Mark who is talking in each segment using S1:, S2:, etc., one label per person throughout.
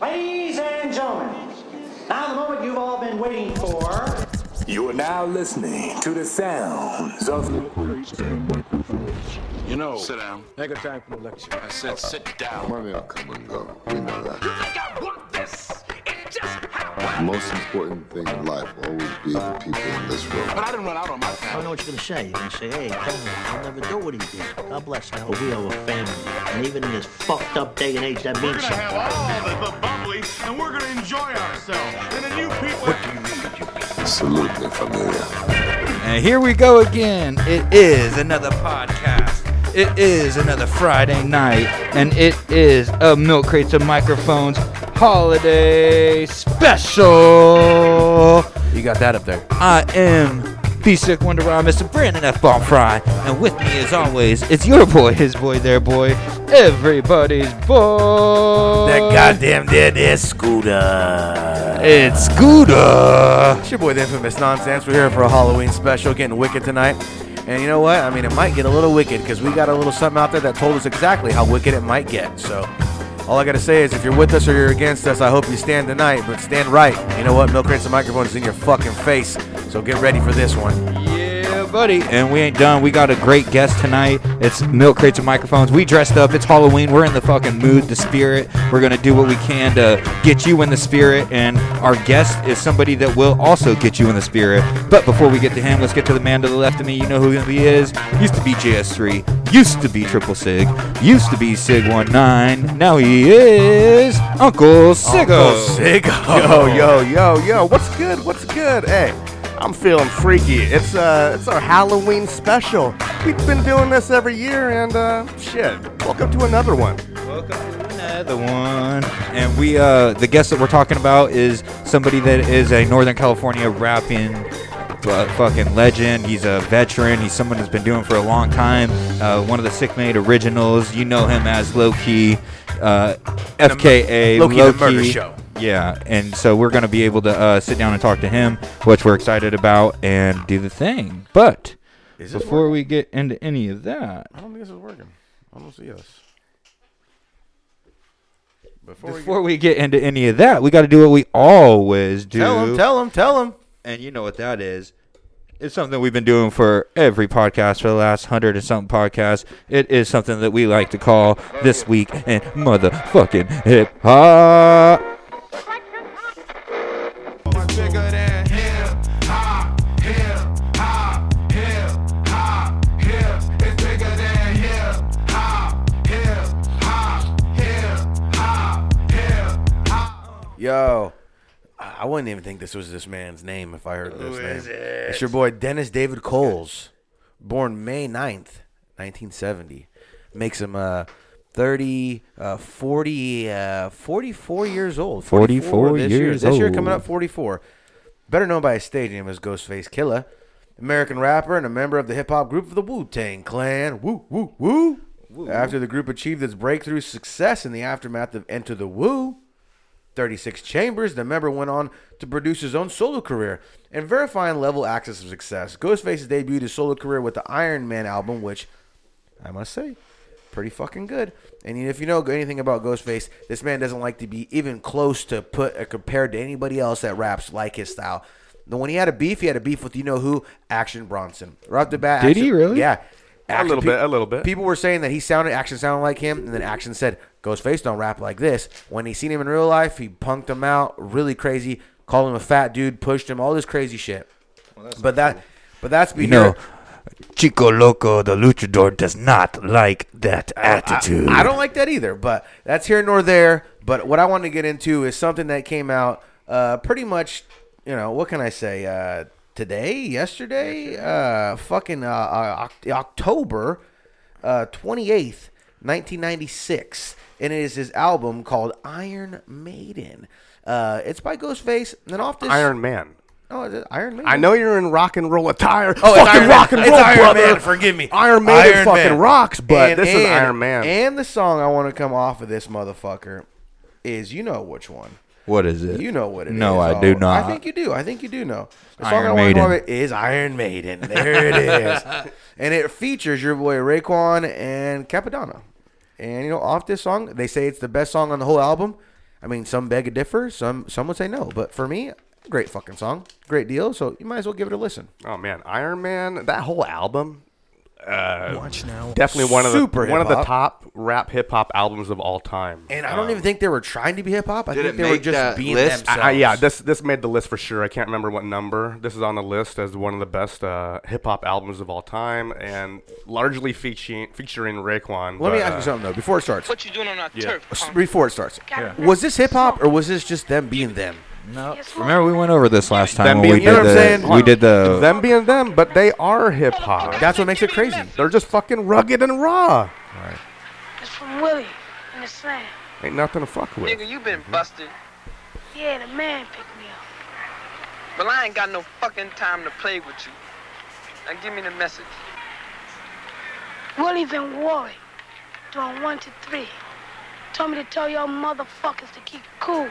S1: Ladies and gentlemen, now the moment you've all been waiting for.
S2: You are now listening to the sounds of.
S3: You know,
S4: Sit down.
S5: I got time for the lecture.
S4: I said sit down.
S3: money will come and go. We know that.
S6: think I want this. It just happened.
S3: The most important thing in life will always be the people in this room.
S4: But I didn't run out on my
S7: I don't
S4: family.
S7: know what you're gonna say. You're gonna say, "Hey, Tony, I'll never do what he did." God bless him. But we are a family, and even in this fucked up day and age, that means something.
S8: all the, the bubbly, and we're gonna enjoy ourselves. And the new people.
S3: Salute me from here.
S9: And here we go again. It is another podcast. It is another Friday night. And it is a Milk Crates and Microphones holiday special.
S10: You got that up there.
S9: I am the Sick Wonder Rhyme, Mr. Brandon F. Bomb Fry. And with me, as always, it's your boy, his boy, their boy, everybody's boy.
S10: That goddamn dead ass scooter.
S9: It's Scooter.
S10: It's your boy, the infamous nonsense. We're here for a Halloween special, getting wicked tonight. And you know what? I mean, it might get a little wicked because we got a little something out there that told us exactly how wicked it might get. So, all I gotta say is, if you're with us or you're against us, I hope you stand tonight, but stand right. You know what? Milk crates and microphones is in your fucking face. So get ready for this one.
S9: Yeah, buddy. And we ain't done. We got a great guest tonight. It's Milk Crates and Microphones. We dressed up. It's Halloween. We're in the fucking mood, the spirit. We're going to do what we can to get you in the spirit. And our guest is somebody that will also get you in the spirit. But before we get to him, let's get to the man to the left of me. You know who he is. Used to be JS3. Used to be Triple Sig. Used to be Sig19. Now he is Uncle Siggo.
S10: Yo, yo, yo, yo. What's good? What's good? Hey, I'm feeling freaky. It's uh, it's our Halloween special. We've been doing this every year, and uh, shit. Welcome to another one.
S9: Welcome to another one. And we, uh, the guest that we're talking about is somebody that is a Northern California rapping uh, fucking legend. He's a veteran. He's someone that's been doing it for a long time. Uh, one of the Sick Made originals. You know him as Low Key, uh, FKA
S10: Low Key the Murder Show.
S9: Yeah, and so we're gonna be able to uh, sit down and talk to him, which we're excited about, and do the thing. But before we get into any of that,
S10: I don't think this is working. I don't see us. Before,
S9: Before we get into any of that, we got to do what we always do.
S10: tell him, tell him, tell him.
S9: and you know what that is. It's something we've been doing for every podcast for the last hundred and something podcasts. It is something that we like to call this week and motherfucking hip hop.
S10: Yo, I wouldn't even think this was this man's name if I heard this name. It's your boy Dennis David Coles, born May 9th, 1970. Makes him uh 30 uh 40 uh 44 years old.
S9: 44
S10: this year.
S9: years
S10: This year coming
S9: old.
S10: up 44. Better known by his stage name as Ghostface Killer. American rapper and a member of the hip hop group the Wu Tang Clan. Woo, woo, woo. After the group achieved its breakthrough success in the aftermath of Enter the Wu, 36 Chambers, the member went on to produce his own solo career and verifying level access of success. Ghostface debuted his solo career with the Iron Man album, which I must say, pretty fucking good. And if you know anything about Ghostface, this man doesn't like to be even close to put uh, compared to anybody else that raps like his style. But when he had a beef, he had a beef with you know who? Action Bronson. Right off the bat,
S9: Did
S10: Action-
S9: he really?
S10: Yeah. Action-
S4: little bit, a little bit.
S10: People were saying that he sounded action sounded like him, and then action said, "Ghostface don't rap like this." When he seen him in real life, he punked him out, really crazy, called him a fat dude, pushed him, all this crazy shit. but that, but that's
S9: You know,
S10: here-
S9: Chico Loco, the luchador, does not like that attitude.
S10: I don't like that either, but that's here nor there. But what I want to get into is something that came out uh, pretty much, you know, what can I say? Uh, today, yesterday, uh, fucking uh, uh, Oct- October uh, 28th, 1996. And it is his album called Iron Maiden. Uh, it's by Ghostface. And then off this.
S11: Iron Man.
S10: Oh, is it Iron Maiden?
S11: I know you're in rock and roll attire.
S10: Oh, it's
S11: fucking
S10: Iron Man.
S11: rock and
S10: It's
S11: roll,
S10: Iron
S11: brother.
S10: Man, forgive me.
S11: Iron Maiden
S10: Iron
S11: fucking
S10: Man.
S11: rocks, but
S10: And-
S11: this is
S10: and-
S11: Iron Man.
S10: And the song I want to come off of this motherfucker is you know which one.
S9: What is it?
S10: You know what it is.
S9: No, I do
S10: Oh,
S9: not.
S10: I think you do. I think you do know. The
S9: Iron
S10: song I want to
S9: Maiden.
S10: it is Iron Maiden. There it is. and it features your boy Raekwon and Capadonna. And you know, off this song, they say it's the best song on the whole album. I mean, some beg a differ. Some some would say no. But for me, great fucking song, great deal. So you might as well give it a listen.
S5: Oh man, Iron Man, that whole album. Uh, Definitely one of
S10: Super
S5: the one of the
S10: hip-hop.
S5: top rap hip hop albums of all time.
S10: And I don't even think they were trying to be hip hop. I
S4: did
S10: think
S4: it
S10: they were
S4: make
S10: just
S4: that
S10: being
S4: list?
S10: themselves.
S5: I- I- yeah, this this made the list for sure. I can't remember what number. This is on the list as one of the best uh, hip hop albums of all time, and largely featuring featuring Raekwon.
S10: Let me
S5: but,
S10: ask
S5: uh,
S10: you something though. Before it starts,
S6: you doing on our turf?
S10: s- before it starts, was this hip hop or was this just them being them?
S9: No. Remember we went over this last time
S5: Them
S9: when we
S5: being- you know
S9: did
S5: what I'm
S9: the
S5: saying?
S9: we did the
S5: Them being them, but they are hip hop.
S10: That's what makes it crazy.
S5: They're just fucking rugged and raw.
S6: It's from Willie and the slam.
S5: Ain't nothing to fuck with.
S6: you been busted. Yeah, the man picked me up. Well, I ain't got no fucking time to play with you. Now give me the message. Willie's in Warwick, doing one to three. Told me to tell your motherfuckers to keep cool.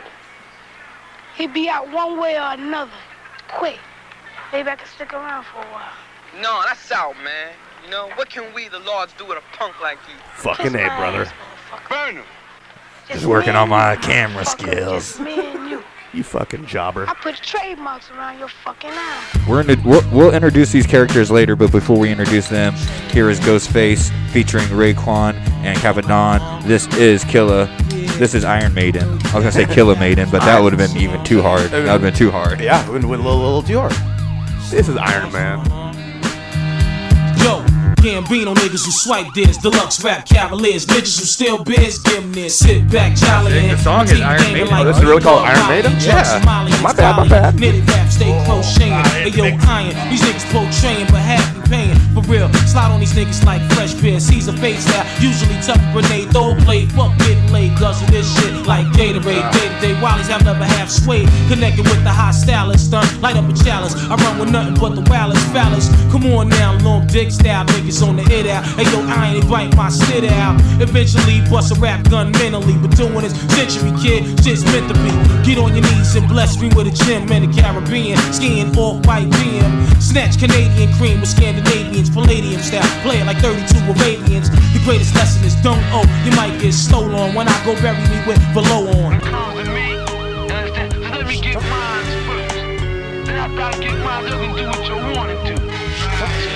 S6: He'd be out one way or another, quick. Maybe I can stick around for a while. No, that's out, man. You know, what can we, the Lords, do with a punk like you?
S5: Fucking A, brother.
S8: Burn him.
S6: Just
S9: working
S6: me
S9: on
S6: and
S9: my
S6: you,
S9: camera
S6: motherfucker.
S9: skills.
S6: Just me and you.
S5: You fucking jobber.
S6: I put trademarks around your fucking eyes.
S9: we're in, we'll, we'll introduce these characters later, but before we introduce them, here is Ghostface featuring Raekwon and Cavadan. This is Killa. This is Iron Maiden. I was gonna say Killa Maiden, but that would have been even too hard. That would have been too hard.
S10: Yeah, went with a little, little too hard.
S5: This is Iron Man.
S12: Yo, Gambino niggas who swipe this, deluxe rap cavaliers, bitches who steal beers, give 'em this, sit back, jolly
S5: Dang, the
S12: and
S5: song is
S12: keep
S5: Iron
S12: banging
S5: Maiden. Oh, this is really called Iron Maiden?
S12: Molly,
S5: Yeah.
S12: Chuck, Smiley,
S5: My
S12: and
S5: bad, my
S12: Stolly.
S5: bad.
S12: Nitty rap, stay close, shame. Hey, yo, iron. These niggas portraying, but happy paying. For real, slide on these niggas like fresh beer. Caesar face now, usually tough grenade, throw blade, fuck getting laid, guzzle this shit like Gatorade. Day to day, Wally's have never half swayed. Connected with the high stylist, stun, light up a chalice. I run with nothing but the wildest phallus. Come on now, long dick style, niggas on the it out. Hey, yo, iron, it bite my shit out. Eventually, bust a rap gun mentally, but doing this century, kid, shit's meant to be. Get on your knees and bless me with a gym in the Caribbean, skiing off white BM. Snatch Canadian cream with Scandinavians, Palladium style, play it like 32 Arabians. The greatest lesson is don't owe, you might get stolen when I go bury me with below on.
S6: Closing me. Understand? So let me get mine first. Then after I get mine, you can do what you want to do.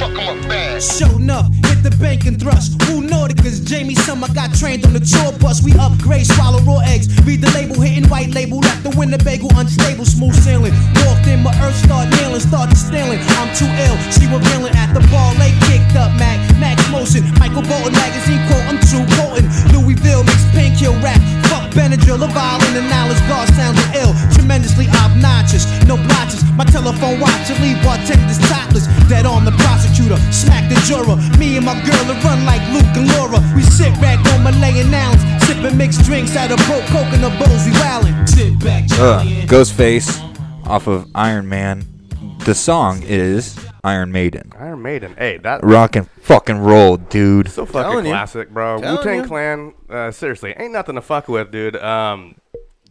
S6: Fuck them up bad.
S12: Show enough, hit the bank and thrust. Who Nordica's Jamie Summer got trained on the tour bus. We upgrade, swallow raw eggs. Read the label, hitting white label. Left the Winnebago unstable, smooth sailing. Walked in, my earth start nailing, started stealing. I'm too ill, she revealing at the ball. They kicked up, Mac, Max motion. Michael Bolton magazine quote, I'm too potent. Louisville makes pink hill rap. Fuck Benadryl, a violin and knowledge guard sounding ill. Tremendously obnoxious, no blotches. My telephone watch, you leave bartenders topless. Dead on the prosecutor, smack the juror. Me and my girl are run like Luke and Laura. We sit back on Malayan nouns, sipping mixed drinks out of broke coconut bowls. We wildin'. Sit back,
S9: Uh, Ghostface off of Iron Man. The song is Iron Maiden.
S5: Iron Maiden. Hey, that
S9: Rock and fucking roll, dude.
S5: so fucking
S10: Telling you.
S5: classic, bro.
S10: Telling
S5: Wu Tang
S10: you.
S5: Clan. Uh, seriously, ain't nothing to fuck with, dude. Um,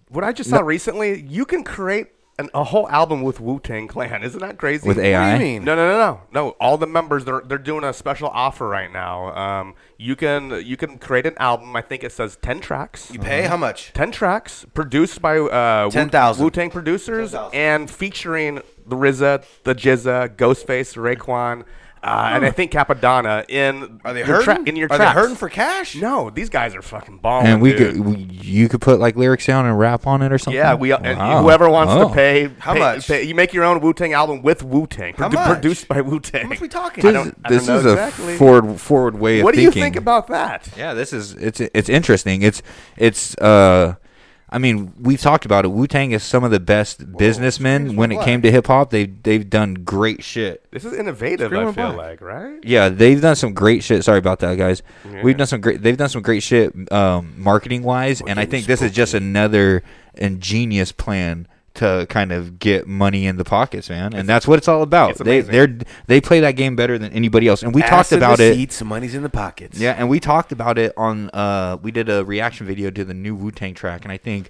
S5: what I just saw recently, you can create an, a whole album with Wu Tang Clan. Isn't that crazy?
S9: With AI? What do you
S10: mean?
S5: No, no, no, no, no. All the members they're they're doing a special offer right now. Um, you can you can create an album. I think it says ten tracks.
S10: You pay how much?
S5: 10 tracks produced by uh,
S10: 10,000.
S5: Wu Tang producers and featuring the RZA, the Jizza, Ghostface, Raekwon, uh, and I think Capadonna in
S10: Are they
S5: your tra-
S10: hurting?
S5: in your
S10: Are
S5: tracks.
S10: they hurting for cash?
S5: No, these guys are fucking balling.
S9: And we
S5: dude.
S9: could, we, you could put like lyrics down and rap on it or something.
S5: yeah, we and
S9: Wow.
S5: whoever wants
S9: Oh.
S5: to pay
S10: How
S5: pay-
S10: much?
S5: pay- you make your own Wu Tang album with Wu Tang,
S10: How much?
S5: produced by Wu Tang.
S10: How much we talking?
S9: This,
S5: I don't- I
S9: this
S5: don't
S9: is
S5: know
S9: a
S5: exactly.
S9: forward forward way of
S5: What do you
S9: thinking.
S5: think about that?
S9: Yeah, this is it's it's interesting. It's it's uh I mean, we've talked about it. Wu Tang is some of the best businessmen when it came to hip hop. They they've done great shit.
S5: This is innovative. I
S10: Screaming
S5: feel
S10: Black.
S5: like right.
S9: Yeah, they've done some great shit. Sorry about that, guys. We've done some great. They've done some great shit um, marketing wise, and I think this is just another ingenious plan to kind of get money in the pockets, man. And that's what it's all about.
S5: it's
S9: they
S5: amazing.
S9: they're they play that game better than anybody else. And we
S10: Ass
S9: talked
S10: in the
S9: about it.
S10: Seats, money's in the pockets.
S9: Yeah, and we talked about it on. Uh, we did a reaction video to the new Wu Tang track, and I think,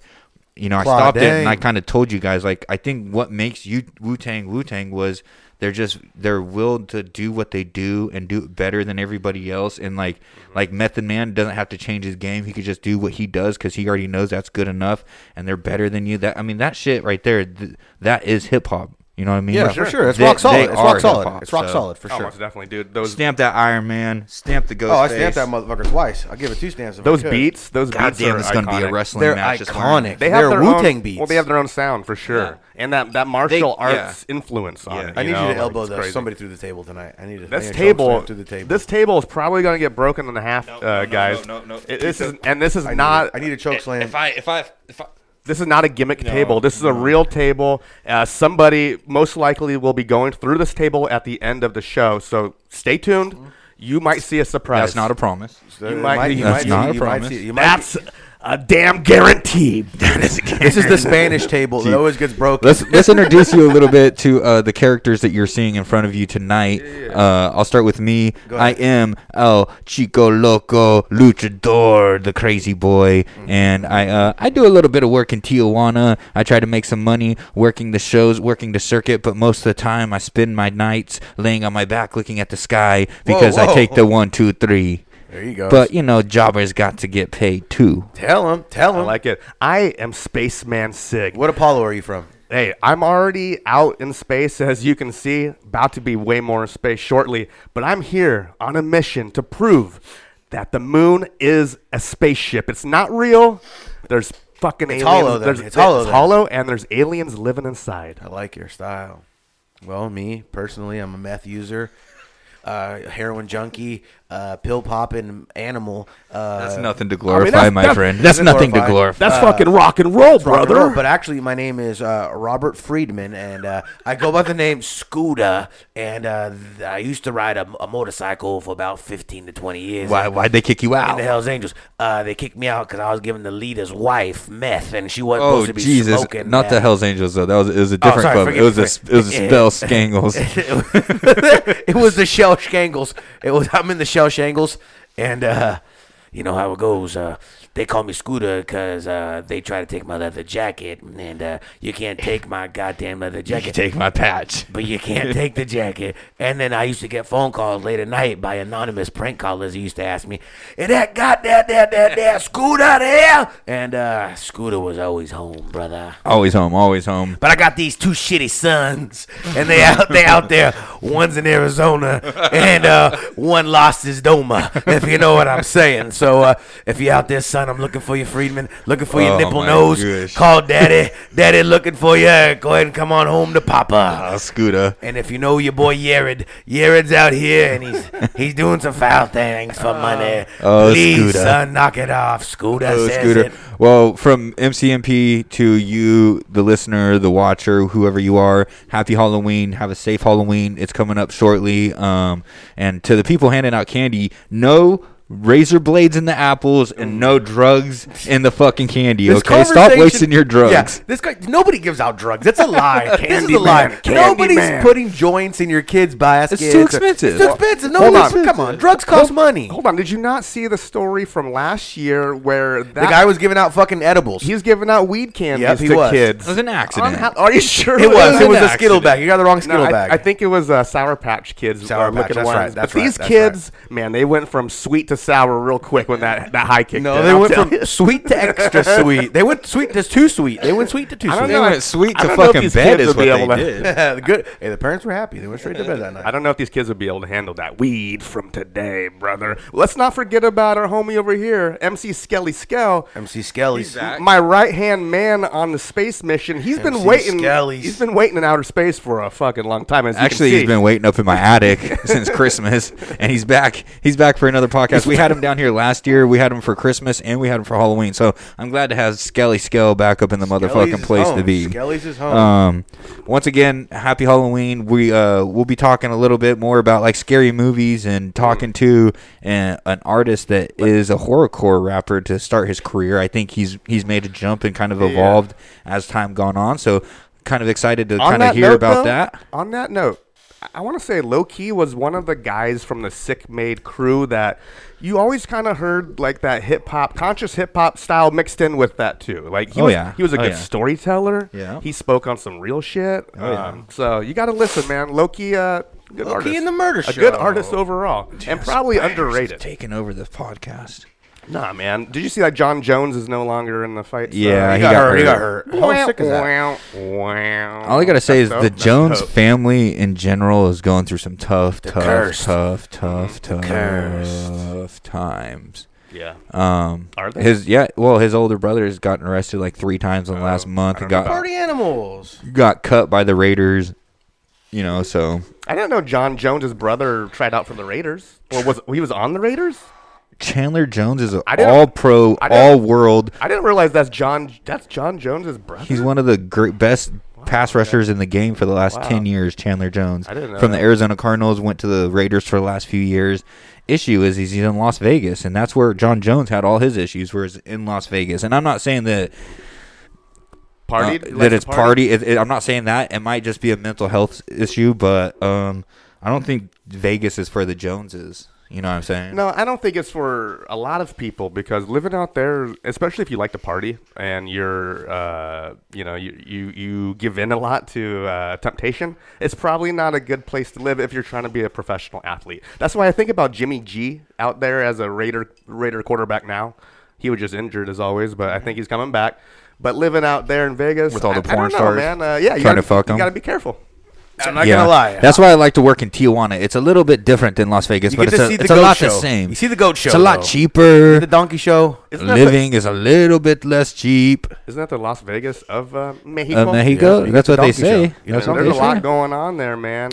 S9: you know, I stopped it and
S10: Claudine.
S9: I kind of told you guys like I think what makes you Wu Tang Wu Tang was They're just they're willed to do what they do and do it better than everybody else. And like
S10: Mm-hmm.
S9: like Method Man doesn't have to change his game. He could just do what he does because he already knows that's good enough. And they're better than you. That I mean that shit right there. Th- that is hip hop. You know what I mean?
S10: Yeah,
S9: Like,
S10: for sure. It's
S9: they-
S10: rock solid.
S9: they
S10: It's
S9: are
S10: rock solid.
S9: hip-hop,
S10: It's rock
S9: so-
S10: solid for
S5: Oh,
S10: sure.
S5: most definitely, dude. Those
S9: stamp that Iron Man. Stamp the Ghost.
S10: Oh, I stamped that motherfucker twice. I'll give it two stamps. If I
S5: Those
S10: could.
S5: beats, those beats
S9: Goddamn,
S5: are
S9: it's gonna be a
S5: iconic.
S9: wrestling
S10: They're
S9: match. just
S10: iconic.
S9: learning.
S10: They have
S5: their
S10: their Wu
S5: own-
S10: Tang beats.
S5: Well, they have their own sound for sure, and that that martial
S10: yeah.
S5: arts influence on it.
S10: I need
S5: know?
S10: you
S5: Like,
S10: to elbow
S5: it's
S10: the-
S5: crazy.
S10: somebody through the table tonight. I need to. I
S5: This
S10: need to
S5: table,
S10: through the table.
S5: this table is probably going to get broken in half, uh, guys.
S10: no, no, no.
S5: It- this is,
S10: Because
S5: and this is
S10: I need
S5: not.
S10: a- I need a choke If- slam. if
S9: I, if I, if I.
S5: This is not a gimmick
S10: No,
S5: table. This is a real table. Uh, somebody most likely will be going through this table at the end of the show, so stay tuned. You might see a surprise.
S9: That's not a promise.
S5: You
S9: It
S5: might,
S9: might-
S5: you
S9: that's
S5: might-
S9: not a
S5: you might
S9: promise.
S5: see- you might
S10: That's
S5: see- a damn guarantee. That is a
S10: This is the Spanish table that always gets broken.
S9: Let's let's introduce you a little bit to uh, the characters that you're seeing in front of you tonight. Uh, I'll start with me. I am El Chico Loco Luchador, the crazy boy,
S10: Mm-hmm.
S9: and I uh, I do a little bit of work in Tijuana. I try to make some money working the shows, working the circuit, but most of the time I spend my nights laying on my back looking at the sky because I
S10: whoa.
S9: take the one, two, three.
S10: There you go.
S9: But you know, jobbers got to get paid too.
S10: Tell him. Tell him.
S5: I like it. I am Spaceman Sig.
S10: What Apollo are you from?
S5: Hey, I'm already out in space, as you can see, about to be way more in space shortly, but I'm here on a mission to prove that the moon is a spaceship. It's not real. There's fucking
S10: It's
S5: aliens.
S10: hollow, then.
S5: There's,
S10: It's hollow, then.
S5: and there's aliens living inside.
S10: I like your style. Well, me personally, I'm a meth user, uh, heroin junkie, uh, pill popping animal. Uh,
S9: That's nothing to glorify, my friend. That's
S10: Isn't
S9: nothing to
S10: glorified?
S9: glorify. That's
S5: fucking rock and roll,
S10: it's rock and
S5: brother.
S10: roll, but actually, my name is uh, Robert Friedman, and uh, I go by the name Scooter. And uh, th- I used to ride a, a motorcycle for about 15 to 20 years.
S9: Why why'd they kick you
S10: In
S9: out?
S10: the Hells Angels, uh, they kicked me out because I was giving the leader's wife meth, and she wasn't
S9: Oh
S10: supposed to be
S9: Jesus!
S10: smoking.
S9: Not
S10: meth.
S9: the Hell's Angels though. That was it was a different
S10: sorry,
S9: club.
S10: forgive
S9: it was
S10: me,
S9: a
S10: forgive
S9: it was a
S10: me.
S9: spell Skangles.
S10: it was the shell shangles. It was I'm in the shell shangles, and uh, you know how it goes. Uh, they call me Scooter because uh, they try to take my leather jacket, and uh, you can't take my goddamn leather jacket.
S9: take my patch,
S10: but you can't take the jacket. And then I used to get phone calls late at night by anonymous prank callers who used to ask me, "Is that goddamn that that that Scooter there?" And uh, Scooter was always home, brother.
S9: always home, always home.
S10: But I got these two shitty sons, and they out they out there. One's in Arizona, and uh, one lost his doma. If you know what I'm saying. So uh, if you're out there, son, I'm looking for you, Friedman. Looking for your
S9: Oh,
S10: nipple
S9: my
S10: nose.
S9: gosh.
S10: Call daddy. daddy looking for you. Go ahead and come on home to Papa.
S9: Uh, Scooter.
S10: And if you know your boy Yared, Yared's out here and he's he's doing some foul things for money.
S9: Oh,
S10: Please,
S9: Scooter.
S10: son, knock it off. Scooter
S9: Oh,
S10: says
S9: Scooter.
S10: it.
S9: Well, from MCMP to you, the listener, the watcher, whoever you are, happy Halloween. Have a safe Halloween. It's coming up shortly. Um, and to the people handing out candy, no razor blades in the apples and no drugs in the fucking candy.
S10: This
S9: okay, stop
S10: conversation-
S9: wasting your drugs.
S10: Yeah, this guy. Nobody gives out drugs. That's a lie. this is
S5: Candy
S10: a lie.
S5: man, candy
S10: Nobody's
S5: man.
S10: putting joints in your kids' baskets.
S9: It's too expensive.
S10: It's too expensive. No,
S5: Hold
S10: no,
S5: on.
S10: come on. Drugs cost money.
S5: Hold on, did you not see the story from last year where that
S10: The guy was giving out fucking edibles.
S5: he was giving out weed candies
S10: Yep, he
S5: to
S10: was.
S5: kids?
S9: It was an accident.
S5: On how- are you sure?
S10: it was. It was
S5: an
S10: a Skittle
S5: accident?
S10: bag. You got the wrong
S5: No,
S10: Skittle
S5: I,
S10: bag.
S5: I think it was uh, Sour Patch Kids.
S10: Sour
S5: uh,
S10: Patch,
S5: looking
S10: that's
S5: ones.
S10: right, that's
S5: but
S10: right,
S5: these
S10: that's
S5: kids, man, they went from sweet to sour real quick when that, that high kicked.
S10: no,
S5: in,
S10: they
S5: I'll
S10: went
S5: tell
S10: from
S5: you.
S10: sweet to extra sweet. They went sweet to too sweet. They went sweet to too
S5: I
S10: sweet.
S5: don't
S9: They
S5: know.
S9: went sweet
S5: I
S9: to
S5: don't know if
S9: fucking
S5: these
S9: bed
S5: kids
S9: is
S5: will be
S9: what they
S5: able to-
S9: did.
S10: Good. Hey, the parents were happy. They went straight to bed that night.
S5: I don't know if these kids would be able to handle that weed from today, brother. Let's not forget about our homie over here, MC Skelly Skell.
S10: MC Skelly's.
S5: My right hand man on the space mission. He's been
S10: MC
S5: waiting.
S10: Skellies.
S5: He's been waiting in outer space for a fucking long time. As you can
S9: Actually, he's
S5: see.
S9: been waiting up in my attic since Christmas, and he's back. He's back for another podcast. We had him down here last year. We had him for Christmas, and we had him for Halloween. So I'm glad to have Skelly Skell back up in the
S10: is
S9: motherfucking place to
S10: home.
S9: be.
S10: Skelly's is home.
S9: Um, once again, happy Halloween. We uh, we'll be talking a little bit more about like scary movies and talking to an, an artist that is a horrorcore rapper to start his career. I think he's he's made a jump and kind of evolved as time gone on. So kind of excited to
S5: On
S9: kind of
S5: that
S9: hear
S5: note,
S9: about
S5: though-
S9: that.
S5: On that note, I want to say low key was one of the guys from the Sick Made crew that you always kind of heard like that hip hop, conscious hip hop style mixed in with that too. Like he
S9: Oh,
S5: was,
S9: yeah.
S5: he was a
S9: Oh,
S5: good
S9: yeah.
S5: storyteller.
S9: Yeah.
S5: he spoke on some real shit.
S9: Oh, yeah.
S5: Um, so you got to listen, man. Loki, uh, good
S9: Low-key
S5: artist.
S9: in the murder
S5: a good
S9: show.
S5: artist overall, and probably
S9: Spires is
S5: underrated.
S9: Taking over the podcast.
S5: Nah, man. Did you see that John Jones is no longer in the fight?
S9: Yeah, he got hurt.
S5: Wow,
S10: How sick is that?
S5: wow.
S9: All I gotta say is
S5: That's
S9: the
S5: dope. That's
S9: Jones
S5: dope.
S9: family in general is going through some tough, tough,
S5: cursed.
S9: tough, tough,
S5: The
S9: tough, times.
S5: Yeah.
S9: Um.
S5: Are they?
S9: His yeah. Well, his older brother has gotten arrested like three times in the
S5: Oh,
S9: last month and got
S10: Party animals.
S9: got cut by the Raiders. You know, so
S5: I didn't know John Jones' brother tried out for the Raiders, or was he was on the Raiders?
S9: Chandler Jones is an
S5: I didn't-
S9: all-pro,
S5: I didn't-
S9: all-world.
S5: I didn't realize that's John. That's John Jones' brother.
S9: He's one of the gr- best pass rushers in the game for the last
S5: Wow.
S9: 10 years, Chandler Jones.
S5: I didn't know
S9: From
S5: that.
S9: the Arizona Cardinals, went to the Raiders for the last few years. Issue is he's in Las Vegas, and that's where John Jones had all his issues, was in Las Vegas. And I'm not saying that uh,
S5: Partied? He likes
S9: that
S5: to
S9: it's
S5: party?
S9: party. It, it- I'm not saying that. It might just be a mental health issue, but um, I don't think Vegas is for the Joneses. You know what I'm saying?
S5: No, I don't think it's for a lot of people because living out there, especially if you like to party and you're, uh, you know, you, you you give in a lot to uh, temptation, it's probably not a good place to live if you're trying to be a professional athlete. That's why I think about Jimmy G out there as a Raider Raider quarterback now. He was just injured as always, but I think he's coming back. But living out there in Vegas
S9: With all the
S5: I- I don't
S9: porn
S5: know,
S9: stars
S5: man. Uh, yeah, you gotta,
S9: trying to fuck
S5: you
S9: 'em.
S5: gotta be careful.
S10: I'm not
S9: Yeah.
S10: gonna lie.
S9: That's why I like to work in Tijuana. It's a little bit different than Las Vegas,
S10: You
S9: but
S10: get
S9: it's
S10: to
S9: a,
S10: see the
S9: it's a
S10: goat
S9: lot the
S10: show.
S9: same.
S10: You see the goat show,
S9: It's a lot
S10: though.
S9: cheaper.
S10: The donkey show.
S5: Isn't that the-
S9: Living is a little bit less cheap.
S5: Isn't that the Las Vegas of uh, Mexico?
S9: Of Mexico? Yeah. That's what they
S5: Donkey
S9: say.
S5: show.
S9: That's
S5: Yeah,
S9: what
S5: there's
S9: they
S5: a lot
S9: say.
S5: going on there, man.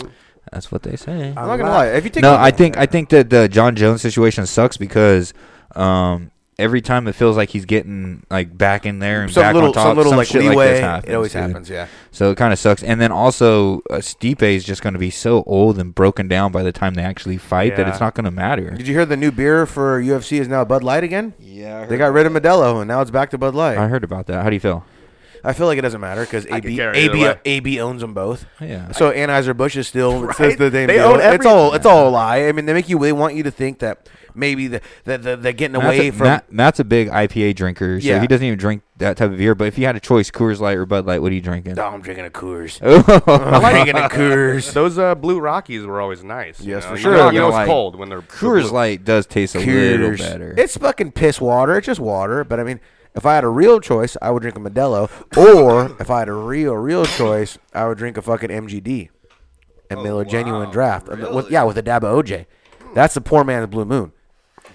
S9: That's what they say.
S10: I'm not gonna lie. If you take
S9: no,
S10: a-
S9: I think I think that the John Jones situation sucks because um, every time it feels like he's getting like back in there and
S10: Some
S9: back
S10: little-
S9: on top,
S10: some little, like,
S9: shit like
S10: leeway.
S9: this
S10: It
S9: happens.
S10: always
S9: dude.
S10: happens, yeah.
S9: So it kind of sucks. And then also, uh, Stipe is just going to be so old and broken down by the time they actually fight that
S10: Yeah.
S9: it's not going to matter.
S10: Did you hear the new beer for UFC is now Bud Light again?
S9: Yeah,
S10: they got rid of Modelo and now it's back to Bud Light.
S9: I heard about that. How do you feel?
S10: I feel like it doesn't matter because
S5: could
S10: AB,
S5: care either
S10: AB,
S5: way.
S10: AB owns them both.
S9: Yeah.
S10: So Anheuser Busch is still it says
S5: Right?
S10: the name.
S5: They
S10: They
S5: own
S10: It's all it's
S5: everything.
S10: all a lie. I mean, they make you. They want you to think that maybe the, that the, they're getting
S9: Matt's
S10: away
S9: a,
S10: from.
S9: Matt- Matt's a big IPA drinker, so
S10: Yeah.
S9: he doesn't even drink that type of beer. But if you had a choice, Coors Light or Bud Light, what are you drinking?
S10: oh, I'm drinking a Coors.
S9: Oh. I
S10: I'm drinking a Coors.
S5: Those uh, blue Rockies were always nice.
S10: Yes, for
S5: you
S10: sure.
S5: Know, you
S10: You
S5: know
S10: know,
S5: it's
S10: like,
S5: cold when they're
S9: Coors Light does taste a little
S10: Coors.
S9: better.
S10: It's fucking piss water. It's just water. But I mean, if I had a real choice, I would drink a Modelo. Or if I had a real real choice, I would drink a fucking MGD,
S5: Oh,
S10: a Miller Genuine Draft. Uh, with- yeah, with a dab of OJ. That's the poor man's Blue Moon.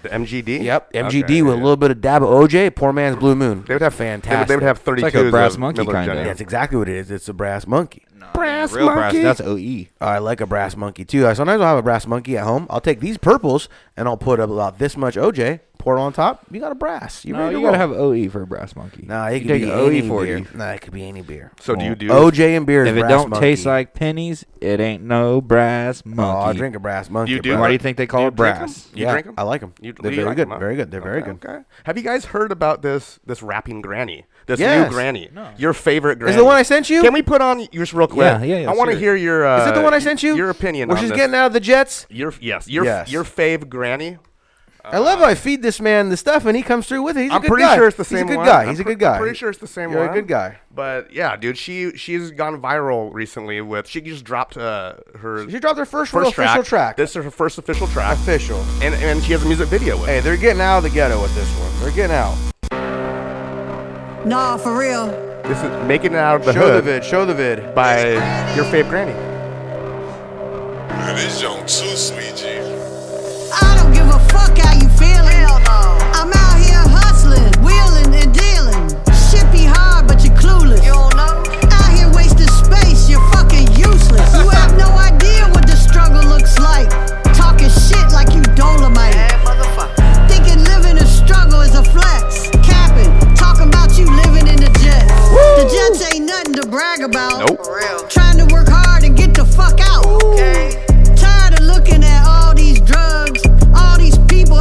S5: The MGD.
S10: Yep, MGD
S5: Okay,
S10: with
S5: yeah.
S10: a little bit of dab of OJ, poor man's Blue Moon. They would have
S5: They would,
S10: fantastic.
S5: they would have thirty-two.
S9: like a brass monkey kinda.
S10: That's exactly what it is. It's a brass monkey.
S5: brass
S9: Real brass. That's E. OE.
S10: Oh, I like a brass monkey too. I sometimes I'll have a brass monkey at home. I'll take these purples and I'll put about this much OJ, pour it on top. You got a brass. You
S9: No,
S10: ready
S9: you
S10: to
S9: gotta
S10: roll.
S9: have OE for a brass monkey.
S10: Nah, it
S9: You
S10: could
S9: take
S10: be
S9: OE
S10: any
S9: for
S10: beer.
S9: you. Oh.
S10: Nah, it could be any beer.
S5: So do you do
S10: OJ and beer is
S9: If it
S10: brass
S9: don't
S10: monkey.
S9: taste like pennies, it ain't no brass
S10: Oh,
S9: monkey.
S10: I drink a brass monkey.
S5: You do.
S10: bro.
S9: Why do you think they call
S5: you
S9: it
S5: drink 'em?
S9: brass?
S5: You
S10: Yeah,
S5: drink 'em?
S10: I like 'em.
S5: You-
S10: They're
S5: you
S10: very
S5: like
S10: good,
S5: 'em, huh?
S10: very good, they're very
S5: Okay,
S10: good.
S5: Okay. Have you guys heard about this this rapping granny? This
S10: Yes.
S5: new granny. Your favorite granny.
S10: Is the one I sent you?
S5: Can we put on yours real quick?
S9: Yeah, yeah, yeah,
S5: I
S9: let's
S5: want to
S9: hear
S5: hear your. Uh,
S10: Is it the one I sent you?
S5: Your opinion.
S10: Where
S5: on
S10: she's
S5: this.
S10: getting out of the jets.
S5: Your yes. Your
S10: Yes.
S5: your fave granny.
S10: I love how I feed this man the stuff and he comes through with it. He's
S5: Uh,
S10: a
S5: I'm
S10: good
S5: pretty
S10: guy.
S5: sure it's the
S10: He's
S5: same
S10: a good
S5: one.
S10: guy.
S5: I'm
S10: He's a
S5: pre-
S10: good guy.
S5: I'm pretty sure it's the same
S10: You're
S5: one.
S10: a good guy.
S5: But yeah, dude, she she's gone viral recently with she just dropped uh, her
S10: She dropped her first, real
S5: first
S10: official track.
S5: This is her first official track,
S10: official.
S5: and and she has a music video with.
S10: Hey,
S5: it.
S10: they're getting out of the ghetto with this one. They're getting out.
S13: Nah, for real.
S5: This is making it out of the
S10: show the
S5: hood
S10: vid. Show the vid.
S5: by your fave granny.
S13: I don't give a fuck how you feeling. I'm out here hustling, wheeling and dealing. Shit be hard, but you're clueless. You don't know? Out here wasting space, you're fucking useless. You have no idea what the struggle looks like. Talking shit like you dolomite. Thinking living a struggle is a flex. Capping, talking about you living in the jets. The jets ain't nothing to brag about.
S5: Nope.
S13: Trying to work hard and get the fuck out. Tired of looking at all these drugs, all these people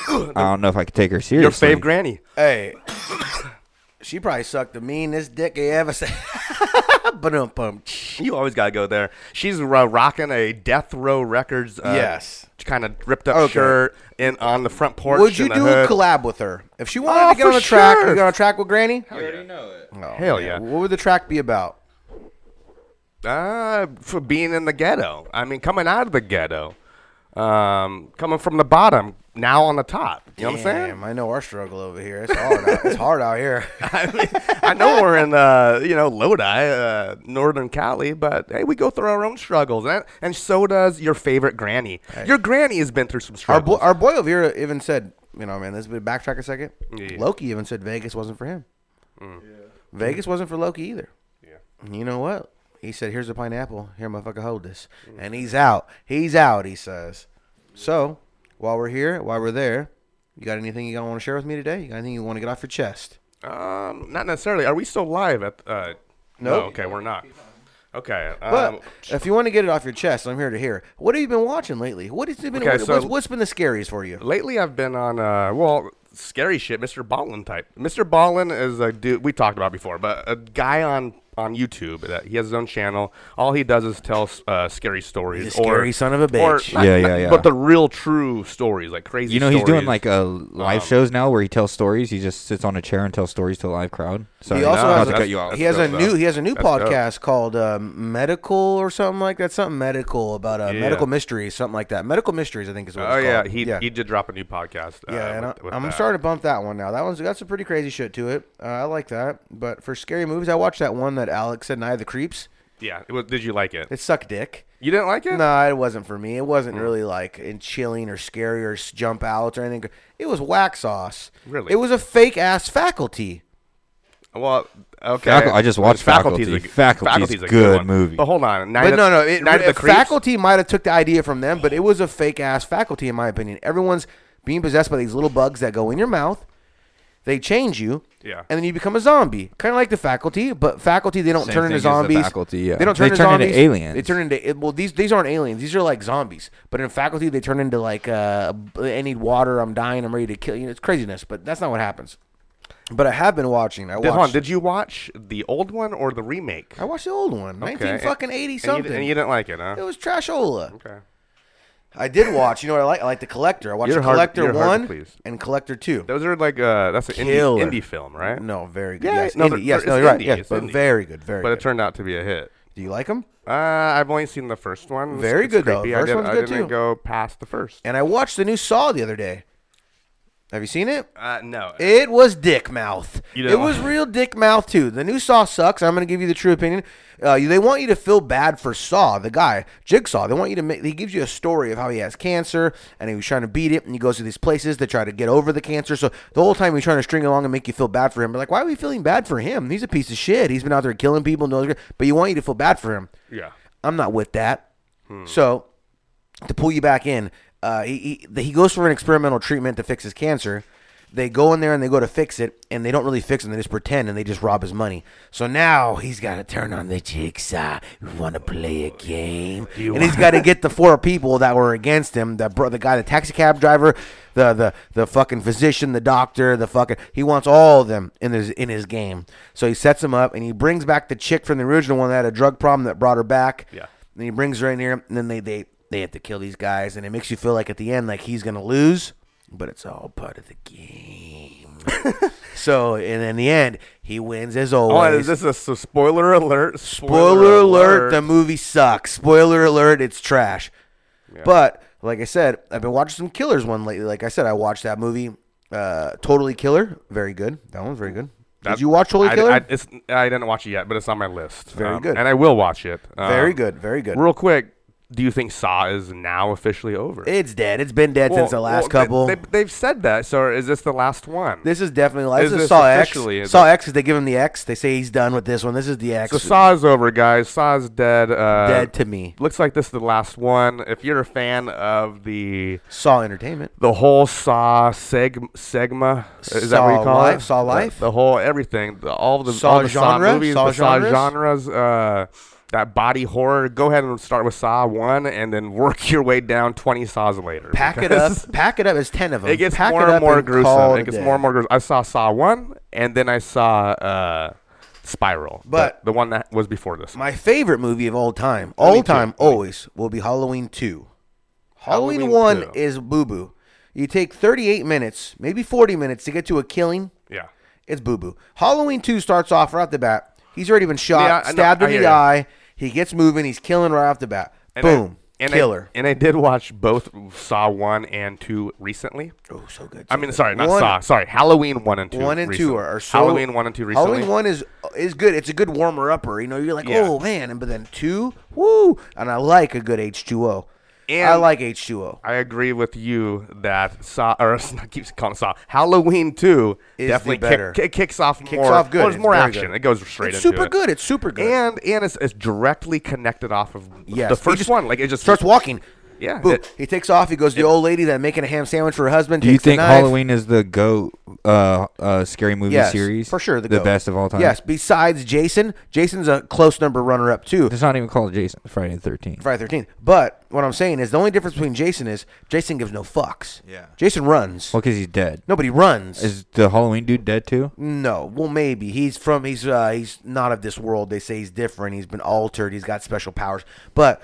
S9: don't know if I could take her
S5: Your
S9: seriously.
S5: fave granny.
S10: Hey, she probably sucked the meanest dick I ever seen. Ba-dum-bum.
S5: You always gotta go there. She's uh, rocking a Death Row Records. Uh,
S10: Yes.
S5: Kind of ripped up
S10: Okay.
S5: shirt and on the front porch.
S10: Would you
S5: in the
S10: do a
S5: hood.
S10: collab with her if she wanted
S5: Oh,
S10: to get on
S5: for
S10: a track?
S5: sure.
S10: You get on a track with Granny?
S5: Oh, Hell
S10: man.
S5: yeah.
S10: What would the track be about?
S5: Uh, for being in the ghetto. I mean, coming out of the ghetto. Um, coming from the bottom, now on the top. You know what I'm saying?
S10: Damn, I know our struggle over here. It's hard. out, it's hard out here.
S5: I know we're in uh, you know Lodi, uh, Northern Cali, but hey, we go through our own struggles, and, and so does your favorite granny. Your granny has been through some
S10: Our,
S5: struggles.
S10: bo- our boy over here even said, you know, man, let's be- backtrack a second. Loki even said Vegas wasn't for him.
S5: Mm.
S10: Vegas wasn't for Loki either. Yeah. You know what? He said, here's a pineapple. Here, motherfucker, hold this.
S5: Mm-hmm.
S10: And he's out. He's out, he says. So, while we're here, while we're there, you got anything you want to share with me today? You got anything you want to get off your chest?
S5: um, not necessarily. Are we still live at? Uh,
S10: Nope.
S5: Okay, we're not. Okay.
S10: But
S5: Um,
S10: if you want to get it off your chest, I'm here to hear. What have you been watching lately? What has it been?
S5: Okay,
S10: what,
S5: so-
S10: what's, what's been the scariest for you?
S5: lately, I've been on uh, well, scary shit. Mr. Ballin type. Mr. Ballin is a dude we talked about before, but a guy on on YouTube that he has his own channel. All he does is tell uh, scary stories.
S10: He's a scary son of a
S5: or
S10: bitch.
S5: not-
S9: Yeah, yeah,
S5: not-
S9: yeah.
S5: But the real true stories, like crazy.
S9: You know he's
S5: stories.
S9: doing
S5: Um,
S9: like uh, live shows now where he tells stories. He just sits on a chair and tells stories to a live crowd. So
S10: he also has,
S9: to
S10: a,
S9: cut you off.
S10: he has a
S5: dope,
S10: new
S5: though.
S10: he has a new
S5: That's dope.
S10: podcast called uh, medical or something like that. Something medical about a
S5: Yeah.
S10: medical mystery, something like that. Medical mysteries, I think is what.
S5: Oh
S10: it's
S5: yeah,
S10: called.
S5: he he did drop a new podcast. uh,
S10: yeah, and
S5: with-
S10: I,
S5: with
S10: I'm
S5: that.
S10: starting to bump that one now. That one's got some pretty crazy shit to it. Uh, I like that. But for scary movies, I watched that one that Alex said, "Night of the Creeps."
S5: Yeah, it was, did you like it?
S10: It sucked dick.
S5: You didn't like it? Hmm.
S10: No, it wasn't for me. It wasn't really like in chilling or scary or s- jump out or anything. It was whack sauce.
S5: Really?
S10: It was a fake ass faculty.
S5: Well, okay.
S9: Facu- I just watched
S5: Faculty's
S9: Faculty.
S5: a g-
S9: Faculty's
S5: a
S9: good
S5: one.
S9: movie.
S5: But hold on, Night
S10: But
S5: of-
S10: no, no. It,
S5: Night of the
S10: the
S5: Creeps?
S10: faculty might have took the idea from them, but it was a fake ass faculty, in my opinion. Everyone's being possessed by these little bugs that go in your mouth. They change you,
S5: Yeah.
S10: and then you become a zombie, kind of like the faculty. But faculty, they don't
S9: Same
S10: turn
S9: thing
S10: into
S9: as the
S10: zombies.
S9: Faculty, yeah.
S10: They don't
S9: They
S10: turn, into
S9: turn into
S10: zombies.
S9: aliens.
S10: They turn into it- well. These these aren't aliens. These are like zombies. But in faculty, they turn into like uh, I need water. I'm dying. I'm ready to kill you. It's craziness, but that's not what happens. But I have been watching. I
S5: Did, hold on,
S10: watched.
S5: did you watch the old one or the remake?
S10: I watched the old one,
S5: Okay.
S10: nineteen fucking eighty
S5: And you-
S10: something.
S5: and you didn't like it, huh?
S10: It was trashola.
S5: Okay.
S10: I did watch. You know what I like? I like the Collector. I watched
S5: You're hard-
S10: Collector
S5: you're hard to
S10: One
S5: please.
S10: and Collector Two.
S5: Those are like uh, that's an indie,
S10: Killer.
S5: indie film, right?
S10: No, very good.
S5: Yeah,
S10: yes,
S5: no,
S10: indie.
S5: they're-
S10: yes,
S5: they're-
S10: no,
S5: it's
S10: you're right.
S5: indie,
S10: Yes,
S5: it's
S10: but
S5: indie.
S10: very good. Very.
S5: but
S10: good.
S5: it turned out to be a hit.
S10: Do you like them?
S5: Uh, I've only seen the first one. It's-
S10: Very
S5: it's
S10: good though.
S5: creepy. I
S10: First
S5: did-
S10: one's
S5: I
S10: good
S5: didn't
S10: too.
S5: go past the first.
S10: And I watched the new Saw the other day. Have you seen it?
S5: Uh, no.
S10: It was dick mouth.
S5: You
S10: it
S5: know-
S10: was real dick mouth too. The new Saw sucks. I'm going to give you the true opinion. Uh, you- they want you to feel bad for Saw, the guy Jigsaw. They want you to make. He gives you a story of how he has cancer and he was trying to beat it, and he goes to these places to try to get over the cancer. So the whole time he's trying to string along and make you feel bad for him. But like, why are we feeling bad for him? He's a piece of shit. He's been out there killing people. No, but you want you to feel bad for him.
S5: Yeah.
S10: I'm not with that. So to pull you back in, uh, he, he he goes for an experimental treatment to fix his cancer. They go in there and they go to fix it, and they don't really fix it. They just pretend and they just rob his money. So now he's got to turn on the jigsaw. We want to play a game, and he's got to get the four people that were against him. The bro, the guy, the taxi cab driver, the the the fucking physician, the doctor, the fucking. He wants all of them in his in his game. So he sets them up, and he brings back the chick from the original one that had a drug problem that brought her back.
S5: Yeah.
S10: And he brings her in here, and then they they they have to kill these guys, and it makes you feel like at the end like he's gonna lose, but it's all part of the game. so and in the end, he wins as
S5: Oh,
S10: always.
S5: is this a so spoiler alert?
S10: Spoiler alert, the movie sucks. Spoiler alert, it's trash. But like I said, I've been watching some killers one lately. Like I said, I watched that movie, uh, Totally Killer. Very good. That one's very good. Did you watch Totally
S5: I,
S10: Killer?
S5: I, it's, I didn't watch it yet, but it's on my list.
S10: Very
S5: Um,
S10: good.
S5: and I will watch it. Um,
S10: Very good, very good.
S5: Real quick, do you think Saw is now officially over?
S10: it's dead. It's been dead
S5: Well,
S10: since the
S5: well,
S10: last
S5: they-
S10: couple.
S5: They, have said that. So is this the last one?
S10: This is definitely like
S5: Is
S10: this
S5: this
S10: is Saw X.
S5: officially- is
S10: Saw
S5: it-
S10: X is they give him the X. They say he's done with this one. This is the X.
S5: so Saw is over, guys. Saw is dead. Uh,
S10: Dead to me.
S5: Looks like this is the last one. If you're a fan of the
S10: Saw Entertainment.
S5: the whole Saw uh, seg- Segma, is that what
S10: Saw
S5: you call
S10: Life,
S5: it?
S10: Saw
S5: The-
S10: Life?
S5: The, whole everything, the, all the
S10: Saw
S5: all the Saw
S10: genre?
S5: movies,
S10: Saw
S5: the Saw
S10: genres?
S5: genres. Uh, that body horror, go ahead and start with Saw 1 and then work your way down 20 Saws later.
S10: Pack it up.
S5: because
S10: Pack it up. It's ten of them.
S5: It gets
S10: pack
S5: more and more
S10: call
S5: gruesome.
S10: a
S5: It gets
S10: day.
S5: more and more gruesome. I saw Saw 1 and then I saw uh, Spiral.
S10: But-
S5: the one that was before this.
S10: My favorite movie of all time, all time, always will be Halloween two. Halloween, one is boo boo. You take thirty eight minutes, maybe forty minutes to get to a killing.
S5: Yeah.
S10: It's boo boo. Halloween two starts off right off the bat. He's already been shot,
S5: Yeah, I know.
S10: stabbed
S5: I
S10: in
S5: hear
S10: the
S5: ya.
S10: eye. He gets moving. He's killing right off the bat.
S5: And I-
S10: Boom.
S5: and I-
S10: killer.
S5: and I did watch both Saw 1 and 2 recently.
S10: Oh, so good.
S5: I mean, sorry, not
S10: One-
S5: Saw. Sorry, Halloween 1 and 2.
S10: One and
S5: recently.
S10: two are, are so
S5: Halloween 1 and 2 recently.
S10: Halloween one is is good. It's a good warmer upper. You know, you're like,
S5: Yeah.
S10: oh man, and but then two, woo, and I like a good H two O. I
S5: And-
S10: like H two O.
S5: I agree with you that Saw or I keep calling it Saw Halloween Two
S10: Is the
S5: definitely
S10: better.
S5: kick, kick, kicks off
S10: Kicks
S5: more.
S10: off good.
S5: well, there's
S10: It's
S5: more
S10: very
S5: action.
S10: good.
S5: It goes straight
S10: It's
S5: into
S10: super
S5: it.
S10: good. It's super good.
S5: And and it's, it's directly connected off of
S10: Yes,
S5: the
S10: he
S5: first
S10: just
S5: one. Like it just
S10: starts walking.
S5: Yeah,
S10: Boom.
S5: it-
S10: he takes off. He goes to the old lady that making a ham sandwich for her husband.
S9: Do you
S10: takes the
S9: think
S10: knife.
S9: Halloween is the go uh, uh, scary movie
S10: Yes,
S9: series?
S10: for sure? The,
S9: the
S10: goat.
S9: best of all time.
S10: Yes. Besides Jason, Jason's a close number runner up too.
S9: it's not even called Jason. Friday the Thirteenth.
S10: Friday Thirteenth. But what I'm saying is the only difference between Jason is Jason gives no fucks. Yeah. Jason runs.
S9: Well, because he's dead.
S10: Nobody runs.
S9: Is the Halloween dude dead too?
S10: No, well, maybe he's from he's uh, he's not of this world. They say he's different. He's been altered. He's got special powers. But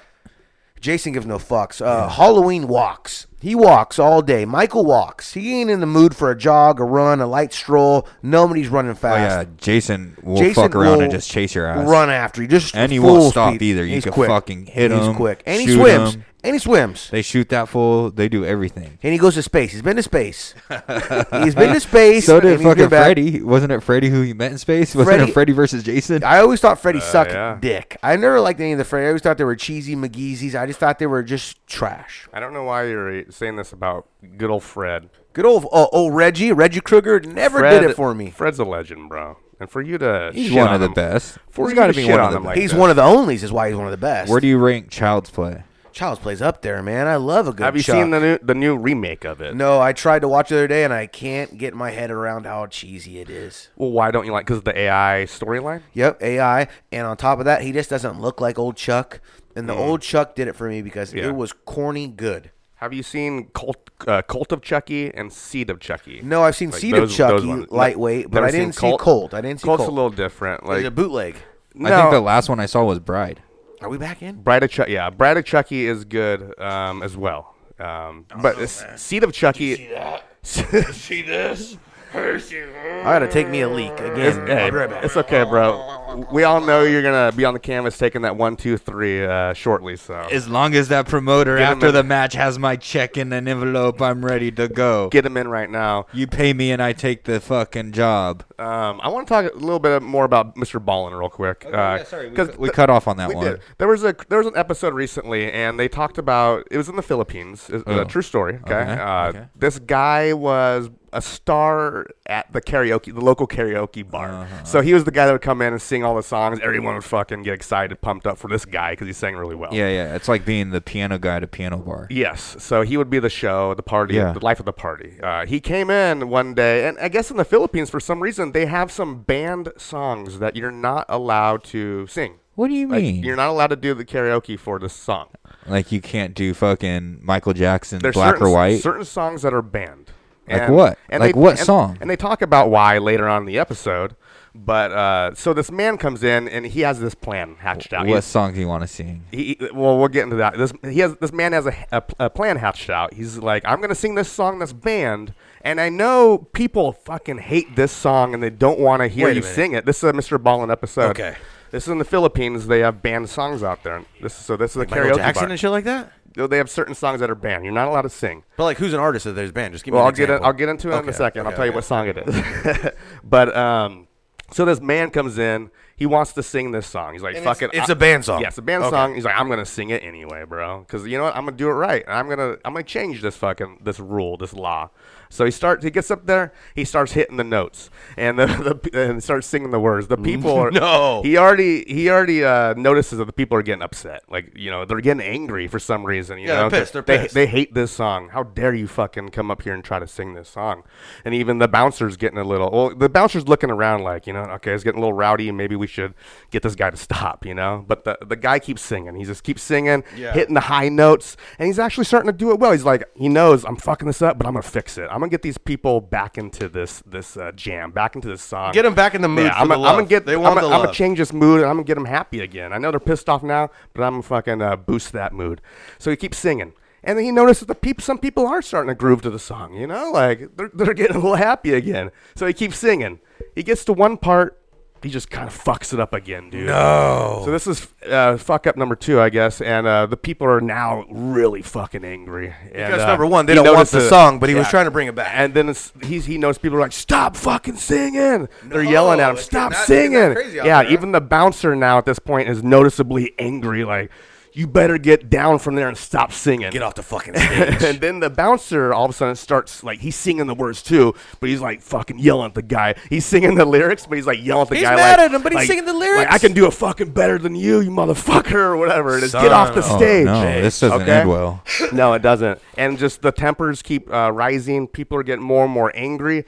S10: Jason gives no fucks. Uh, Halloween walks. He walks all day. Michael walks. He ain't in the mood for a jog, a run, a light stroll. Nobody's running
S9: Oh yeah,
S10: fast.
S9: Jason will
S10: Jason
S9: fuck around
S10: will
S9: and just chase your ass.
S10: Run after you. Just
S9: and he
S10: full
S9: won't stop
S10: speed.
S9: either. You
S10: He's
S9: can
S10: quick.
S9: fucking hit him.
S10: He's quick, and he
S9: shoot
S10: swims.
S9: him.
S10: And he swims.
S9: They shoot that fool. They do everything.
S10: And he goes to space. He's been to space. he's been to space.
S9: So
S10: and
S9: did
S10: he's been
S9: fucking
S10: back.
S9: Freddy. Wasn't it Freddy who he met in space? Wasn't
S10: Freddy-
S9: it Freddy versus Jason?
S10: I always thought
S9: Uh,
S10: Freddy sucked
S5: yeah.
S10: dick. I never liked any of the Freddy. I always thought they were cheesy McGeezies. I just thought they were just trash.
S5: I don't know why you're saying this about good old Fred.
S10: Good old oh, old Reggie, Reggie Krueger never
S5: Fred-
S10: did it for me.
S5: Fred's a legend, bro. And for you to
S9: He's
S5: shit
S9: one
S5: on
S9: of the
S5: him-
S9: best.
S5: For
S9: He's
S5: you
S9: gotta
S5: to
S9: be
S5: shit
S9: one of
S5: on
S9: the
S5: him like
S10: he's
S5: that.
S10: one of the onlys, is why he's one of the best.
S9: Where do you rank Child's Play?
S10: Child's Play's up there, man. I love a good.
S5: Have you
S10: chop.
S5: seen the new the new remake of it?
S10: No, I tried to watch the other day and I can't get my head around how cheesy it is.
S5: Well, why don't you like? Because the AI storyline.
S10: Yep, AI, and on top of that, he just doesn't look like old Chuck. And the old Chuck did it for me because
S5: Yeah.
S10: it was corny good.
S5: Have you seen Cult uh, Cult of Chucky and Seed of Chucky?
S10: No, I've seen Seed of Chucky,
S5: ones.
S10: lightweight, but
S5: Never
S10: I
S5: seen
S10: didn't see Cult. I didn't see
S5: Cult's
S10: Cult.
S5: a little different.
S10: Like,
S5: Like
S10: it's a bootleg.
S5: no,
S9: I think the last one I saw was Bride.
S10: Are we back in?
S5: Bride of Chucky. Yeah, Bride of Chucky is good um, as well. Um,
S10: Oh,
S5: but S- Seed of Chucky.
S8: See this?
S10: I gotta take me a leak
S5: It's,
S10: again.
S5: hey,
S10: I'll be right back.
S5: it's okay, bro. We all know you're gonna be on the canvas taking that one, two, three uh, shortly. So
S9: As long as that promoter
S5: Get him
S9: after
S5: in-
S9: the match has my check in an envelope, I'm ready to go.
S5: get him in right now.
S9: You pay me and I take the fucking job.
S5: Um, I want to talk a little bit more about Mr. Ballin real quick. uh,
S9: yeah, sorry, we
S5: 'cause
S9: cut- we
S5: th-
S9: cut off on that
S5: we
S9: one.
S5: did. There was a there was an episode recently, and they talked about it was in the Philippines. It's
S9: Oh.
S5: a true story. Okay,
S9: Okay,
S5: Uh,
S9: okay.
S5: this guy was a star at the karaoke, the local karaoke bar.
S9: Uh-huh.
S5: So he was the guy that would come in and sing all the songs. Everyone would fucking get excited, pumped up for this guy because he sang really well.
S9: Yeah, yeah. It's like being the piano guy to piano bar.
S5: Yes. So he would be the show, the party,
S9: Yeah.
S5: the life of the party. Uh, he came in one day, and I guess in the Philippines, for some reason, they have some banned songs that you're not allowed to sing.
S9: What do you
S5: Like,
S9: mean?
S5: you're not allowed to do the karaoke for this song.
S9: Like you can't do fucking Michael Jackson,
S5: There's
S9: black
S5: certain,
S9: or white.
S5: Certain songs that are banned.
S9: Like what? Like
S5: they-
S9: what
S5: and-
S9: song?
S5: And they talk about why later on in the episode. But uh, so this man comes in and he has this plan hatched out.
S9: what
S5: He's-
S9: song do you want to sing?
S5: he well we'll get into that this he has this man has a, a, a plan hatched out he's like i'm gonna sing this song that's banned and i know people fucking hate this song and they don't want to hear
S10: Wait a
S5: you
S10: minute.
S5: sing it this is a mr ballin episode
S10: Okay.
S5: this is in the philippines they have banned songs out there this so this is a
S10: Michael
S5: karaoke
S10: Jackson
S5: bar.
S10: and shit like that.
S5: No, they have certain songs that are banned you're not allowed to sing
S10: But like, who's an artist of there's band? Just give me.
S5: well,
S10: an
S5: I'll get it,
S10: example.
S5: I'll get into it in a
S10: Okay,
S5: second. I'll
S10: okay,
S5: tell you
S10: okay.
S5: what song it is. but um, so this man comes in. He wants to sing this song. He's like,
S10: And
S5: "Fuck
S10: it's-
S5: it."
S10: it's
S5: I-
S10: a band song.
S5: Yeah, it's a band
S10: Okay.
S5: song. He's like, "I'm gonna sing it anyway, bro, because you know what? I'm gonna do it right. And I'm gonna I'm gonna change this fucking this rule, this law." So he starts. He gets up there. He starts hitting the notes and the, the p- and starts singing the words. The people are
S10: No.
S5: He already he already uh, notices that the people are getting upset. Like you know they're getting angry for some reason. You
S10: Yeah, they're
S5: know? 'cause
S10: pissed, they're
S5: they-
S10: pissed.
S5: They they hate this song. How dare you fucking come up here and try to sing this song? And even the bouncer's getting a little. Well, the bouncer's looking around like, you know, okay, it's getting a little rowdy. Maybe we we should get this guy to stop, you know? But the, the guy keeps singing. He just keeps singing,
S10: Yeah.
S5: hitting the high notes, and he's actually starting to do it well. He's like, he knows I'm fucking this up, but I'm going to fix it. I'm going to get these people back into this this uh, jam, back into this song.
S10: Get 'em back in the mood
S5: Yeah,
S10: for
S5: I'm
S10: the
S5: gonna- I'm
S10: love.
S5: gonna get,
S10: They
S5: I'm
S10: want
S5: gonna-
S10: the
S5: I'm gonna
S10: love.
S5: change this mood and I'm gonna get them happy again. I know they're pissed off now, but I'm gonna fucking uh, boost that mood. So he keeps singing, and then he notices that peop some people are starting to groove to the song. You know, like they're they're getting a little happy again. So he keeps singing. He gets to one part, he just kind of fucks it up again, dude.
S10: No.
S5: So this is uh, fuck up number two, I guess, and uh, the people are now really fucking angry. And,
S10: Because
S5: uh,
S10: number one, they
S5: he
S10: don't want
S5: noticed
S10: the
S5: that-
S10: song, but he was trying to bring it back.
S5: And then it's, he's, he knows people are like, "Stop fucking singing!" They're yelling at him,
S10: it's
S5: "Stop
S10: getting that- it's getting
S5: singing!"
S10: that crazy out
S5: yeah,
S10: there.
S5: even the bouncer now at this point is noticeably angry. Like, you better get down from there and stop singing. Get
S10: off the fucking
S5: stage. and then the bouncer all of a sudden starts like he's singing the words too, but he's like fucking yelling at the guy. He's singing the lyrics, but he's like yelling at the
S10: He's
S5: guy.
S10: mad
S5: like-
S10: at him, but he's
S5: like-
S10: singing the
S5: like, I
S10: lyrics.
S5: can do a fucking better than you, you motherfucker, or whatever. It is. Get off the
S9: Son. Oh,
S5: stage.
S9: no, this doesn't
S5: okay?
S9: end well.
S5: no, it doesn't. And just the tempers keep uh, rising. People are getting more and more angry.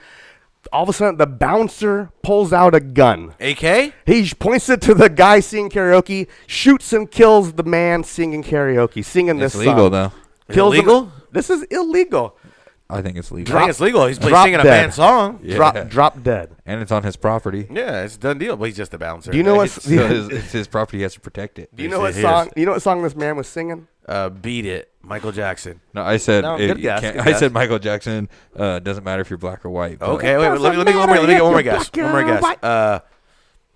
S5: All of a sudden, the bouncer pulls out a gun.
S10: AK?
S5: He sh- points it to the guy singing karaoke, shoots and kills the man singing karaoke, singing
S9: It's
S5: this
S9: legal,
S5: song.
S9: though.
S5: Kills him-
S10: Illegal?
S5: This is illegal.
S9: I think it's legal.
S10: I think it's legal. He's playing- singing a
S5: dead.
S10: banned song.
S9: Yeah.
S5: Drop, drop dead.
S9: And it's on his property.
S10: Yeah, it's a done deal, but he's just a bouncer.
S5: Do you know what's-
S9: So his, it's his property. He has to protect it.
S5: Do you know what song? You know what song this man was singing?
S10: Uh, beat it, Michael Jackson.
S9: No, I said.
S10: No,
S9: it-
S10: good
S9: you
S10: guess,
S9: can't-
S10: good
S9: I
S10: guess.
S9: said Michael Jackson. Uh, doesn't matter if you're black or white. but-
S10: Okay, wait, wait, let me let me get one more. Let me get one more guess. One more guess. Uh,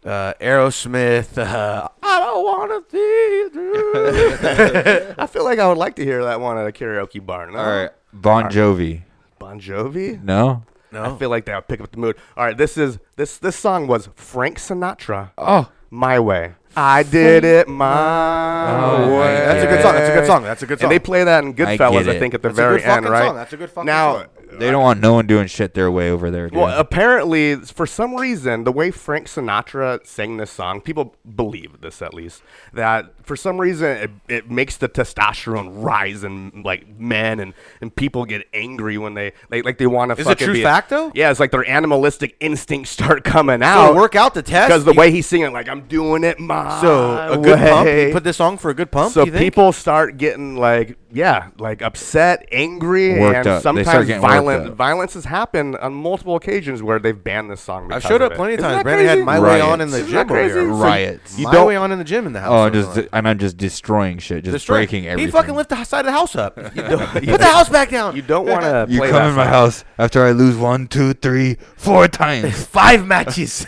S10: uh, Aerosmith. Uh,
S5: I don't want to see you. I feel like I would like to hear that one at a karaoke bar. No?
S9: All right, Bon Jovi.
S5: Bon Jovi?
S9: No.
S5: I feel like that would pick up the mood. All right, this is this this song was Frank Sinatra.
S9: Oh.
S5: My Way. I did it my
S10: Oh, I
S5: way.
S10: get That's a good song, that's a good song, that's a good
S5: And they
S10: song.
S5: play that in
S9: I
S5: Goodfellas,
S9: get
S5: I,
S9: it.
S5: think, at the
S10: That's a
S5: very
S10: good fucking
S5: end, right?
S10: song, that's a good fucking
S5: now,
S10: song.
S9: They don't want no one doing shit their way over there. Dude.
S10: uh,
S5: Well, apparently, for some reason, the way Frank Sinatra sang this song, people believe this at least, that for some reason it, it makes the testosterone rise in like men and, and people get angry when they like, like they want to.
S10: Is it true fact, though?
S5: Yeah, it's like their animalistic instincts start coming
S10: so
S5: out.
S10: to work out the test
S5: because the
S10: you-
S5: way he's singing, like I'm doing it my
S10: So a good pump.
S5: Ah, way."
S10: You put this on for a good pump.
S5: So
S10: you think?
S5: people start getting like, yeah, like upset, angry,
S9: Worked up. They
S5: and
S9: start
S5: sometimes
S9: getting worked
S5: violent.
S9: up.
S5: Violence has happened on multiple occasions where they've banned this song.
S10: I've
S5: because
S10: showed
S5: of
S10: up
S5: it.
S10: plenty of
S5: Isn't that
S10: times. Brandon had
S5: crazy?
S10: my way
S9: Riots.
S10: on in the
S5: Isn't
S10: gym.
S5: that crazy?
S10: over here.
S5: So you-
S9: Riots.
S5: you
S10: My
S5: don't-
S10: way on in the gym in the house.
S9: Oh,
S10: over
S9: just
S10: there.
S9: and I'm just destroying shit, just
S10: Destroy-
S9: breaking everything.
S10: He fucking lifted the side of the house up. You don't-
S5: Yeah.
S10: Put the house back down.
S5: You don't want to.
S9: You come in my house after I lose one, two, three, four times.
S10: Five matches.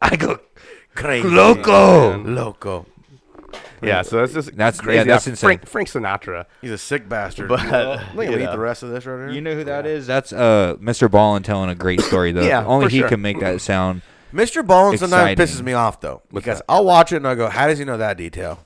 S10: I go crazy.
S9: Loco.
S10: Loco.
S5: Yeah, so that's just
S9: That's-
S5: crazy.
S9: yeah, that's
S5: how
S9: insane.
S5: Frank, Frank Sinatra.
S10: He's a sick bastard.
S5: But,
S10: I'm gonna
S5: you
S10: eat
S5: know.
S10: the rest of this right here.
S9: You know who that is? That's uh, Mr. Ballin telling a great story though.
S5: Yeah,
S9: Only
S5: for
S9: he
S5: sure.
S9: can make that sound.
S10: Mr. Bone sometimes
S9: Exciting.
S10: pisses me off though because I'll watch it and I go, "How does he know that detail?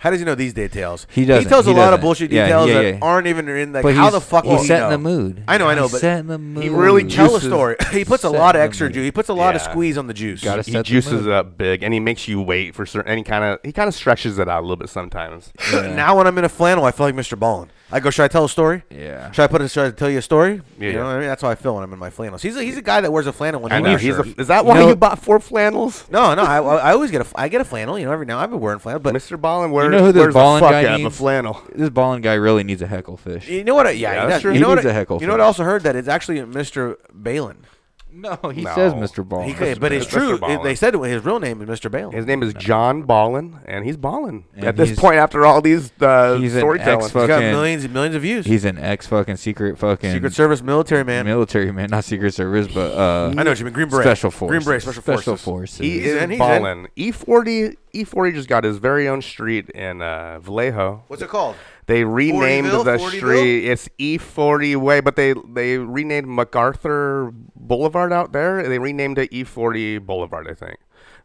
S10: How does he know these details?
S9: He doesn't.
S10: He tells
S9: He
S10: a lot of
S9: doesn't.
S10: bullshit
S9: Yeah,
S10: details
S9: yeah, yeah.
S10: that aren't even in. Like,
S9: But
S10: how
S9: he's-
S10: the fuck
S9: he's
S10: will he
S9: setting
S10: know?
S9: the mood.
S10: I know, I know,
S9: He's
S10: but
S9: setting the mood.
S10: He really
S9: Juices-
S10: tell a story. he puts a
S9: setting
S10: lot of
S9: the
S10: extra
S9: mood.
S10: juice. He puts a lot of
S5: Yeah.
S10: squeeze on the juice.
S9: Gotta
S5: He
S9: set the
S5: juices
S9: mood.
S5: up big, and he makes you wait for certain. And he kind of he kind of stretches it out a little bit sometimes.
S10: now when I'm in a flannel, I feel like Mr. Ballin. I go, should I tell a story?
S9: Yeah.
S10: Should I put a, should I tell you a story?
S5: Yeah,
S10: you know
S5: yeah.
S10: what I mean? That's how I feel when I'm in my flannels. He's a, he's a guy that wears a flannel when
S5: I
S10: he
S5: know.
S10: wears
S5: He's
S10: shirt.
S5: a, is that why
S9: know-
S5: you bought four flannels?
S10: No, no, I, I always get a, I get a flannel. You know, every now I've been wearing flannel, but
S5: Mr. Ballin, where,
S9: You know who this
S5: where's the
S9: Ballin
S5: fuck
S9: guy
S5: at
S9: needs?
S5: the flannel?
S9: This Ballin guy really needs a heckle fish.
S10: you know what? I, yeah,
S5: Yeah,
S10: he
S5: that's
S10: does.
S5: true.
S10: You
S9: He
S10: know what?
S9: needs
S10: I-
S9: a heckle
S10: you know
S9: for
S10: what? I
S9: that.
S10: also heard that it's actually Mr. Balin.
S9: No, he
S5: No.
S9: says Mr.
S10: He,
S9: Ballin.
S10: but it's
S5: Mr.
S10: true.
S5: Ballin.
S10: They said his real name is Mr. Balin.
S5: His name is John Ballin, and he's Ballin
S9: And
S5: at this
S9: he's-
S5: point. After all these uh,
S9: he's an
S5: storytelling,
S10: He's
S9: ex-fuck-
S10: got
S9: fucking-
S10: millions and millions of views.
S9: He's an ex fucking secret fucking
S10: Secret Service military man.
S9: military man, not secret service, but uh,
S10: I know what you mean. Green Beret.
S9: special forces,
S10: Green Beret, special forces.
S9: forces.
S5: he
S10: He's
S5: is
S10: in, he's in.
S5: Ballin. E forty, E forty just got his very own street in uh, Vallejo.
S10: What's it called?
S5: They renamed
S10: Fortyville?
S5: the
S10: Fortyville?
S5: street. It's E forty way, but they they renamed MacArthur Boulevard out there. They renamed it E forty Boulevard, I think.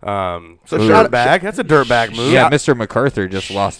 S5: Um, so
S10: Ooh.
S5: shout
S10: Dirtbag. That's a dirtbag move.
S9: yeah, Mr. MacArthur just lost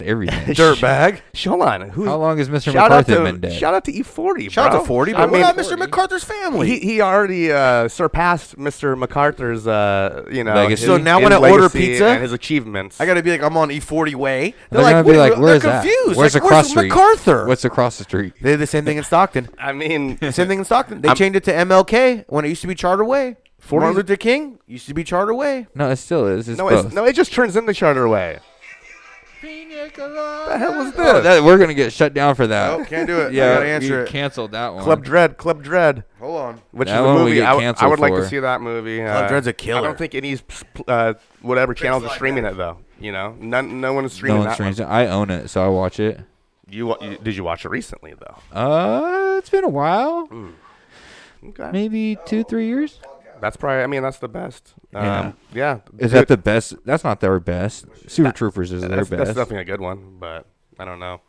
S9: everything.
S10: Dirtbag.
S5: Sh- hold on. Who's,
S9: How long has Mr.
S5: Shout out
S9: MacArthur
S5: to-
S9: been dead?
S5: Shout out to E forty.
S10: Shout out
S5: bro.
S10: to 40.
S5: I
S10: But
S5: mean-
S10: what about Mr. MacArthur's family?
S5: He, he already uh, surpassed Mr. MacArthur's, uh, you know.
S9: Legacy? So
S10: now
S5: his
S10: when I order
S5: legacy
S10: pizza,
S5: and his achievements.
S10: I gotta be like, I'm on E40 way.
S9: They're, gonna be
S10: "Wait,
S9: like,
S10: they're
S9: "Where's that?
S10: confused.
S9: Where's
S10: Like,
S9: across the street?
S10: MacArthur?
S9: What's across the street?"
S10: they did the same thing in Stockton.
S5: I mean,
S10: Same thing in Stockton. They
S5: I'm-
S10: changed it to MLK when it used to be Charter Way. Martin Luther King used to be Charter Way.
S9: No, it still is. It's
S5: no,
S9: both.
S5: it's, no, it just turns into Charter Way. The hell was this?
S9: Oh, that- we're gonna get shut down for that.
S10: Nope, Oh, can't do it. I
S9: yeah,
S10: gotta answer
S9: you
S10: it.
S9: Canceled that one.
S5: Club Dread, Club Dread.
S10: Hold on.
S5: Which
S9: That
S5: is a
S9: one we
S5: movie
S9: get
S5: I would- I
S9: canceled
S5: would like to
S9: for.
S5: see that movie. uh,
S10: Club Dread's a killer.
S5: I don't think any uh, whatever channels are streaming it though. You know, none, no one is
S9: no
S5: streaming
S9: one
S5: that.
S9: streams it. I own it, so I watch it.
S5: one. You, wa- you did you watch it recently though?
S9: Uh, it's been a while.
S5: Mm. Okay.
S9: Maybe two, three years.
S5: That's probably. I mean, that's the best. Um, yeah.
S9: Is that the best? That's not their best. Super Troopers is their
S5: that's,
S9: best.
S5: That's definitely a good one, but I don't know.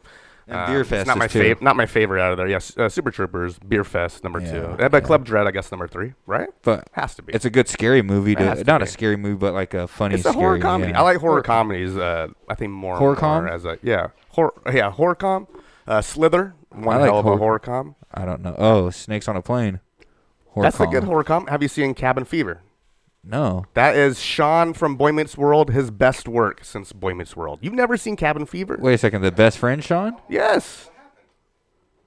S9: And
S5: Uh,
S9: Beer
S5: it's
S9: Fest
S5: not my
S9: is too.
S5: fav- not my favorite out of there. Yes, uh, Super Troopers, Beer Fest number
S9: Yeah,
S5: two, Uh, but Club Dread, I guess number three, right?
S9: but
S5: has to be.
S9: It's a good scary movie.
S5: It has
S9: To,
S5: to
S9: not a
S5: be.
S9: scary movie, but like a funny.
S5: it's a
S9: scary,
S5: horror comedy.
S9: yeah.
S5: I like horror comedies. Uh, I think more and
S9: Horror
S5: more
S9: com?
S5: as a yeah, horror yeah horror com, uh, Slither, one hell of a horror com.
S9: I don't know. Oh, Snakes on a Plane. Horror
S5: That's
S9: com.
S5: a good horror com. Have you seen Cabin Fever?
S9: No.
S5: That is Sean from Boy Meets World. His best work since Boy Meets World. You've never seen Cabin Fever?
S9: Wait a second. The best friend, Sean.
S5: Yes.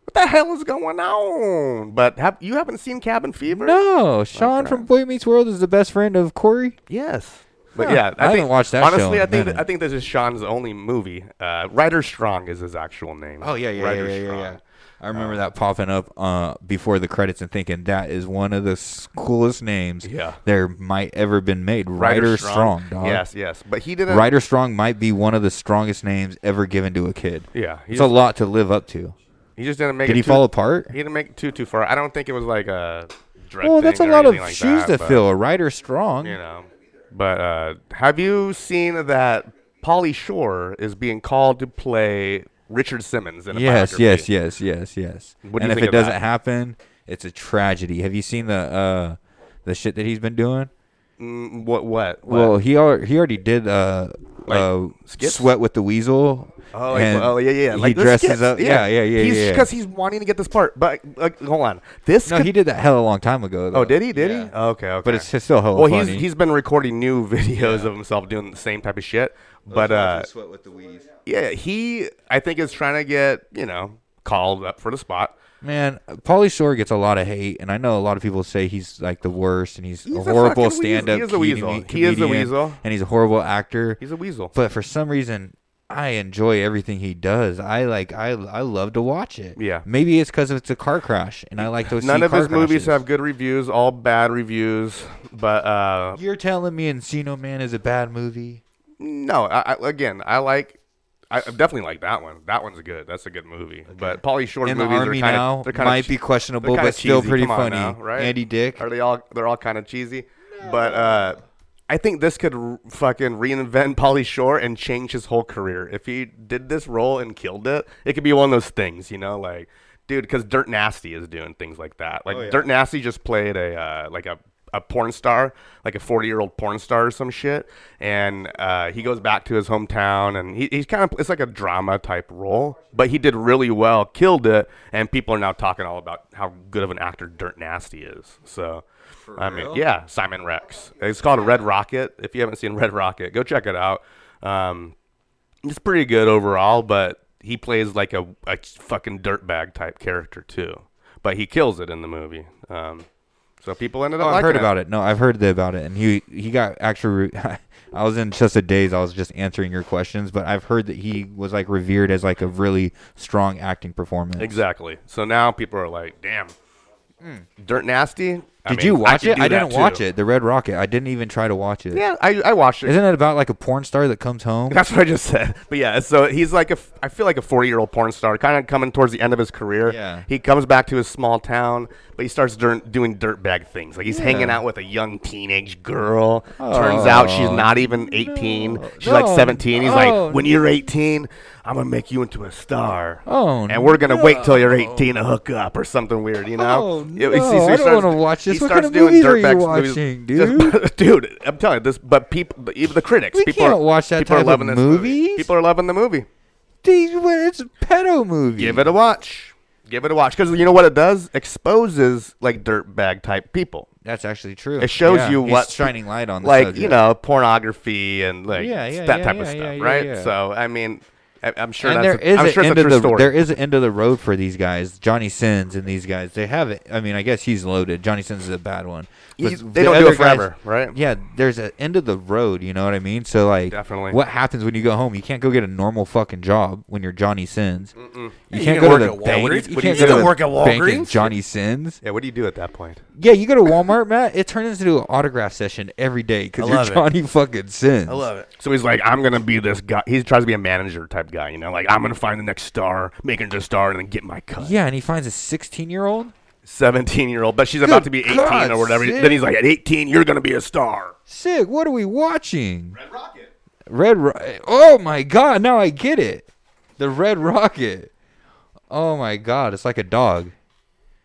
S5: What the hell is going on? But have you haven't seen Cabin Fever?
S9: No, Sean from Boy Meets World is the best friend of Corey.
S5: Yes. But
S9: Huh.
S5: yeah,
S9: I
S5: I, think
S9: haven't watched that show
S5: honestly.
S9: in a
S5: I think
S9: minute.
S5: I think this is Sean's only movie. Uh, Ryder Strong is his actual name.
S9: Oh yeah, yeah, yeah,
S5: Ryder
S9: yeah, yeah,
S5: Strong.
S9: yeah. I remember that popping up uh, before the credits and thinking that is one of the s- coolest names
S5: Yeah.
S9: there might ever been made.
S5: Ryder
S9: Ryder,
S5: Strong.
S9: Strong, dog.
S5: Yes, yes, but he didn't-
S9: Ryder Strong might be one of the strongest names ever given to a kid.
S5: Yeah, he
S9: it's a
S5: just-
S9: lot to live up to.
S5: He just didn't make.
S9: Did
S5: it
S9: he
S5: too-
S9: fall apart?
S5: He didn't make it too too far. I don't think it was like a. Dread
S9: Well, that's a
S5: thing or
S9: lot of
S5: anything like
S9: shoes
S5: that,
S9: to
S5: but,
S9: fill. A Ryder Strong.
S5: You know, but uh, have you seen that Polly Shore is being called to play Richard Simmons in a
S9: Yes,
S5: biography?
S9: yes, yes, yes, yes.
S5: What do you
S9: and if
S5: think
S9: it
S5: of that?
S9: doesn't happen, it's a tragedy. Have you seen the uh, the shit that he's been doing?
S5: Mm, what, what? What?
S9: Well, he al- he already did uh, uh
S5: skits?
S9: sweat with the weasel.
S5: Oh, like,
S9: and
S5: oh yeah, yeah. yeah.
S9: he
S5: Like the
S9: dresses
S5: skits,
S9: up. Yeah, yeah, yeah,
S5: he's,
S9: yeah.
S5: Because he's wanting to get this part, but like, hold on. This
S9: no,
S5: could-
S9: he did that hell a long time ago. Though.
S5: Oh, did he? Did he? Okay, okay.
S9: But it's just still hella
S5: Well, he's
S9: funny.
S5: he's been recording new videos of himself doing the same type of shit. But uh,
S9: sweat with the weed.
S5: yeah, he I think is trying to get you know called up for the spot.
S9: Man, Pauly Shore gets a lot of hate, and I know a lot of people say he's like the worst, and he's,
S5: He's
S9: a
S5: a
S9: horrible
S5: fucking weasel.
S9: stand-up.
S5: He is a weasel.
S9: comedi-
S5: He is a
S9: comedian,
S5: weasel.
S9: and he's a horrible actor.
S5: He's a weasel.
S9: But for some reason, I enjoy everything he does. I like, I, I love to watch it.
S5: Yeah.
S9: Maybe it's because it's a car crash, and I like to see
S5: None of
S9: car
S5: his movies
S9: crashes.
S5: have good reviews, all bad reviews. But uh,
S9: You're telling me Encino Man is a bad movie?
S5: no, I, I, again, I like. I I definitely like that one. That one's good. That's a good movie. But Pauly Shore's
S9: In the
S5: movies are
S9: Army
S5: kind
S9: Now
S5: of they're kind
S9: might
S5: of
S9: be questionable, but still pretty funny.
S5: right?
S9: Andy Dick.
S5: Are they all? They're all kind of cheesy. But uh, I think this could r- fucking reinvent Pauly Shore and change his whole career. If he did this role and killed it, it could be one of those things, you know, like dude, because Dirt Nasty is doing things like that. Like
S14: Oh, yeah.
S5: Dirt Nasty just played a uh, like a a porn star, like a 40 year old porn star or some shit. And uh, he goes back to his hometown and he, he's kind of, it's like a drama type role, but he did really well, killed it. And people are now talking all about how good of an actor Dirt Nasty is. So, I mean, yeah, Simon Rex. It's called Red Rocket. If you haven't seen Red Rocket, go check it out. Um, it's pretty good overall, but he plays like a, a fucking dirtbag type character too. But he kills it in the movie. Um, so people ended up.
S9: Oh, I've
S5: liking
S9: heard
S5: it.
S9: about it. No, I've heard about it, and he he got actually. re- I was in just a daze. I was just answering your questions, but I've heard that he was like revered as like a really strong acting performance.
S5: Exactly. So now people are like, "Damn, dirt nasty." Did
S9: Hmm. Did you watch it? I didn't watch it. The Red Rocket. I didn't even try to watch it.
S5: Yeah, I, I watched it.
S9: Isn't it about like a porn star that comes home?
S5: That's what I just said. But yeah, so he's like a, f- I feel like a 40 year old porn star, kind of coming towards the end of his career.
S9: Yeah.
S5: He comes back to his small town, but he starts dur- doing dirtbag things. Like he's
S14: Yeah.
S5: hanging out with a young teenage girl. Turns out she's
S14: Oh.
S5: not even 18. She's
S14: No.
S5: like 17. He's
S14: Oh,
S5: like, when you're 18, I'm going to make you into a star.
S14: Oh,
S5: And we're going to wait till you're
S14: no.
S5: 18 to hook up or something weird, you know?
S14: Oh,
S5: Yeah,
S14: no,
S5: he- he
S14: I don't
S5: starts-
S14: wanna watch this.
S5: He
S14: What
S5: starts
S14: kind of
S5: doing
S14: movies are you
S5: dirtbag
S14: watching,
S5: dude? dude, I'm telling you, this, but people, but even the critics,
S14: We
S5: people
S14: can't
S5: are,
S14: watch that
S5: people
S14: type
S5: are
S14: of
S5: loving this movie. People are loving the movie.
S9: These, well, it's a pedo movie.
S5: Give it a watch. Give it a watch because you know what it does? Exposes like dirtbag type people.
S9: That's actually true.
S5: It shows
S9: Yeah,
S5: you
S9: he's
S5: what
S9: shining light on the
S5: like you
S9: subject.
S5: know pornography and like
S9: Yeah, yeah,
S5: that
S9: yeah,
S5: type
S9: yeah,
S5: of stuff,
S9: yeah, yeah,
S5: right?
S9: yeah.
S5: So I mean, I- I'm sure
S9: and
S5: that's
S9: there is
S5: a, I'm
S9: an
S5: sure it's
S9: end
S5: a
S9: of
S5: true
S9: the
S5: story.
S9: there is an end of the road for these guys, Johnny Sins and these guys. They have it. I mean, I guess he's loaded. Johnny Sins is a bad one.
S5: You-
S9: But
S5: they
S9: the
S5: don't do
S9: other
S5: it forever,
S9: guys-
S5: right?
S9: Yeah, there's an end of the road. You know what I mean? So like,
S5: Definitely.
S9: What happens when you go home? You can't go get a normal fucking job when you're Johnny Sins.
S5: Mm-mm.
S9: You
S5: Yeah, you
S9: can't
S5: can
S9: go
S5: work
S9: to
S5: at
S9: the bank.
S5: Walgreens.
S9: You
S5: What do you
S9: can't
S5: do?
S9: go to
S5: You
S9: the
S5: work at
S9: bank and
S5: Walgreens?
S9: Johnny Sins.
S5: yeah, what do you do at that point?
S9: Yeah, you go to Walmart, Matt. It turns into an autograph session every day because
S5: I
S9: you're
S5: love it.
S9: Johnny fucking Sins.
S10: it.
S5: So he's like, I'm gonna be this guy. He tries to be a manager type guy, you know, like I'm gonna find the next star, make her the star, and then get my cut.
S9: Yeah, and he finds a 16 year old.
S5: 17 year old, but she's
S9: Good
S5: about to be 18
S9: God,
S5: or whatever.
S9: sick.
S5: Then he's like, at 18, you're gonna be a star.
S9: Sig, what are we watching? Red Rocket. Red Rocket. Oh my God! Now I get it. The Red Rocket. Oh my God! It's like a dog.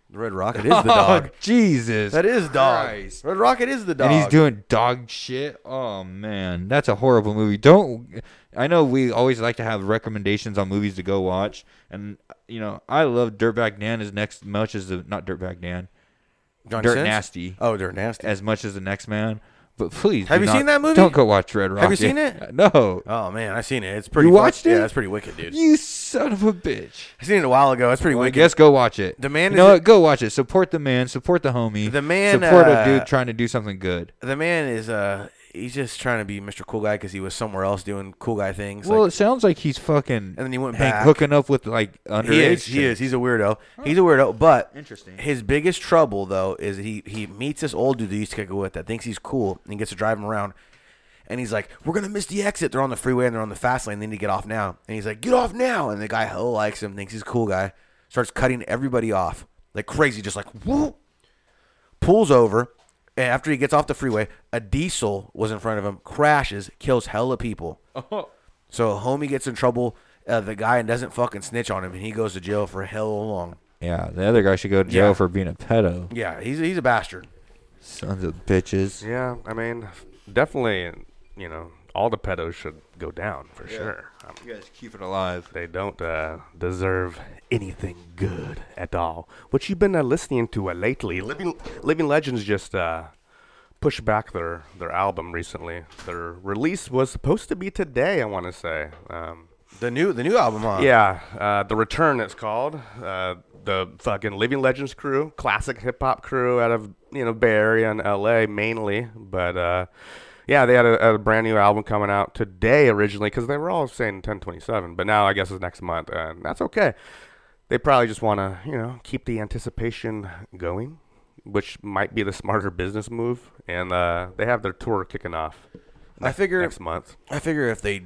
S10: The Red Rocket is the dog.
S9: Jesus.
S10: That is dog.
S9: Christ.
S10: Red Rocket is the dog.
S9: And he's doing dog shit. Oh man, that's a horrible movie. Don't. I know we always like to have recommendations on movies to go watch, and you know I love Dirtbag Dan as next much as the not Dirtbag Dan,
S10: Johnny
S9: Dirt
S10: Sins?
S9: Nasty.
S10: Oh, Dirt Nasty.
S9: As much as the next man, but please.
S10: Have
S9: do
S10: you
S9: not-
S10: seen that movie?
S9: Don't go watch Red Rocket. Uh,
S10: Have you seen it?
S9: No.
S10: Oh man, I seen it. It's pretty.
S9: You
S10: fuck-
S9: watched it?
S10: Yeah, it's pretty wicked, dude.
S9: You son of a bitch.
S10: I seen it a while ago. It's pretty
S9: Well, I
S10: wicked.
S9: guess go watch it.
S10: The man
S9: You
S10: is
S9: know
S10: a-
S9: what? Go watch it. Support the man. Support the homie.
S10: The man,
S9: Support a
S10: uh,
S9: dude trying to do something good.
S10: The man is uh, he's just trying to be Mr. Cool Guy because he was somewhere else doing cool guy things.
S9: Well,
S10: like,
S9: it sounds like he's fucking. And
S10: then he went
S9: hang-
S10: back.
S9: hooking up with like underage.
S10: he is. He
S9: chicks.
S10: is. He's a weirdo. He's a weirdo. But
S9: Interesting.
S10: His biggest trouble though is he he meets this old dude that he used to kick it with that thinks he's cool and he gets to drive him around. And he's like, "We're gonna miss the exit. They're on the freeway and they're on the fast lane. They need to get off now." And he's like, "Get off now!" And the guy hell likes him, thinks he's a cool guy, starts cutting everybody off like crazy, just like whoop. Pulls over, and after he gets off the freeway, a diesel was in front of him, crashes, kills hella people.
S9: Oh.
S10: So homie gets in trouble. Uh, the guy and doesn't fucking snitch on him, and he goes to jail for hell long.
S9: Yeah, the other guy should go to jail
S10: Yeah.
S9: for being a pedo.
S10: Yeah, he's he's a bastard.
S9: Sons of bitches.
S5: Yeah, I mean, definitely, you know, all the pedos should go down for sure. Um,
S9: you guys keep it alive.
S5: They don't uh, deserve anything good at all. What you been uh, listening to uh, lately? Living Living Legends just uh, pushed back their their album recently. Their release was supposed to be today. I want to say. Um,
S10: The new the new album, huh?
S5: Yeah, uh, the return it's called. Uh, the fucking Living Legends crew, classic hip hop crew out of you know Bay Area and L.A. mainly, but uh, yeah, they had a, a brand new album coming out today originally because they were all saying 1027, but now I guess it's next month, and that's okay. They probably just want to you know keep the anticipation going, which might be the smarter business move, and uh, they have their tour kicking off.
S10: I
S5: next-
S10: figure
S5: next month.
S10: I figure if they,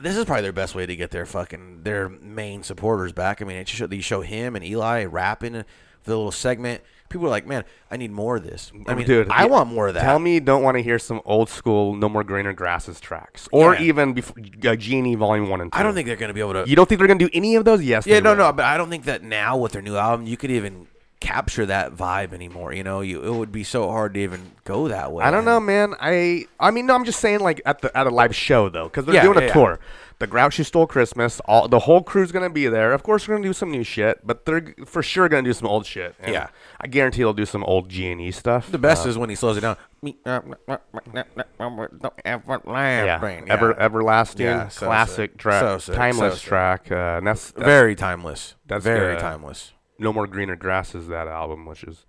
S10: this is probably their best way to get their fucking their main supporters back. I mean, it show, they show him and Eli rapping for the little segment. People are like, man, I need more of this. I mean,
S5: dude,
S10: I
S5: yeah,
S10: want more of that.
S5: Tell me you don't want to hear some old school "No More Greener Grasses" tracks, or
S10: Yeah.
S5: even bef- uh, Genie Volume One and Two.
S10: I don't think they're gonna be able to.
S5: You don't think they're gonna do any of those? Yes.
S10: yeah,
S5: they
S10: no,
S5: will.
S10: no, but I don't think that now with their new album, you could even capture that vibe anymore. You know, you it would be so hard to even go that way.
S5: I don't know, man. I I mean, no, I'm just saying like at the at a live show though, because they're
S10: Yeah,
S5: doing
S10: yeah, yeah.
S5: a tour. The Grouch Who Stole Christmas, all the whole crew's gonna be there. Of course, they're gonna do some new shit, but they're g- for sure gonna do some old shit. And
S10: Yeah.
S5: I guarantee they'll do some old G and E stuff.
S10: The best
S5: Uh,
S10: is when he slows it down. Me, uh,
S5: yeah,
S10: brain, uh, yeah.
S5: Ever, everlasting
S10: Yeah, so
S5: classic
S10: sick.
S5: track,
S10: So sick, so
S5: timeless
S10: sick.
S5: track, uh, and that's, that's-
S10: Very timeless.
S5: That's
S10: Very
S5: uh,
S10: timeless.
S5: No more greener grass is that album, which is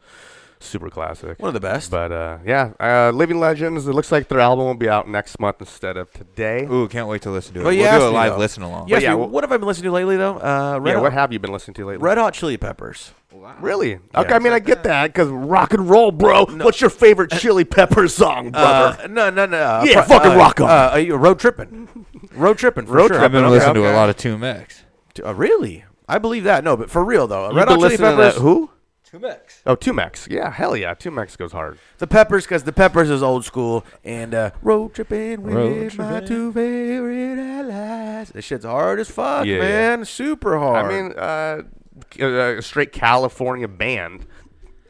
S5: super classic.
S10: One of the best.
S5: But uh, yeah, uh, Living Legends. It looks like their album will be out next month instead of today.
S9: Ooh, can't wait to listen to it.
S10: But you
S9: we'll
S10: asked
S9: do a
S10: me,
S9: live
S10: though.
S9: listen along.
S10: You asked
S5: yeah,
S10: me,
S5: well-
S10: what have I been listening to lately though? Uh, Red
S5: yeah,
S10: Hot,
S5: what have you been listening to lately?
S10: Red Hot Chili Peppers.
S5: Really?
S10: Yeah,
S5: okay, I mean, I get that because rock and roll, bro. What's your favorite Chili Pepper song, brother?
S10: Uh, no, no, no. uh,
S5: Yeah, fucking
S10: uh,
S5: rock 'em.
S10: Uh, uh, you- road tripping. Road tripping. For
S5: Road
S10: sure.
S5: Trippin',
S9: I've been
S5: okay,
S9: listening to
S5: okay.
S9: a lot of Tomb X.
S10: Uh, really? I believe that. No, but for real though,
S5: You've
S10: Red
S5: been
S10: Hot Chili
S5: listening to that
S10: Peppers.
S5: who?
S9: Tumex.
S5: Oh, Tumex. Yeah, hell yeah. Tumex goes hard.
S10: The Peppers, because the Peppers is old school, and uh, road tripping with
S5: Road
S10: my two favorite allies. This shit's hard as fuck,
S5: Yeah, yeah.
S10: man. Super hard.
S5: I mean, uh, c- uh, a straight California band,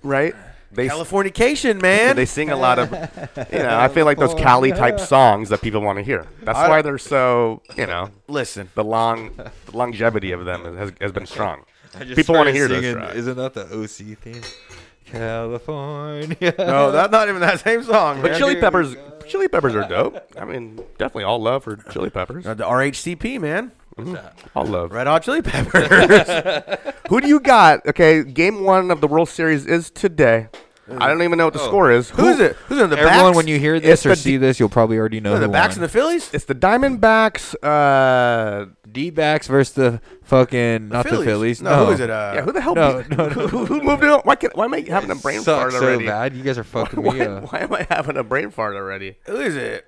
S5: right? They s-
S10: Californication, man.
S5: They sing a lot of, you know, I feel like those Cali type songs that people want to hear. That's
S10: I-
S5: why they're so, you know.
S10: Listen.
S5: the long the longevity of them has, has been strong.
S9: I just
S5: People want to hear
S9: started
S5: this.
S9: singing, Isn't that the OC theme? California.
S10: No, that's not even that same song.
S5: But
S10: man.
S5: chili peppers, chili peppers are dope. I mean, definitely all love for chili peppers.
S10: Uh, the RHCP, man.
S5: I'll love
S10: Red Hot Chili Peppers.
S5: Who do you got? Okay, game one of the World Series is today. I don't even know what the
S10: Oh.
S5: score is.
S10: Who's it? Who's it, the
S9: Everyone,
S10: Backs?
S9: when you hear this
S5: It's
S9: or
S5: the
S9: see this, you'll probably already know who won.
S5: and
S10: the Phillies?
S5: It's the Diamondbacks. Uh,
S9: D backs versus the fucking not the
S5: Phillies.
S9: Phillies.
S5: No,
S9: No,
S5: who is it, uh, Yeah, who the hell
S9: No,
S5: beat-
S9: no, no.
S5: who, who moved it? on? Why, can't, why am I having a brain
S9: Sucks
S5: fart
S9: so
S5: already?
S9: bad. You guys are fucking
S5: why,
S9: me up.
S5: Why am I having a brain fart already?
S10: Who is it?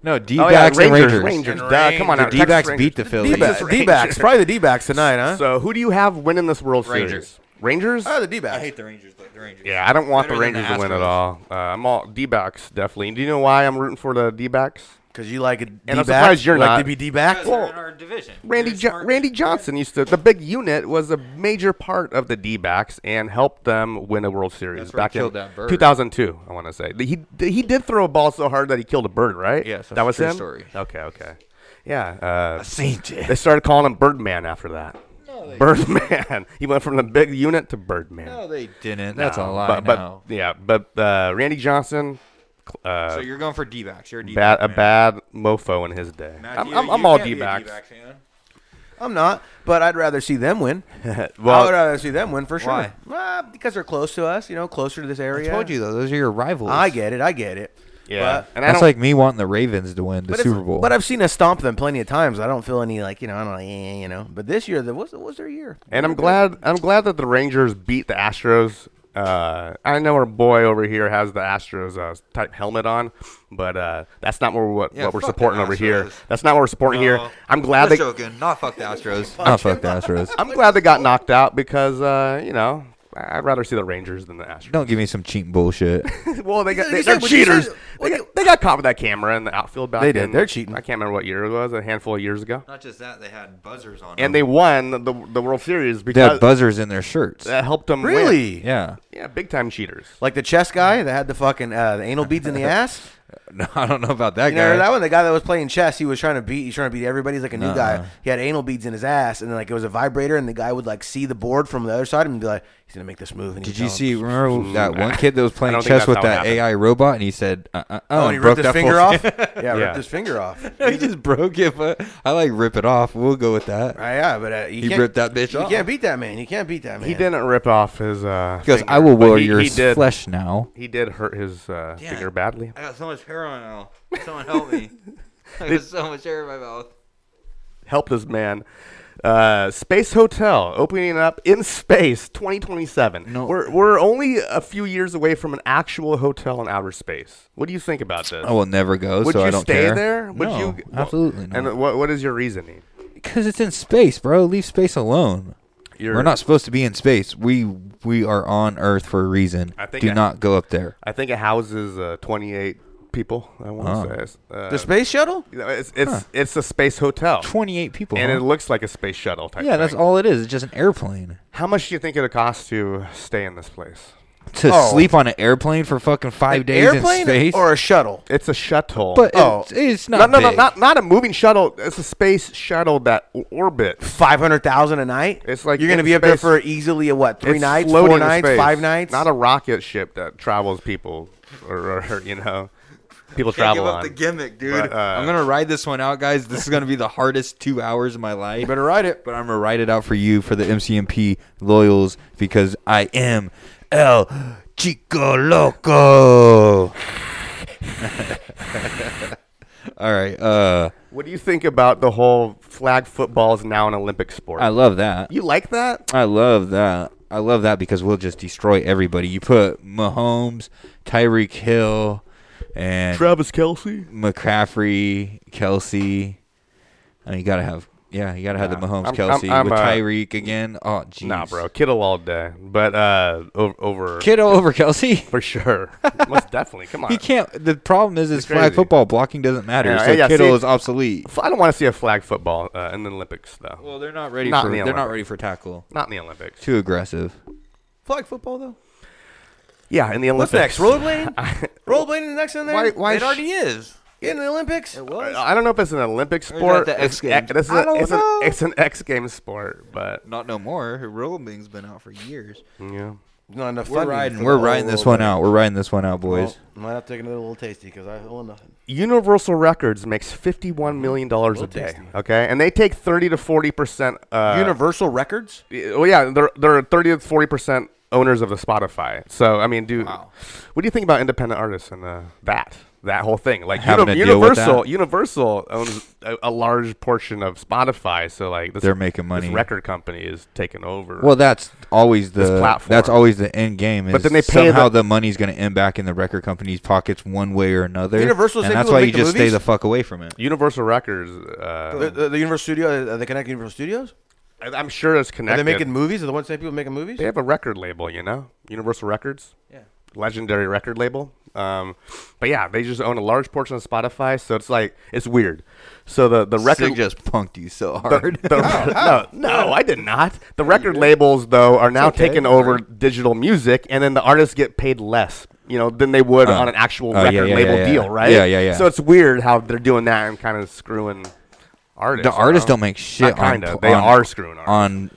S9: No, D
S5: Oh, yeah,
S9: backs and Rangers.
S5: Rangers, duh, come on,
S9: the
S5: out,
S9: D backs
S5: Texas
S9: beat the
S5: Rangers.
S9: Phillies.
S5: Texas Rangers.
S10: D-backs. Probably the D-backs tonight, huh?
S5: So who do you have winning this World
S9: Rangers.
S5: Series? Rangers.
S10: Oh, the D-backs. I
S9: hate the Rangers. Though. The Rangers.
S5: Yeah, I don't want the
S10: Better than
S5: Rangers to
S10: the
S5: win at
S10: Astros.
S5: all. Uh, I'm all D-backs definitely. Do you know why I'm rooting for the D-backs?
S10: Because you like D-backs.
S5: And I'm surprised you're
S10: like
S5: not.
S10: to be D-backs.
S5: Well,
S9: division.
S5: Randy jo- Randy Johnson used to. The big unit was a major part of the D-backs and helped them win a World Series
S9: That's where he
S5: back in
S9: killed that bird.
S5: 2002. I want to say he he did throw a ball so hard that he killed a bird, right?
S9: Yes, that's
S5: that
S9: a
S5: was
S9: true
S5: him.
S9: story.
S5: Okay, okay, yeah. Uh,
S9: saint.
S5: They started calling him Birdman after that. Birdman. he went from the big unit to Birdman.
S9: No, they didn't. That's
S5: No,
S9: a lie.
S5: But, but
S9: no.
S5: yeah, but uh, Randy Johnson. cl- Uh,
S9: so you're going for D backs. You're a D
S5: bad,
S9: back.
S5: a bad mofo in his day. I'm, I'm, I'm all D backs.
S10: I'm not, but I'd rather see them win. I
S5: Well-
S10: would rather see them win for sure.
S9: Why?
S10: Uh, because they're close to us, you know, closer to this
S9: I
S10: area.
S9: told you though, those are your rivals.
S10: I get it. I get it.
S5: Yeah,
S10: But-
S5: and I
S9: That's
S5: don't.
S9: like me wanting the Ravens to win the
S10: But, if-
S9: Super Bowl.
S10: but I've seen us stomp them plenty of times. I don't feel any like you know. I don't like, eh, you know. But this year, the, what, was, what was their year?
S5: and I'm glad. I'm glad that the Rangers beat the Astros. Uh, I know our boy over here has the Astros uh, type helmet on, but uh, that's not what, what,
S9: Yeah,
S5: what we're
S9: fuck the
S5: supporting over here.
S9: Astros.
S5: That's not what we're supporting here. I'm glad
S9: they
S5: they.
S9: joking. Not fuck the Astros.
S5: Not
S9: fuck the Astros.
S5: I'm glad they got knocked out because uh, you know I'd rather see the Rangers than the Astros.
S9: Don't give me some cheating bullshit.
S5: well, they got
S10: You
S5: they,
S10: said
S5: they're
S10: what you said.
S5: cheaters. They got, they got caught with that camera in the outfield back.
S10: They did.
S5: in-
S10: They're cheating.
S5: I can't remember what year it was. A handful of years ago.
S9: Not just that, they had buzzers
S10: Oh,
S9: on.
S5: And they won the the World Series
S9: they
S5: because
S9: had buzzers in their shirts.
S5: that helped them. win.
S10: Really?
S9: Yeah.
S5: Yeah, big time cheaters.
S10: Like the chess guy that had the fucking uh, the anal beads in the ass.
S9: No, I don't know about that
S10: You
S9: guy.
S10: know that one? The guy that was playing chess, he was trying to beat. He's trying to beat everybody. He's like a new
S9: Nuh-uh.
S10: guy. He had anal beads in his ass, and then like it was a vibrator, and the guy would like see the board from the other side and be like, "He's gonna make this move." And he'd
S9: Did you
S10: tell him.
S9: see? Remember that one kid that was playing
S5: don't think
S9: chess
S5: that's
S9: with
S5: how it
S9: that
S5: happened.
S9: AI robot, and he said, "Uh, uh,
S10: Oh,
S9: uh,"
S10: and he
S9: and
S10: ripped
S9: broke
S10: his
S9: that
S10: finger
S9: fool's-
S10: off. Yeah,
S5: Yeah.
S10: ripped his finger off.
S9: no, he just broke it. But I like rip it off. We'll go with that.
S10: Ah, yeah, but uh, you
S9: He
S10: can't-
S9: ripped that bitch
S10: You
S9: off.
S10: can't beat that man. You can't beat that man.
S5: He didn't rip off his. Uh,
S9: He goes,
S5: finger,
S9: "I will
S5: but
S9: wear
S5: he-
S9: your
S5: he did-
S9: flesh now."
S5: He did hurt his uh, finger badly.
S9: I got so much hair on now. Someone help me! I
S5: got
S9: so much hair in my mouth.
S5: Help this man. Uh, space Hotel opening up in space 2027.
S9: No.
S5: We're, we're only a few years away from an actual hotel in outer space. What do you think about this?
S9: I will never go,
S5: Would
S9: so
S5: you
S9: I don't
S5: stay
S9: care.
S5: there? Would
S9: No,
S5: you
S9: absolutely
S5: And
S9: not.
S5: what what is your reasoning?
S9: Because it's in space, bro. Leave space alone.
S5: You're-
S9: We're not supposed to be in space. We we are on Earth for a reason.
S5: I think
S9: Do
S5: I-
S9: not go up there.
S5: I think it houses uh, 28 people. I want to
S9: Oh.
S5: say uh,
S10: the space shuttle.
S5: you know, It's it's, it's a space hotel,
S9: Twenty-eight people.
S5: and
S9: huh?
S5: it looks like a space shuttle type.
S9: yeah, that's
S5: thing.
S9: all it is. It's just an airplane.
S5: How much do you think it would cost to stay in this place?
S9: To
S10: Oh.
S9: sleep on an airplane for fucking five days
S10: Airplane
S9: in space.
S10: or a shuttle?
S5: It's a shuttle.
S9: but
S10: Oh.
S9: it's, it's
S5: no,
S9: not.
S5: no, no,
S9: big.
S5: not not a moving shuttle. It's a space shuttle that o- orbits.
S10: Five hundred thousand a night.
S5: It's like
S10: you're gonna
S5: in
S10: be up there
S5: space.
S10: for easily a what? Three
S5: It's
S10: nights,
S5: floating
S10: four
S5: in
S10: nights,
S5: space.
S10: five nights.
S5: Not a rocket ship that travels people, or, or you know, people travel on.
S9: gimmick, dude.
S5: But, uh,
S9: I'm gonna ride this one out, guys. This is gonna be the hardest two hours of my life.
S10: better ride it.
S9: but I'm gonna write it out for you for the MCMP loyals because I am El Chico Loco. All right, uh,
S5: What do you think about the whole flag football is now an Olympic sport?
S9: I love that.
S5: you like that?
S9: I love that. I love that because we'll just destroy everybody. You put Mahomes, Tyreek Hill, and
S5: Travis Kelsey.
S9: McCaffrey, Kelsey. I mean, you gotta have yeah, you gotta have the Mahomes,
S5: I'm-
S9: Kelsey
S5: I'm- I'm,
S9: with
S5: uh,
S9: Tyreek again. Oh, jeez.
S5: Nah, bro, Kittle all day, but uh, over, over
S9: Kiddo over Kelsey.
S5: for sure, most definitely. Come on,
S9: He can't. The problem is, is flag
S5: crazy.
S9: football blocking doesn't matter.
S5: Yeah,
S9: so
S5: yeah,
S9: Kittle
S5: see-
S9: is obsolete.
S5: F- I don't want to see a flag football uh, in the Olympics though.
S9: Well, they're not ready.
S5: Not
S9: for,
S5: in the
S9: they're not
S5: Olympics.
S9: ready for tackle.
S5: Not in the Olympics.
S9: Too aggressive.
S10: Flag football though.
S5: Yeah, in the Olympics.
S10: What's next? Rollerblading. Rollerblading is next in there.
S5: Why- why
S10: it
S5: sh-
S10: already is in the Olympics. It was.
S5: I I don't know if it's an Olympic sport.
S9: the
S5: It's-
S9: X Games?
S5: This is
S10: I
S5: a,
S10: don't
S5: it's, an,
S10: know.
S5: it's an X Games sport, but
S9: Not no more. Rolling has been out for years.
S5: yeah.
S10: Not enough
S9: We're
S10: funding
S9: riding.
S10: for
S9: We're
S10: the
S9: riding
S10: whole
S9: this
S10: world.
S9: one out. We're riding this one out, boys.
S10: Well, might have to take another little tasty because I owe nothing.
S5: Universal Records makes fifty-one million dollars a day. Okay, and they take thirty to forty percent. Uh,
S10: Universal Records?
S5: Yeah, Well, yeah, they're they're thirty to forty percent owners of the Spotify. So I mean, do what do you think about independent artists and uh, that that whole thing? Like
S9: Having
S5: Uni-
S9: to deal with
S5: Universal,
S9: that?
S5: Universal owns a, a large portion of Spotify. So like this,
S9: They're making
S5: this
S9: money.
S5: record company is taking over.
S9: Well, that's always
S5: This
S9: the
S5: platform.
S9: that's always the end game. Is
S5: But then they pay
S9: somehow
S5: the-
S9: the, money's going to end back in the record company's pockets one way or another.
S10: Universal's
S9: and
S10: able
S9: that's
S10: to
S9: why
S10: make
S9: you
S10: the
S9: just stay
S10: movies?
S9: the fuck away from it.
S5: Universal Records. Uh,
S10: the, the, the Universal Studio, are they connected to Universal Studios?
S5: I- I'm sure it's connected.
S10: Are they making movies? Are the ones that people making movies?
S5: They have a record label, you know, Universal Records.
S10: Yeah.
S5: Legendary record label. Um, but yeah, they just own a large portion of Spotify, so it's like it's weird. So the the record
S9: Sig just punked you so
S5: the-
S9: hard.
S5: the- no, no, I did not. The record labels though are now
S9: okay.
S5: taking over digital music, and then the artists get paid less. You know, than they would
S9: Oh.
S5: on an actual
S9: Oh, yeah,
S5: record
S9: yeah,
S5: label
S9: yeah, yeah.
S5: deal, right?
S9: Yeah, yeah, yeah.
S5: So it's weird how they're doing that and kind of screwing artists.
S9: the
S5: you
S9: artists
S5: know?
S9: don't make shit.
S5: Not kinda.
S9: On,
S5: they
S9: on-
S5: are screwing
S9: on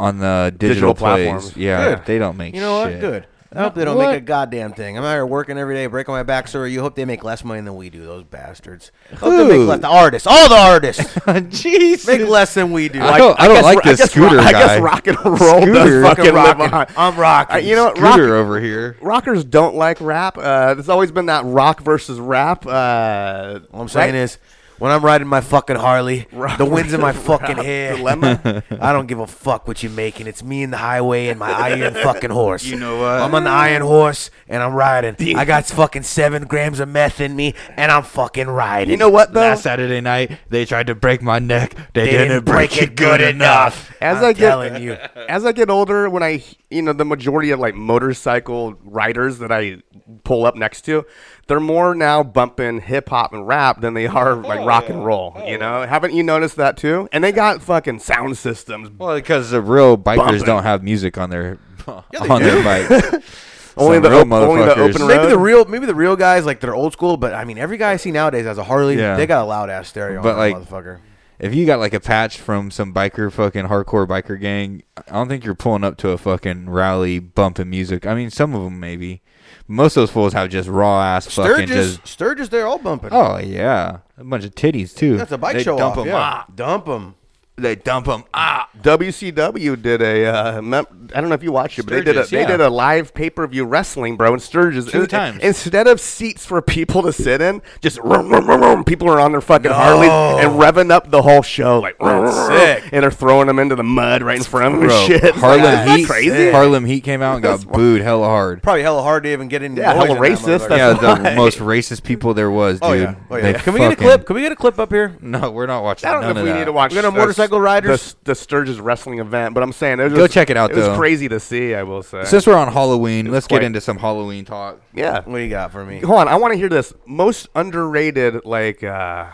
S9: on the
S5: Digital
S9: digital,
S5: platforms.
S9: plays. Yeah,
S10: Good.
S9: they don't make.
S10: You know
S9: shit.
S10: what? Good. I hope they don't
S9: What?
S10: make a goddamn thing. I'm out here working every day, breaking my back, sir. You hope they make less money than we do, those bastards. Hope they
S9: Who?
S10: make less. The artists, all the artists,
S9: jeez,
S10: make less than we do.
S9: I don't- I don't like this scooter
S5: I guess
S9: guy.
S5: rock and roll
S9: Scooter.
S5: does fucking
S9: Fucking
S5: live
S9: rockin'.
S5: on.
S10: I'm rocking.
S5: Uh, you know, what? rock,
S9: Scooter over here.
S5: rockers don't like rap. Uh, there's always been that rock versus rap. Uh,
S10: All I'm saying is, when I'm riding my fucking Harley, the wind's in my fucking
S5: Rock
S10: hair.
S5: dilemma.
S10: I don't give a fuck what you're making. It's me and the highway and my iron fucking horse.
S9: You know what?
S10: I'm on the iron horse and I'm riding. I got fucking seven grams of meth in me and I'm fucking riding.
S9: You know what though? Last Saturday night, they tried to break my neck. They, didn't, break, it good enough.
S5: As
S10: I'm
S5: I get
S10: telling you.
S5: as I get older, when I you know the majority of like motorcycle riders that I pull up next to, they're more now bumping hip hop and rap than they are like rock
S9: Oh,
S5: and roll. you know, haven't you noticed that too? And they got fucking sound systems.
S9: Well, because the real bikers
S5: Bumping.
S9: don't have music on their
S10: they
S9: on
S10: do.
S9: their bike.
S5: Only
S9: Some
S5: the
S9: real
S5: op- only the
S9: motherfuckers.
S5: open
S10: Maybe the
S5: road.
S10: real, maybe the real guys like they're old school, but I mean every guy I see nowadays has a Harley.
S9: Yeah.
S10: They got a loud ass stereo,
S9: But
S10: but
S9: like,
S10: like motherfucker.
S9: if you got like a patch from some biker fucking hardcore biker gang, I don't think you're pulling up to a fucking rally bumping music. I mean, some of them maybe. Most of those fools have just raw ass fucking
S10: Sturgis,
S9: just.
S10: Sturgis, they're all bumping.
S9: Oh yeah, a bunch of titties too.
S10: That's a bike
S9: They
S10: show
S9: dump
S10: off.
S9: 'em
S10: yeah.
S9: up.
S10: Dump them.
S9: Ah. They dump Ah. them up.
S5: WCW did a uh, mem- I don't know if you watched it, but they did a
S9: Sturgis, yeah.
S5: they did a live pay per view wrestling, bro, in Sturgis.
S9: Two
S5: In-
S9: times.
S5: instead of seats for people to sit in, just room, room, room, room. people are on their fucking Harleys and revving up the whole show like vroom, vroom, vroom,
S10: sick.
S5: and they're throwing them into the mud right in front of them.
S9: Bro,
S5: and Shit, It's
S9: Harlem
S5: like, that's
S9: Heat.
S5: crazy.
S9: Harlem Heat came out and got booed hella hard.
S10: Probably hella hard to even get in.
S5: Yeah,
S10: noise
S5: hella
S10: in that
S5: racist.
S10: motherfucker.
S5: That's
S9: yeah, the
S5: why.
S9: most racist people there was, dude.
S10: Oh yeah. Oh,
S9: They
S10: yeah. Can we get a
S9: fucking-
S10: clip? Can we get a clip up here?
S9: No, we're not watching.
S5: I don't know
S9: none
S5: if we
S9: of that.
S5: need to watch.
S10: We're gonna
S5: the-
S10: motorcycle riders?
S5: The, the Sturgis wrestling event, but I'm saying it was
S9: Go check it out,
S5: It
S9: though.
S5: was crazy to see. I will say.
S9: Since we're on Halloween, let's get
S5: quite-
S9: into some Halloween talk.
S5: yeah,
S10: What do you got for me?
S5: hold on. I want to hear this most underrated like uh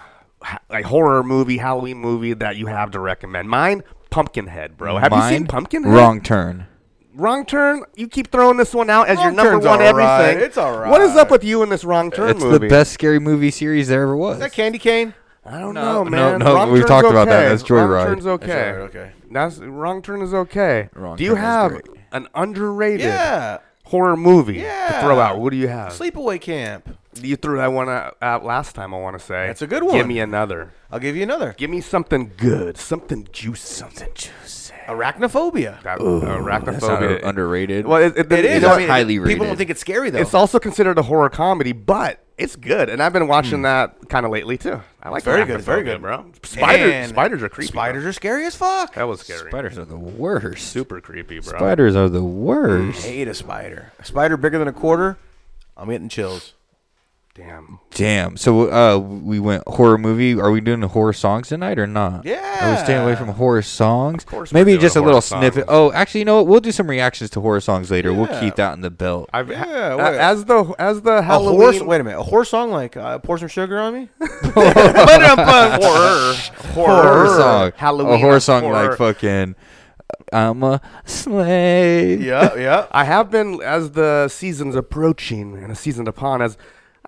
S5: ha- like horror movie, Halloween movie that you have to recommend. Mine, Pumpkinhead, bro. Have you seen
S9: Mine?
S5: Pumpkinhead?
S9: Wrong turn.
S5: Wrong turn. You keep throwing this one out as your
S10: Wrong
S5: number
S10: Turn's
S5: one
S10: all right.
S5: everything.
S10: It's all
S5: What is up
S10: right.
S5: with you in this wrong turn
S9: It's
S5: movie?
S9: the best scary movie series there ever was.
S10: Is that candy cane?
S5: I don't know,
S9: No, no,
S5: man.
S9: no,
S5: Wrong
S9: we've
S5: Turn's
S9: talked about that.
S5: okay.
S9: That's
S5: Wrong
S9: Joyride.
S5: turn's okay.
S10: That's Joyride, okay.
S5: That's wrong turn is okay.
S9: Wrong
S5: do you
S9: Turn is
S5: have
S9: great.
S5: an underrated
S10: Yeah.
S5: horror movie to
S10: Yeah.
S5: throw out? What do you have?
S10: Sleepaway camp.
S5: You threw that one out out last time. I want to say
S10: That's a good
S5: Give
S10: one.
S5: me another.
S10: I'll give you another.
S5: Give me something good, something juicy, something juicy.
S10: Arachnophobia.
S5: That, uh,
S9: That's not
S5: arachnophobia.
S9: underrated.
S5: Well, it, it,
S10: It is.
S5: it's-
S10: I mean,
S9: highly
S10: People
S9: rated.
S10: don't think it's scary though.
S5: It's also considered a horror comedy, but it's good, and I've been watching
S9: Hmm.
S5: that kind of lately too. I like
S10: very good, very
S5: arachnophobia,
S10: good.
S5: bro. Spiders,
S10: And
S5: spiders are creepy. bro.
S10: Spiders are scary as fuck.
S5: That was scary.
S9: Spiders are the worst.
S5: Super creepy, bro.
S9: Spiders are the worst.
S10: hate a spider. A spider bigger than a quarter. I'm getting chills.
S5: Damn.
S9: Damn. So uh, we went horror movie. Are we doing the horror songs tonight or not? Are we staying away from horror songs? Of
S5: course we're
S9: Maybe
S5: doing
S9: just a
S5: horror
S9: little
S5: songs.
S9: snippet. Oh, actually, you know what? We'll do some reactions to horror songs later. We'll keep that in the belt.
S5: I've ha-
S10: Yeah,
S5: a-
S10: wait.
S5: as the as the
S10: A
S5: Halloween
S10: horse. Wait a minute. A horse song like uh, "Pour Some Sugar on Me."
S5: horror
S9: horror song.
S5: Halloween
S9: A horror song
S5: horror.
S9: like fucking I'm a slave.
S10: yeah, yeah.
S5: I have been as the season's approaching and a season upon as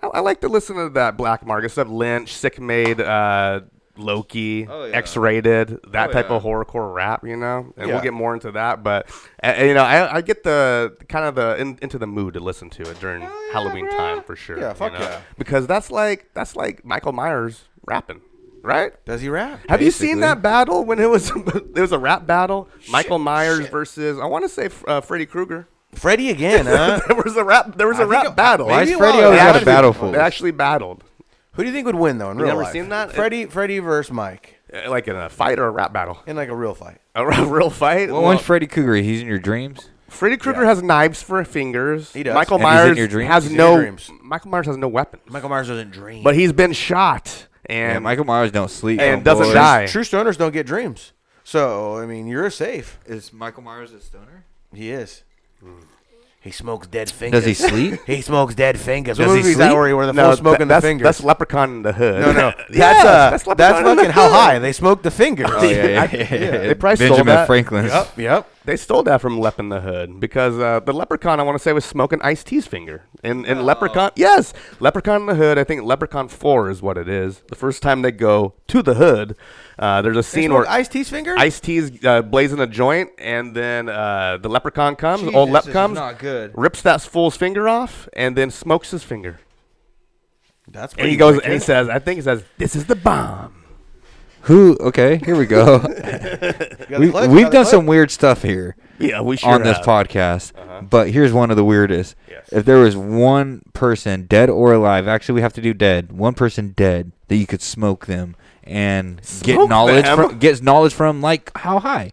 S5: I, I like to listen to that Black Market stuff, Lynch, Sick Maid, uh, Loki,
S10: Oh, yeah.
S5: X-rated, that
S10: Oh,
S5: type
S10: yeah.
S5: of horrorcore rap, you know. And
S10: Yeah.
S5: we'll get more into that, but uh, you know, I, I get the kind of the in, into the mood to listen to it during Halloween time for sure.
S10: Yeah,
S5: you
S10: fuck
S5: know?
S10: yeah.
S5: Because that's like that's like Michael Myers rapping, right?
S10: Does he rap?
S5: Have you seen
S10: Basically.
S5: that battle when it was it was a rap battle? Michael Myers versus I want to say uh, Freddy Krueger.
S10: Freddy again, huh?
S5: there was a rap. There was a
S10: I think
S5: rap
S10: it-
S5: battle.
S10: Why is maybe a Freddy while always
S5: They
S10: ago. got a
S5: actually-
S10: battle for?
S5: They actually battled.
S10: Who do you think would win though in
S5: You
S10: real
S5: never
S10: life?
S5: seen that?
S10: Freddy, Freddy versus Mike
S5: Uh, Like in a fight or a rap battle?
S10: in like a real fight.
S5: A r- real fight?
S9: Well, when's Freddy Cougar? He's in your dreams.
S5: Freddy Krueger has knives for fingers. He
S9: does.
S5: Michael
S9: And he's in
S5: Myers
S9: your dreams?
S5: has
S9: He's in your
S5: no.
S9: dreams.
S5: Michael Myers has no weapons.
S10: Michael Myers doesn't dream.
S5: But he's been shot and
S9: Yeah, Michael oh, Myers don't sleep
S5: and
S9: homeboy.
S5: doesn't
S9: True-
S5: die.
S10: True stoners don't get dreams. So I mean, you're safe.
S9: Is Michael Myers a stoner?
S10: He is.
S5: Mm.
S10: He smokes dead fingers.
S9: Does he sleep?
S10: he smokes dead fingers.
S5: Does
S10: what
S5: he
S10: movie is that
S5: sleep?
S10: where he- where the
S5: No,
S10: no, smoke
S5: tha-
S10: in the
S5: that's-
S10: fingers?
S5: that's Leprechaun in the Hood.
S10: No, no, that's
S5: Yes,
S10: uh,
S5: that's
S10: that's,
S5: Leprechaun in the
S10: fucking how
S5: Hood.
S10: high they smoked the fingers.
S9: Oh, yeah, yeah, yeah, yeah, yeah.
S5: They probably stole
S9: Benjamin
S5: that.
S9: Franklin's.
S5: Yep, yep. They stole that from Lep in the Hood because uh, the Leprechaun, I want to say, was smoking Ice T's finger. And, and Leprechaun, yes, Leprechaun in the Hood. I think Leprechaun Four is what it is. The first time they go to the Hood, uh, there's a scene where
S10: smoked Ice-T's finger?
S5: Ice T's uh, blazing a joint, and then uh, the Leprechaun comes,
S10: Jesus,
S5: old Lep
S10: this is
S5: comes,
S10: not good.
S5: rips that fool's finger off, and then smokes his finger.
S10: That's
S5: and he
S10: pretty
S5: goes
S10: wicked.
S5: and he says, I think he says, "This is the bomb."
S9: Who? Okay, here we go.
S5: the
S9: we,
S5: clip? Got the
S9: we've done
S5: clip?
S9: some weird stuff here.
S5: Yeah, we sure
S9: on this
S5: have. Uh-huh.
S9: podcast. But here's one of the weirdest. If there was one person, dead or alive, actually we have to do dead. One person dead that you could smoke them and get
S5: Smoke
S9: knowledge
S5: them?
S9: from. Gets knowledge from like how high.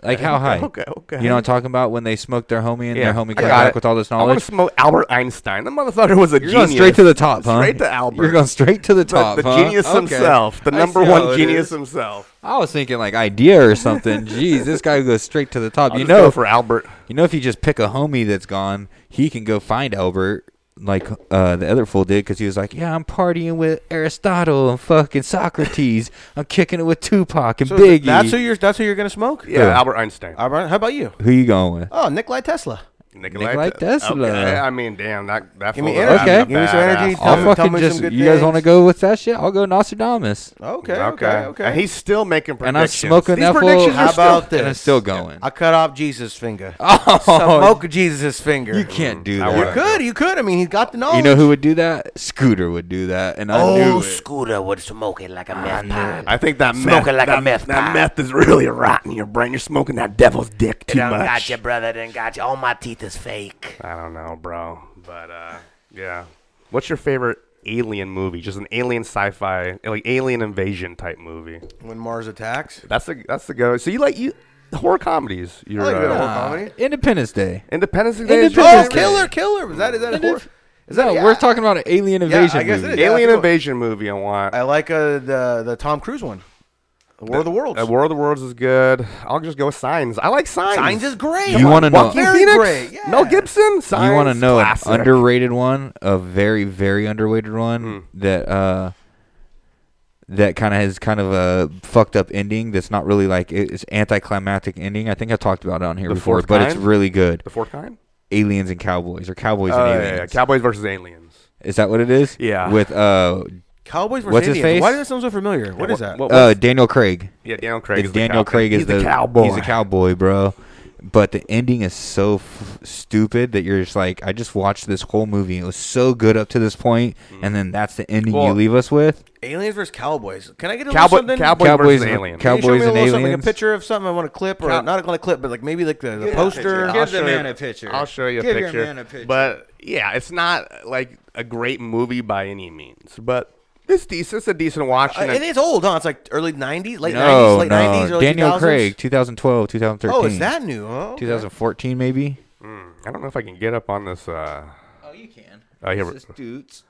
S9: Like how
S5: Okay,
S9: high?
S5: okay, okay.
S9: You know what I'm talking about when they smoked their homie and their homie
S5: I
S9: came
S5: got
S9: back
S5: it.
S9: with all this
S5: I want
S9: knowledge.
S5: to smoke Albert Einstein. The motherfucker was a
S9: You're going
S5: genius.
S9: straight to the top, huh?
S5: Straight to Albert.
S9: You're going straight to the top,
S5: The, the
S9: huh?
S5: genius
S9: Okay.
S5: himself. The
S9: I
S5: number
S9: see how
S5: one
S9: it
S5: genius
S9: is.
S5: himself.
S9: I was thinking like idea or something. Jeez, this guy goes straight to the top.
S5: I'll
S9: you
S5: just go
S9: know,
S5: for Albert.
S9: You know, if you just pick a homie that's gone, he can go find Albert like uh, the other fool did because he was like, "Yeah, I'm partying with Aristotle and fucking Socrates. I'm kicking it with Tupac and
S10: So th-
S9: Biggie."
S10: That's who you're. That's who you're gonna smoke.
S5: Yeah, Who? Albert Einstein.
S10: Albert, how about you?
S9: Who you going with?
S10: Oh, Nikolai Tesla.
S5: Nikolai,
S9: Nikolai
S5: Te-
S9: Tesla.
S5: Okay. I mean, damn, that that
S10: Give me
S5: fool-
S10: energy.
S5: that's a
S10: Give me some
S5: badass.
S10: energy. Tell
S9: I'll
S10: me- tell
S9: fucking
S10: me
S9: just.
S10: some good
S9: You guys
S10: things.
S9: want to go with that shit? I'll go Nostradamus.
S10: Okay, okay, okay.
S5: And he's still making predictions.
S9: And I'm smoking
S5: These
S9: that fool.
S5: predictions
S10: How
S5: are still-
S10: about this?
S9: and I'm still going.
S10: I cut off Jesus' finger.
S9: Oh.
S10: smoke Jesus' finger.
S9: You can't do
S10: You
S9: that.
S10: could. You could. I mean, he's got the knowledge.
S9: You know
S5: Oh.
S9: who would do that? Scooter would do that, and I knew
S14: Oh,
S9: it.
S14: Scooter would smoke it like a meth pie.
S5: I think that
S14: Smoke
S5: meth,
S14: it like
S5: that,
S14: a meth
S5: That
S14: pie.
S5: meth is really rotting your brain. You're smoking that devil's dick
S14: It
S5: too
S14: done
S5: much.
S14: got you, brother. Done got you. All my teeth is fake.
S5: I don't know, bro. But uh, yeah. What's your favorite alien movie? Just an alien sci-fi, like alien invasion type movie.
S10: when Mars attacks.
S5: That's the that's the go. So you like you horror comedies? You're,
S10: like a good
S5: uh,
S10: horror comedy.
S9: Ah, Independence Day.
S5: Independence Day. is your
S10: Oh,
S5: favorite?
S10: killer, killer. Is that is that a horror? Is that
S9: No,
S10: yeah.
S9: we're talking about an alien invasion.
S10: I guess it
S9: movie.
S10: is. Yeah, I
S5: alien
S10: think-
S5: invasion movie. I want.
S10: I like uh, the the Tom Cruise one, The War of the Worlds.
S5: Uh, War of the Worlds is good. I'll just go with Signs. I like Signs.
S10: Signs is great.
S9: You wanna know-
S5: Joaquin
S10: Very
S5: Phoenix?
S10: great, yeah.
S5: Mel Gibson. Signs.
S9: you want to know
S5: classic. Hmm.
S9: an underrated one, a very very underrated one that uh that kind of has kind of a fucked up ending that's not really like it- it's anticlimactic ending. I think I talked about it on here
S5: The
S9: before,
S5: Fourth
S9: but it's
S5: Kind?
S9: really good.
S5: The Fourth Kind?
S9: Aliens and Cowboys or Cowboys
S5: Uh,
S9: and
S5: yeah, yeah,
S9: Aliens.
S5: Cowboys versus Aliens.
S9: Is that what it is?
S5: Yeah.
S9: With uh
S10: Cowboys versus
S9: What's his
S10: Indians.
S9: face?
S10: Why does that sound so familiar? What
S5: Yeah,
S10: is
S5: what-
S10: that?
S5: what-
S9: uh, Daniel Craig.
S5: Yeah, Daniel Craig
S9: It's
S5: is the
S9: Daniel
S5: cowboy.
S9: Craig is
S5: He's
S9: the,
S5: the cowboy.
S9: He's a cowboy, bro. But the ending is so f- stupid that you're just like, I just watched this whole movie. It was so good up to this point,
S5: Mm.
S9: and then that's the ending you
S10: Well,
S9: leave us with.
S10: Aliens versus Cowboys. Can I get a
S5: Cowboy-
S10: little something?
S5: Cowboy
S9: Cowboys versus and- alien.
S10: Can you show
S9: Cowboys
S10: me a
S9: and
S10: little something, like a
S9: aliens.
S10: picture of something I want to clip, or
S5: Cow-
S10: not a clip, but like maybe like the, the
S5: Yeah,
S10: poster.
S5: I'll show you- I'll show you a
S9: Give your
S5: picture.
S9: man a picture.
S5: But yeah, it's not like a great movie by any means, but it's decent. It's a decent watch.
S10: I,
S5: and
S10: I think it's Uh, old, huh? It's like early '90s, late
S9: no,
S10: '90s, late
S9: no,
S10: '90s, early
S9: Daniel
S10: 2000s.
S9: Craig, 2012, 2013.
S10: Oh, is that new? Oh, okay.
S9: 2014 maybe.
S5: Mm, I don't know if I can get up on this. Uh,
S9: Oh, you can.
S5: oh, here. we-
S9: Stoots.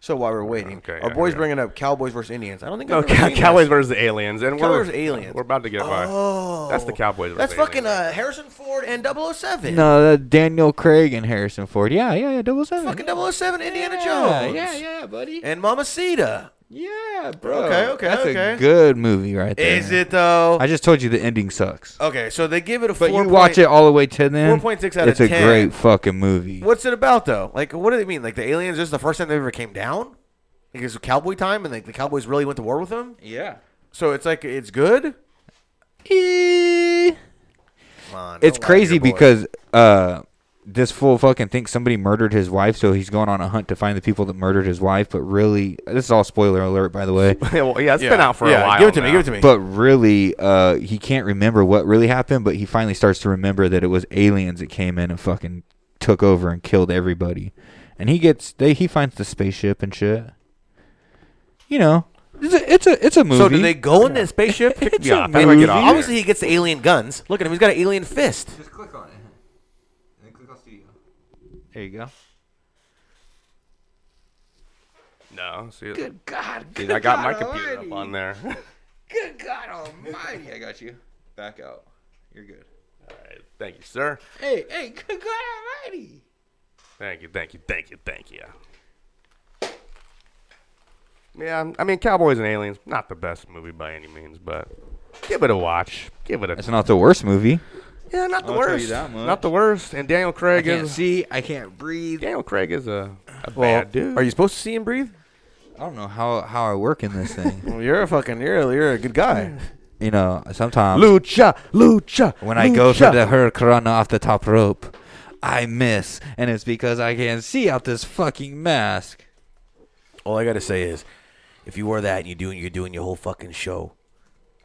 S10: So while we're waiting,
S5: Okay,
S10: our
S5: yeah,
S10: boys
S5: yeah.
S10: bringing up Cowboys versus Indians. I don't think
S5: No,
S10: I've ever
S5: cow-
S10: seen
S5: Cowboys
S10: this.
S5: versus the aliens, and
S10: Cowboys
S5: we're
S10: versus aliens.
S5: We're about to get by.
S10: Oh,
S5: That's the Cowboys versus
S10: That's
S5: aliens.
S10: fucking uh, Harrison Ford and 007.
S9: No, that Daniel Craig and Harrison Ford. Yeah, yeah, yeah. Double seven.
S10: fucking 007 Indiana
S9: Yeah,
S10: Jones.
S9: yeah, yeah, buddy.
S10: And Mamacita.
S9: Yeah,
S10: bro. Okay, okay,
S9: That's
S10: okay.
S9: a good movie right there.
S10: Is it though?
S9: I just told you the ending sucks.
S10: Okay, so they give it a
S9: But
S10: four.
S9: you watch it all the way to then.
S10: 4.6 out of
S9: It's a
S10: 10.
S9: great fucking movie.
S10: What's it about though? Like, what do they mean? Like the aliens? This is the first time they ever came down. because of cowboy time and like the cowboys really went to war with them.
S9: Yeah.
S10: So it's like it's good.
S9: Eh. it's crazy because uh, this fool fucking thinks somebody murdered his wife, so he's going on a hunt to find the people that murdered his wife. But really, this is all spoiler alert, by the way.
S5: Yeah, well, yeah, it's been out for a while
S10: Give it to me.
S5: now.
S10: Give it to me.
S9: But really, uh, he can't remember what really happened. But he finally starts to remember that it was aliens that came in and fucking took over and killed everybody. And he gets they he finds the spaceship and shit. You know, it's a it's a, it's a movie.
S10: So do they go in the spaceship?
S9: It's Yeah, a how do I get off movie.
S10: Obviously, he gets the alien guns. Look at him. He's got an alien fist.
S9: There you go.
S5: No. See,
S9: Good God,
S5: Dude,
S9: good
S5: I got my
S9: God
S5: computer up
S9: already.
S5: on there.
S9: Good God Almighty! I got you. Back out. You're good.
S5: All right. Thank you, sir.
S9: Hey, hey, good God Almighty!
S5: Thank you. Thank you. Thank you. Thank you. Yeah, I mean, Cowboys and Aliens, not the best movie by any means, but give it a watch. Give it a.
S9: It's not the worst movie.
S5: Yeah, not the
S9: I'll tell you
S5: worst.
S9: that much.
S5: Not the worst. And Daniel Craig
S9: I can't
S5: is.
S9: see. I can't breathe.
S5: Daniel Craig is a, a
S10: Well,
S5: bad dude.
S10: are you supposed to see him breathe?
S9: I don't know how how I work in this thing.
S10: Well, you're a fucking you're a, you're a good guy.
S9: you know, sometimes
S10: Lucha, lucha.
S9: when I go for
S10: lucha.
S9: the hurricane off the top rope, I miss, and it's because I can't see out this fucking mask.
S10: All I gotta say is, if you wore that and you do, you're doing your whole fucking show.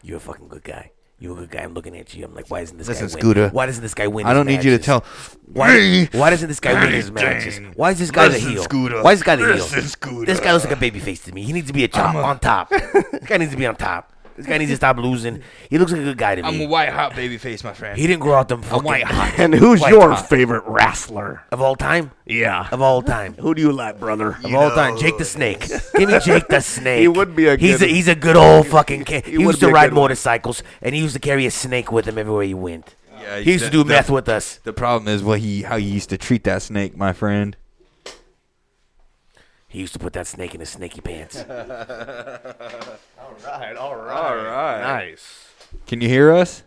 S10: You're a fucking good guy. You're a good guy. I'm looking at you. I'm like, why isn't this
S9: Listen,
S10: guy win?
S9: Scooter.
S10: Why doesn't this guy win?
S9: I
S10: his
S9: don't need you to
S10: matches?
S9: tell
S10: Why,
S9: me
S10: why doesn't this guy win his matches?
S9: anything.
S10: Why is this guy
S9: Listen,
S10: the heel?
S9: Scooter.
S10: Why is this guy the heel?
S9: Listen, Scooter.
S10: This guy looks like a baby face to me. He needs to be a top
S9: I'm a-
S10: on top. this guy needs to be on top. This guy needs to stop losing. He looks like a good guy to me.
S9: white hot baby face, my friend.
S10: he didn't grow out them fucking
S9: white hot.
S5: and who's
S10: White
S5: your
S10: hot.
S5: favorite wrestler?
S10: of all time.
S5: Yeah.
S10: Of all time.
S5: Who do you like, brother?
S10: Of all time, Jake the Snake. Give me Jake the Snake.
S5: would be a
S10: he's
S5: good-
S10: a, he's a good old fucking. Ca-
S5: he
S10: he,
S5: would
S10: used
S5: be
S10: to
S5: a
S10: ride
S5: good one.
S10: motorcycles and he used to carry a snake with him everywhere he went.
S9: Yeah,
S10: he used to
S9: that-
S10: do
S9: that-
S10: meth with us.
S9: The problem is what he how he used to treat that snake, my friend.
S10: He used to put that snake in his snaky pants.
S5: All right. Nice.
S9: Can you hear us?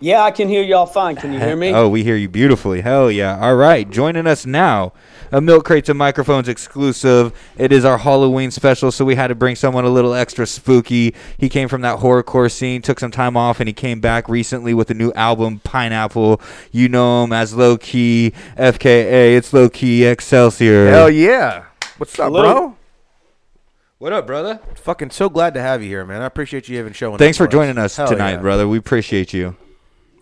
S15: Yeah, I can hear y'all fine. Can you hear me?
S9: Oh, we hear you beautifully. Hell yeah. All right. Joining us now, a Milk Crates and Microphones exclusive. It is our Halloween special, so we had to bring someone a little extra spooky. He came from that horrorcore scene, took some time off, and he came back recently with a new album, Pineapple. You know him as Low Key, FKA. It's Low Key Excelsior.
S5: Hell yeah. What's up,
S9: Hello.
S5: bro?
S9: What up, brother?
S10: Fucking so glad to have you here, man. I appreciate you even showing
S9: Thanks for joining us tonight, brother. We appreciate you.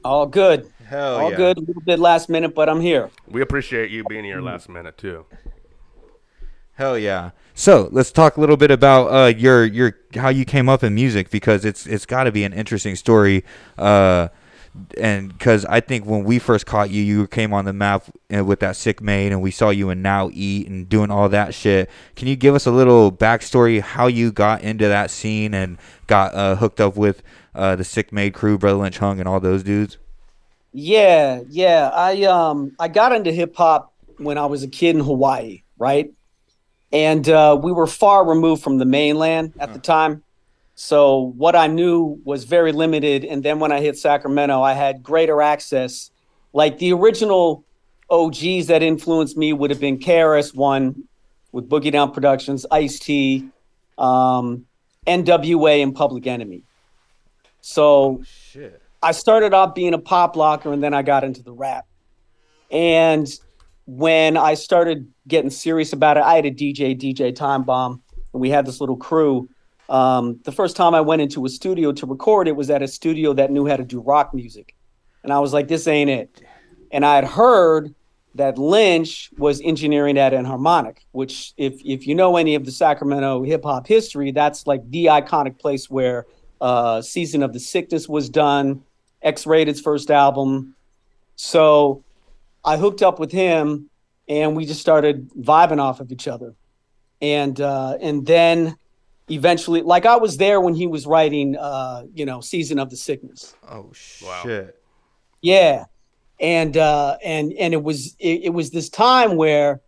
S15: All good.
S9: Hell
S15: All
S9: yeah.
S15: good. A little bit last minute, but I'm here.
S5: We appreciate you being here last minute, too.
S9: Hell yeah! So let's talk a little bit about uh, your your how you came up in music because it's it's got to be an interesting story, uh, and because I think when we first caught you, you came on the map uh, with that sick maid, and we saw you and now eat and doing all that shit. Can you give us a little backstory how you got into that scene and got uh, hooked up with uh, the sick maid crew, Brother Lynch Hung, and all those dudes?
S15: Yeah, yeah. I um I got into hip hop when I was a kid in Hawaii, right? And uh, we were far removed from the mainland at the time. So what I knew was very limited. And then when I hit Sacramento, I had greater access. Like the original OGs that influenced me would have been KRS One with Boogie Down Productions, Ice T, um, NWA, and Public Enemy. So
S9: Shit.
S15: I started off being a pop locker and then I got into the rap. And when I started getting serious about it, I had a DJ, DJ Time Bomb, and we had this little crew. Um, the first time I went into a studio to record it was at a studio that knew how to do rock music. And I was like, this ain't it. And I had heard that Lynch was engineering at Enharmonic, which, if, if you know any of the Sacramento hip hop history, that's like the iconic place where uh, Season of the Sickness was done, X Rated's first album. So I hooked up with him and we just started vibing off of each other. And uh, and then eventually like I was there when he was writing uh, you know, Season of the Sickness.
S9: Oh shit!
S15: Yeah. And uh and and it was it, it was this time where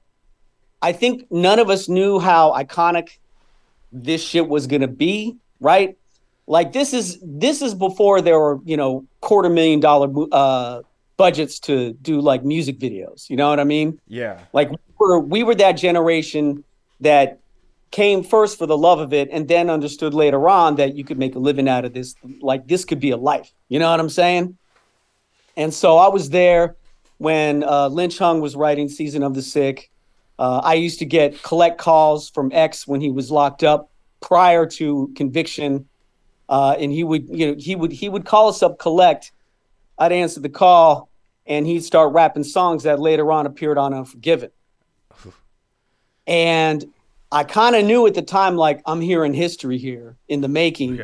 S15: I think none of us knew how iconic this shit was gonna be, right? Like this is this is before there were, you know, quarter million dollar uh budgets to do like music videos. You know what I mean?
S9: Yeah.
S15: Like we were we were that generation that came first for the love of it and then understood later on that you could make a living out of this like this could be a life you know what i'm saying and so i was there when uh, lynch hung was writing season of the sick uh, i used to get collect calls from x when he was locked up prior to conviction uh, and he would you know he would he would call us up collect i'd answer the call and he'd start rapping songs that later on appeared on unforgiven and I kind of knew at the time, like I'm hearing history here in the making.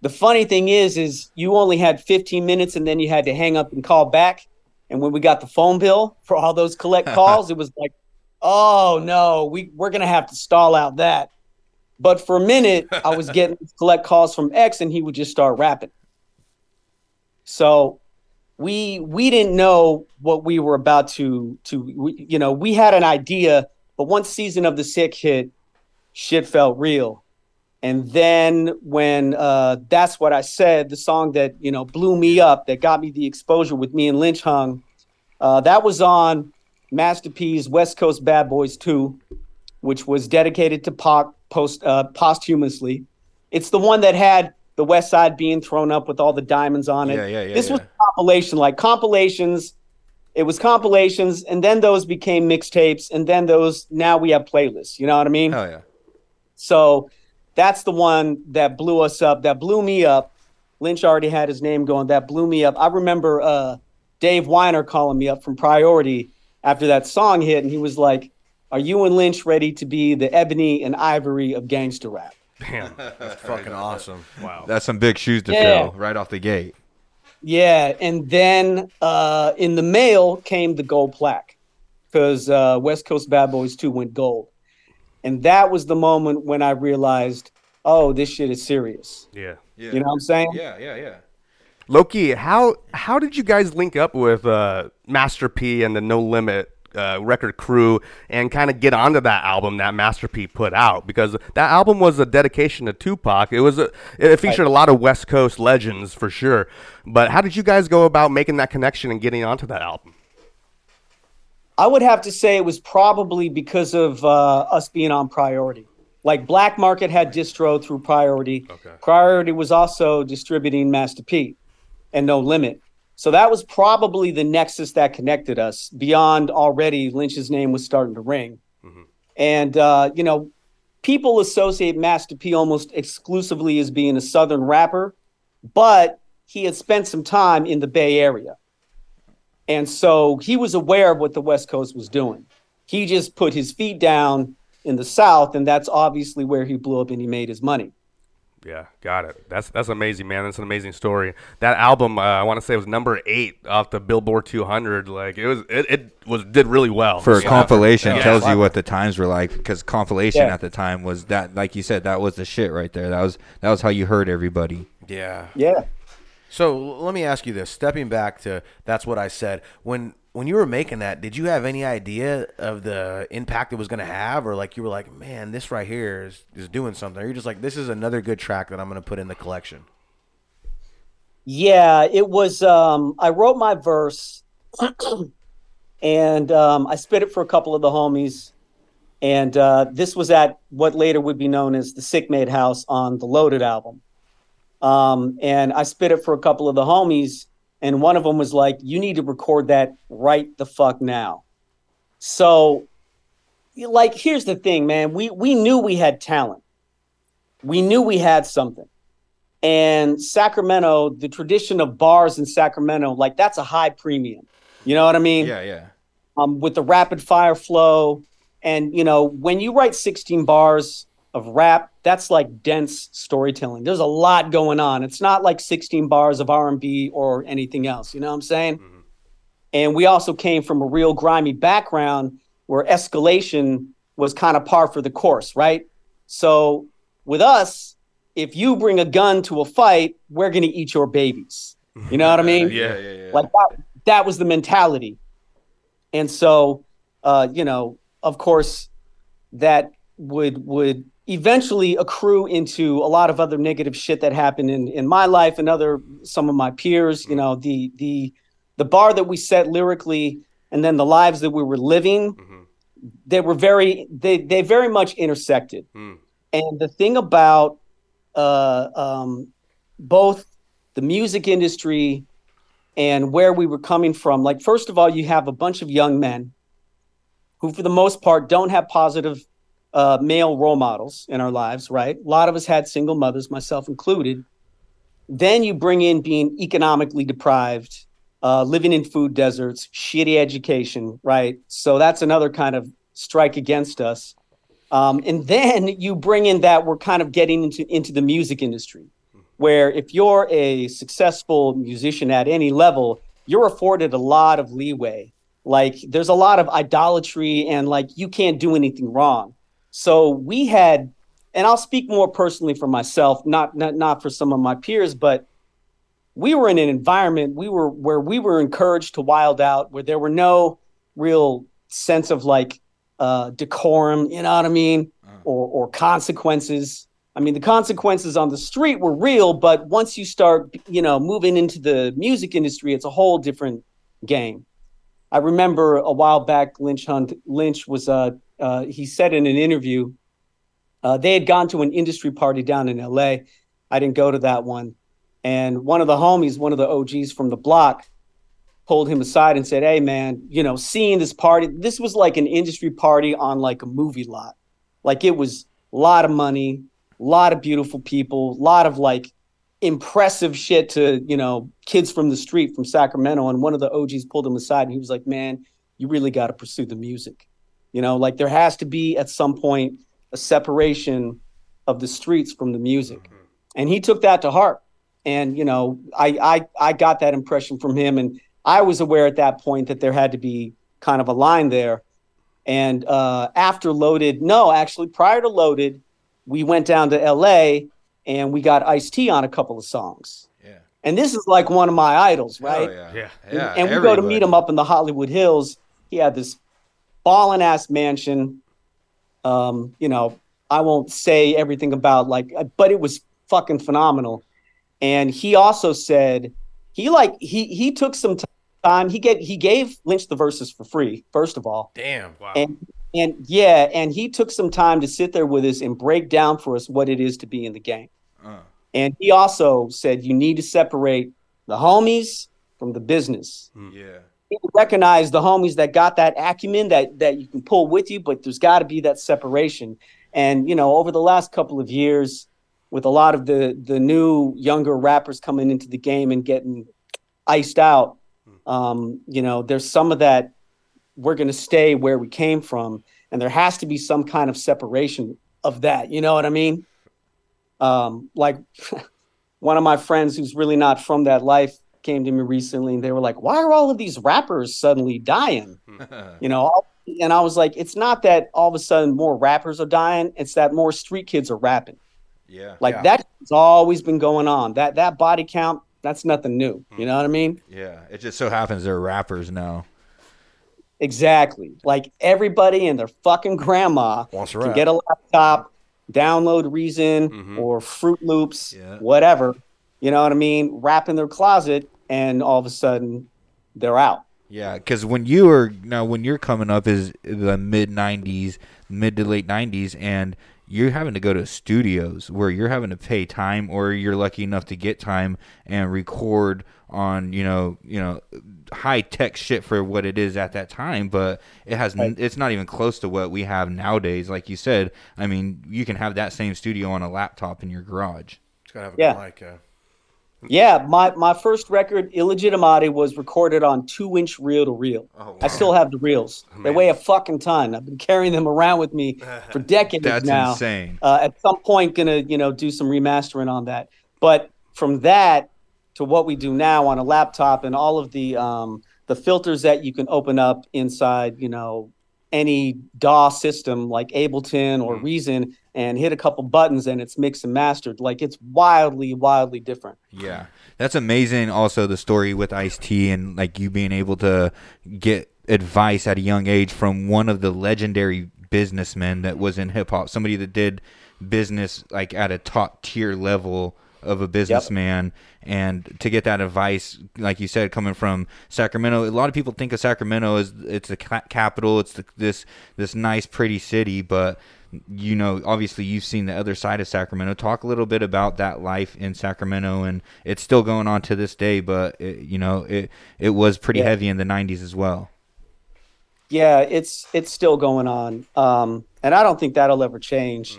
S15: The funny thing is, is you only had 15 minutes, and then you had to hang up and call back. And when we got the phone bill for all those collect calls, it was like, oh no, we we're gonna have to stall out that. But for a minute, I was getting these collect calls from X, and he would just start rapping. So we we didn't know what we were about to to we, you know we had an idea but once season of the sick hit shit felt real and then when uh, that's what i said the song that you know blew me up that got me the exposure with me and lynch hung uh, that was on master p's west coast bad boys 2 which was dedicated to Pac post uh, posthumously it's the one that had the west side being thrown up with all the diamonds on it
S9: Yeah, yeah, yeah,
S15: this was
S9: yeah.
S15: compilation like compilations it was compilations and then those became mixtapes and then those now we have playlists you know what i mean oh
S9: yeah
S15: so that's the one that blew us up that blew me up lynch already had his name going that blew me up i remember uh, dave weiner calling me up from priority after that song hit and he was like are you and lynch ready to be the ebony and ivory of gangster rap
S10: Damn, that's fucking awesome. Wow.
S9: That's some big shoes to
S15: Yeah.
S9: fill right off the gate.
S15: Yeah, and then uh, in the mail came the gold plaque because uh, West Coast Bad Boys 2 went gold. And that was the moment when I realized, oh, this shit is serious.
S5: Yeah.
S15: You know what I'm saying?
S9: Yeah, yeah, yeah.
S5: Loki, how how did you guys link up with uh, Master P and the No Limit uh, record crew and kind of get onto that album that Master P put out? Because that album was a dedication to Tupac. It was a, it featured a lot of West Coast legends for sure. But how did you guys go about making that connection and getting onto that album?
S15: I would have to say it was probably because of uh, us being on priority. Like Black Market had distro through priority. Priority was also distributing Master P and No Limit. So that was probably the nexus that connected us beyond already Lynch's name was starting to ring. And, uh, you know, people associate Master P almost exclusively as being a Southern rapper, but he had spent some time in the Bay Area. And so he was aware of what the West Coast was doing. He just put his feet down in the South, and that's obviously where he blew up and he made his money.
S5: Yeah, got it. That's that's amazing, man. That's an amazing story. That album, uh, I want to say, was number eight off the Billboard 200. Like it was, it, it was did really well
S9: For a
S5: Yeah.
S9: compilation
S5: Yeah.
S9: tells you what the times were like because compilation
S5: Yeah.
S9: at the time was that like you said that was the shit right there. That was that was how you heard everybody.
S10: Yeah.
S15: Yeah.
S10: So l- let me ask you this: stepping back to that's what I said when when you were making that, did you have any idea of the impact it was going to have, or like you were like, man, this right here is is doing something? Or you're just like, this is another good track that I'm going to put in the collection.
S15: Yeah, it was. Um, I wrote my verse, and um, I spit it for a couple of the homies. And uh, this was at what later would be known as the Sick Made House on the Loaded album. Um, and I spit it for a couple of the homies, and one of them was like, "You need to record that right the fuck now." So, like, here's the thing, man. We we knew we had talent. We knew we had something and Sacramento, the tradition of bars in Sacramento, like that's a high premium. You know what I mean?
S9: Yeah, yeah.
S15: Um, with the rapid fire flow, and you know when you write 16 bars of rap, that's like dense storytelling. There's a lot going on. It's not like 16 bars of R&B or anything else. You know what I'm saying? And we also came from a real grimy background where escalation was kind of par for the course, right? So with us, if you bring a gun to a fight, we're going to eat your babies. You know what I mean?
S9: Yeah, yeah, yeah.
S15: Like that, that was the mentality. And so, uh, you know, of course, that would would eventually accrue into a lot of other negative shit that happened in in my life and other some of my peers
S9: Mm-hmm.
S15: you know the the the bar that we set lyrically and then the lives that we were living they were very they they very much intersected.
S5: Mm.
S15: And the thing about uh, um, both the music industry and where we were coming from, like first of all, you have a bunch of young men who, for the most part, don't have positive uh, male role models in our lives. Right? A lot of us had single mothers, myself included. Then you bring in being economically deprived, uh, living in food deserts, shitty education, right? So that's another kind of strike against us. Um, and then you bring in that we're kind of getting into into the music industry, where if you're a successful musician at any level, you're afforded a lot of leeway. Like there's a lot of idolatry and like you can't do anything wrong. So we had, and I'll speak more personally for myself, not not not for some of my peers, but we were in an environment we were where we were encouraged to wild out where there were no real sense of like uh decorum you know what i mean or or consequences i mean the consequences on the street were real but once you start you know moving into the music industry it's a whole different game i remember a while back lynch hunt lynch was uh, uh he said in an interview uh, they had gone to an industry party down in la i didn't go to that one and one of the homies, one of the OGs from the block, pulled him aside and said, Hey, man, you know, seeing this party, this was like an industry party on like a movie lot. Like it was a lot of money, a lot of beautiful people, a lot of like impressive shit to, you know, kids from the street from Sacramento. And one of the OGs pulled him aside and he was like, Man, you really got to pursue the music. You know, like there has to be at some point a separation of the streets from the music. And he took that to heart and you know I, I i got that impression from him and i was aware at that point that there had to be kind of a line there and uh after loaded no actually prior to loaded we went down to la and we got ice t on a couple of songs
S16: Yeah.
S15: and this is like one of my idols right
S16: Yeah.
S15: and, and we go to meet him up in the Hollywood Hills. He had this ballin' ass mansion. Um, you know, I won't say everything about like, uh, but it was fucking phenomenal. And he also said he like he he took some ti- time. He get he gave Lynch the verses for free. First of all,
S10: Damn. Wow.
S15: and and yeah, and he took some time to sit there with us and break down for us what it is to be in the game. And he also said you need to separate the homies from the business.
S16: Yeah.
S15: You recognize the homies that got that acumen that that you can pull with you, but there's got to be that separation. And you know, over the last couple of years, with a lot of the the new younger rappers coming into the game and getting iced out, um, you know, there's some of that we're going to stay where we came from and there has to be some kind of separation of that you know what i mean um, like one of my friends who's really not from that life came to me recently and they were like why are all of these rappers suddenly dying you know all- and i was like it's not that all of a sudden more rappers are dying it's that more street kids are rapping
S16: Yeah.
S15: like that has always been going on that that body count that's nothing new you know what i mean
S9: Yeah. It just so happens they're rappers now.
S15: Exactly. Like everybody and their fucking grandma
S9: Wants to
S15: can
S9: rap. Mm-hmm.
S15: get a laptop, download Reason or Fruit Loops, whatever. You know what I mean? Rap in their closet, and all of a sudden they're out.
S9: Yeah, because when you were now when you're coming up is the mid '90s, mid to late '90s, and you're having to go to studios where you're having to pay time, or you're lucky enough to get time and record on you know you know high tech shit for what it is at that time. But it has n it's not even close to what we have nowadays. Like you said, I mean, you can have that same studio on a laptop in your garage.
S10: It's gotta have a
S15: Yeah.
S10: good mic. Yeah.
S15: Yeah, my, my first record, Illegitimati, was recorded on two inch reel to reel.
S9: Oh,
S15: I still have the reels. They weigh a fucking ton. I've been carrying them around with me for decades
S9: That's
S15: now.
S9: insane.
S15: Uh, at some point, gonna you know do some remastering on that. But from that to what we do now on a laptop and all of the um, the filters that you can open up inside, you know, any DAW system like Ableton or Reason, and hit a couple buttons and it's mixed and mastered. Like it's wildly, wildly different.
S9: Yeah. That's amazing. Also, the story with Ice T and like you being able to get advice at a young age from one of the legendary businessmen that was in hip hop, somebody that did business like at a top tier level of a businessman, and to get that advice, like you said, coming from Sacramento, a lot of people think of Sacramento as it's the ca- capital, it's the, this this nice, pretty city, but you know, obviously you've seen the other side of Sacramento. Talk a little bit about that life in Sacramento, and it's still going on to this day. But it, you know, it it was pretty
S15: Yeah.
S9: heavy in the '90s as well.
S15: yeah it's it's still going on um and i don't think that'll ever change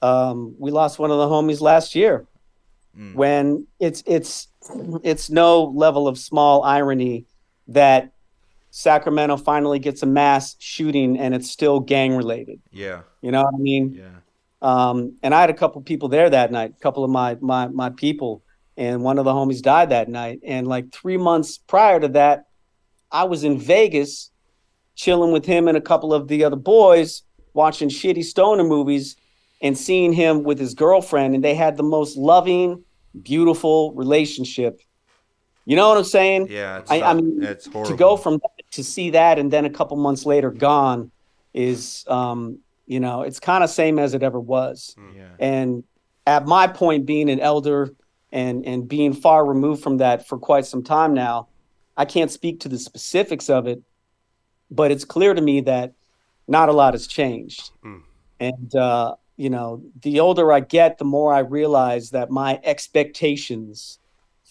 S15: um we lost one of the homies last year when it's it's it's no level of small irony that sacramento finally gets a mass shooting and it's still gang related
S9: Yeah.
S15: you know what I mean?
S9: Yeah.
S15: Um, and I had a couple people there that night, a couple of my my my people, and one of the homies died that night. And like three months prior to that, I was in Vegas, chilling with him and a couple of the other boys, watching shitty stoner movies, and seeing him with his girlfriend, and they had the most loving, beautiful relationship. You know what I'm saying?
S9: Yeah, it's,
S15: I, I mean,
S9: it's
S15: to go from that, to see that and then a couple months later gone is, um, you know, it's kind of same as it ever was. And at my point, being an elder and and being far removed from that for quite some time now, I can't speak to the specifics of it, but it's clear to me that not a lot has changed. And uh, you know, the older I get, the more I realize that my expectations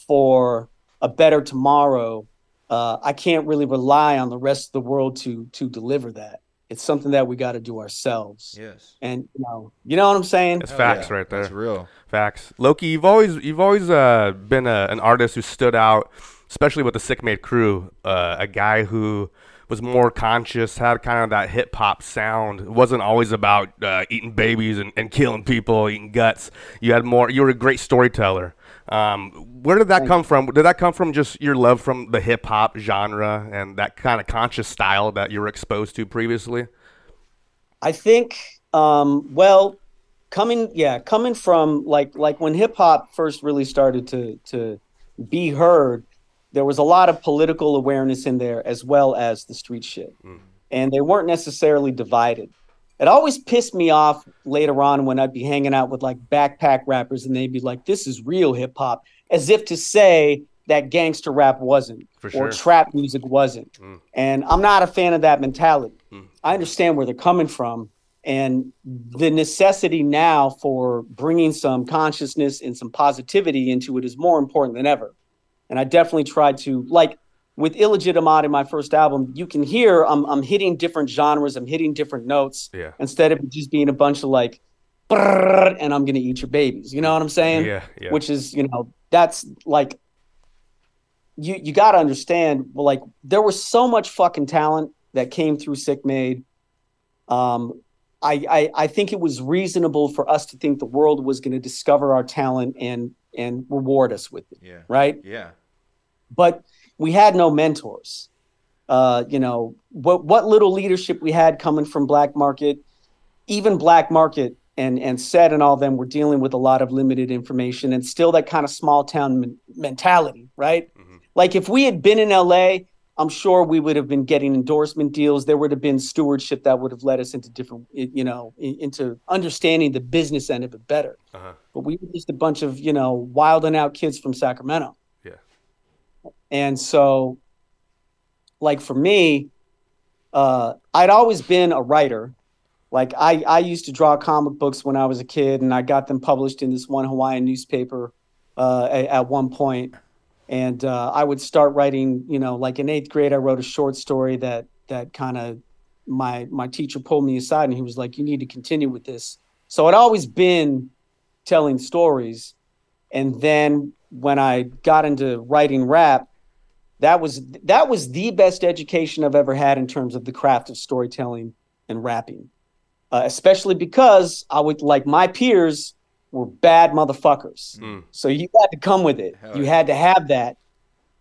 S15: for a better tomorrow, uh, I can't really rely on the rest of the world to to deliver that. It's something that we got to do ourselves.
S9: Yes.
S15: And you know, you know what I'm saying?
S5: It's facts right there.
S9: That's real.
S5: Facts. Loki, you've always you've always uh, been a, an artist who stood out, especially with the Sick Made crew. Uh, a guy who was more conscious, had kind of that hip hop sound. It wasn't always about uh, eating babies and, and killing people, eating guts. You had more. You were a great storyteller. Um, where did that come from? Did that come from just your love from the hip hop genre and that kind of conscious style that you were exposed to previously?
S15: I think um well coming yeah coming from like like when hip hop first really started to to be heard there was a lot of political awareness in there as well as the street shit
S16: Mm.
S15: and they weren't necessarily divided it always pissed me off later on when I'd be hanging out with like backpack rappers and they'd be like this is real hip hop as if to say that gangster rap wasn't
S16: For
S15: or
S16: sure.
S15: trap music wasn't and I'm not a fan of that mentality. I understand where they're coming from and the necessity now for bringing some consciousness and some positivity into it is more important than ever. And I definitely tried to like with Illegitimate in my first album, you can hear I'm I'm hitting different genres, I'm hitting different notes
S5: Yeah.
S15: instead of it just being a bunch of like "Brrr," and I'm gonna eat your babies. You know what I'm saying?
S5: Yeah, yeah.
S15: Which is, you know, that's like you you got to understand well, like there was so much fucking talent that came through sick made um I, I i think it was reasonable for us to think the world was going to discover our talent and and reward us with it
S9: Yeah.
S15: right
S9: Yeah.
S15: but we had no mentors uh you know what what little leadership we had coming from black market even black market and and said and all them were dealing with a lot of limited information and still that kind of small town men- mentality right like if we had been in LA, I'm sure we would have been getting endorsement deals. There would have been stewardship that would have led us into different, you know, in- into understanding the business end of it better.
S5: Uh-huh.
S15: But we were just a bunch of, you know, wild and out kids from Sacramento.
S5: Yeah.
S15: And so, like for me, uh, I'd always been a writer. Like I, I used to draw comic books when I was a kid, and I got them published in this one Hawaiian newspaper uh, a- at one point. And uh, I would start writing, you know, like in eighth grade, I wrote a short story that that kind of my my teacher pulled me aside and he was like, "You need to continue with this." So I'd always been telling stories, and then when I got into writing rap, that was that was the best education I've ever had in terms of the craft of storytelling and rapping, uh, especially because I would like my peers were bad motherfuckers.
S10: Mm,
S14: Mm-hmm.
S15: So you had to come with it. you had to have that,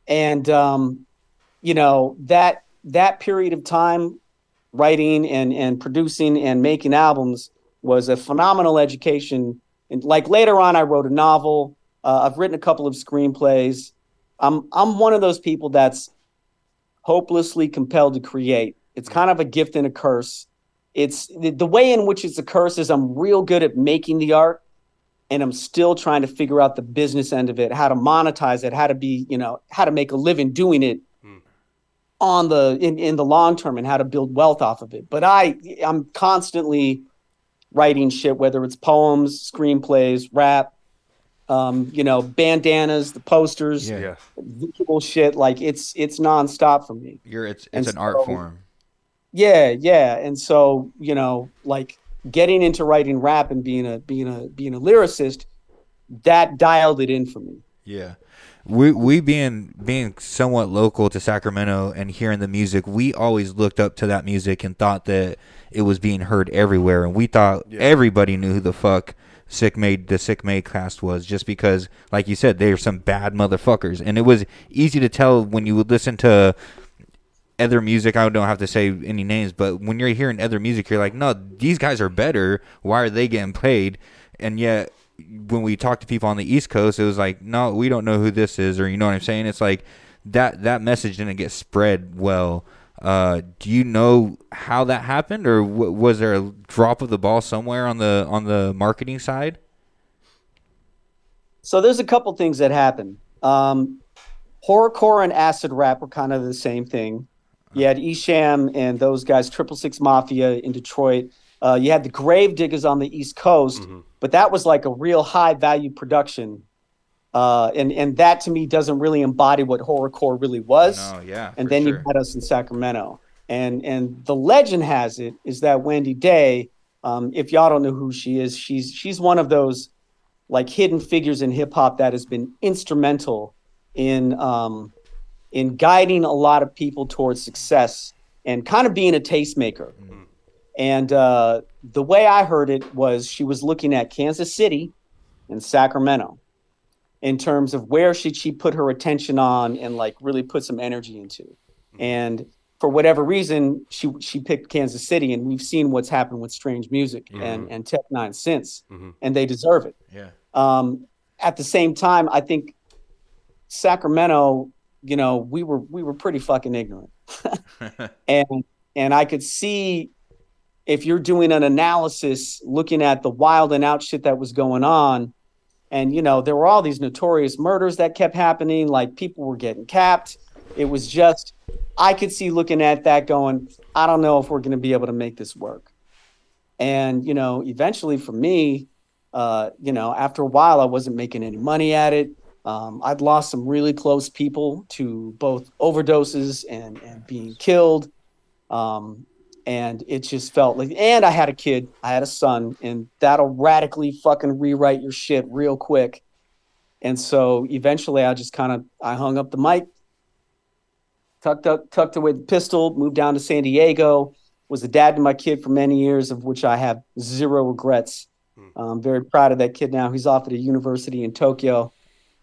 S15: and um, you know that that period of time, writing and and producing and making albums was a phenomenal education. And like later on, I wrote a novel. Uh, I've written a couple of screenplays. I'm I'm one of those people that's hopelessly compelled to create. It's kind of a gift and a curse. It's the, the way in which it's a curse is I'm real good at making the art, and I'm still trying to figure out the business end of it, how to monetize it, how to be, you know, how to make a living doing it on the in, in the long term and how to build wealth off of it. But I I'm constantly writing shit, whether it's poems, screenplays, rap, um, you know, bandanas, the posters,
S9: Yeah.
S15: visual shit. Like it's it's nonstop for me.
S9: You're it's
S15: And
S9: it's an art
S15: so-
S9: form.
S15: Yeah, yeah. And so, you know, like getting into writing rap and being a being a being a lyricist, that dialed it in for me.
S9: Yeah. We we being being somewhat local to Sacramento and hearing the music, we always looked up to that music and thought that it was being heard everywhere, and we thought everybody knew who the fuck Sick Made the Sick Made cast was, just because, like you said, they are some bad motherfuckers, and it was easy to tell when you would listen to other music. I don't have to say any names, but when you're hearing other music, you're like, no, these guys are better. Why are they getting played? And yet, when we talked to people on the East Coast, it was like, no, we don't know who this is, or you know what I'm saying? It's like that that message didn't get spread well. Uh, do you know how that happened, or w- was there a drop of the ball somewhere on the on the marketing side?
S15: So there's a couple things that happen. Um, horrorcore and acid rap were kind of the same thing. You had Esham and those guys, Triple Six Mafia in Detroit. Uh, you had the Grave Diggers on the East Coast,
S9: Mm-hmm.
S15: but that was like a real high value production, uh, and and that to me doesn't really embody what horrorcore really was.
S9: No, yeah,
S15: and
S9: for
S15: then
S9: sure.
S15: you had us in Sacramento, and and the legend has it is that Wendy Day. Um, if y'all don't know who she is, she's she's one of those like hidden figures in hip hop that has been instrumental in um, in guiding a lot of people towards success and kind of being a tastemaker. And uh, the way I heard it was she was looking at Kansas City and Sacramento in terms of where should she put her attention on and like really put some energy into. And for whatever reason, she she picked Kansas City, and we've seen what's happened with Strange Music and and Tech Nine since,
S5: Mm-hmm.
S15: and they deserve it.
S9: Yeah.
S15: Um, at the same time, I think Sacramento, you know, we were we were pretty fucking ignorant, and and I could see if you're doing an analysis looking at the wild and out shit that was going on, and you know there were all these notorious murders that kept happening, like people were getting capped. It was just I could see looking at that going, I don't know if we're going to be able to make this work, and you know, eventually for me, uh, you know, after a while, I wasn't making any money at it. Um, I'd lost some really close people to both overdoses and, and being killed. Um, and it just felt like, and I had a kid, I had a son, and that'll radically fucking rewrite your shit real quick. And so eventually I just kind of, I hung up the mic, tucked up, tucked away the pistol, moved down to San Diego, was a dad to my kid for many years, of which I have zero regrets. I'm very proud of that kid now. He's off at a university in Tokyo,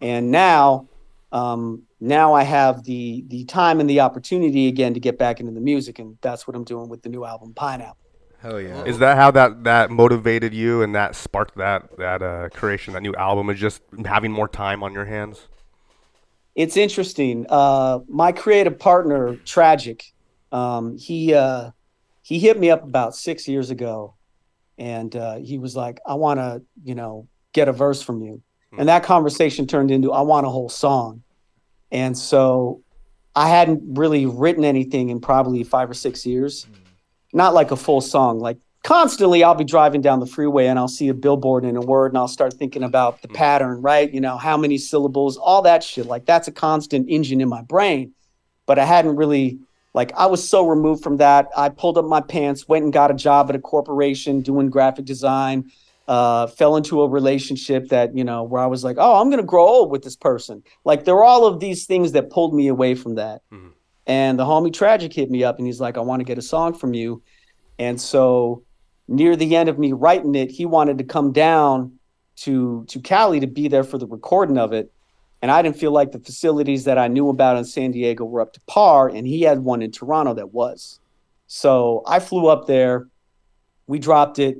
S15: and now, um, now I have the the time and the opportunity again to get back into the music, and that's what I'm doing with the new album Pineapple.
S9: Hell yeah.
S5: Is that how that that motivated you and that sparked that that uh, creation, that new album? Is just having more time on your hands.
S15: It's interesting. Uh, my creative partner, Tragic, um, he uh, he hit me up about six years ago, and uh, he was like, "I want to, you know, get a verse from you."
S9: Hmm.
S15: And that conversation turned into, "I want a whole song," and so I hadn't really written anything in probably five or six years, not like a full song. Like constantly, I'll be driving down the freeway and I'll see a billboard and a word, and I'll start thinking about the pattern, right? You know, how many syllables, all that shit. Like that's a constant engine in my brain, but I hadn't really. Like I was so removed from that, I pulled up my pants, went and got a job at a corporation doing graphic design. Uh, fell into a relationship that you know where I was like, oh, I'm gonna grow old with this person. Like there were all of these things that pulled me away from that. And the homie Tragic hit me up and he's like, I want to get a song from you. And so near the end of me writing it, he wanted to come down to to Cali to be there for the recording of it. And I didn't feel like the facilities that I knew about in San Diego were up to par. And he had one in Toronto that was. So I flew up there. We dropped it.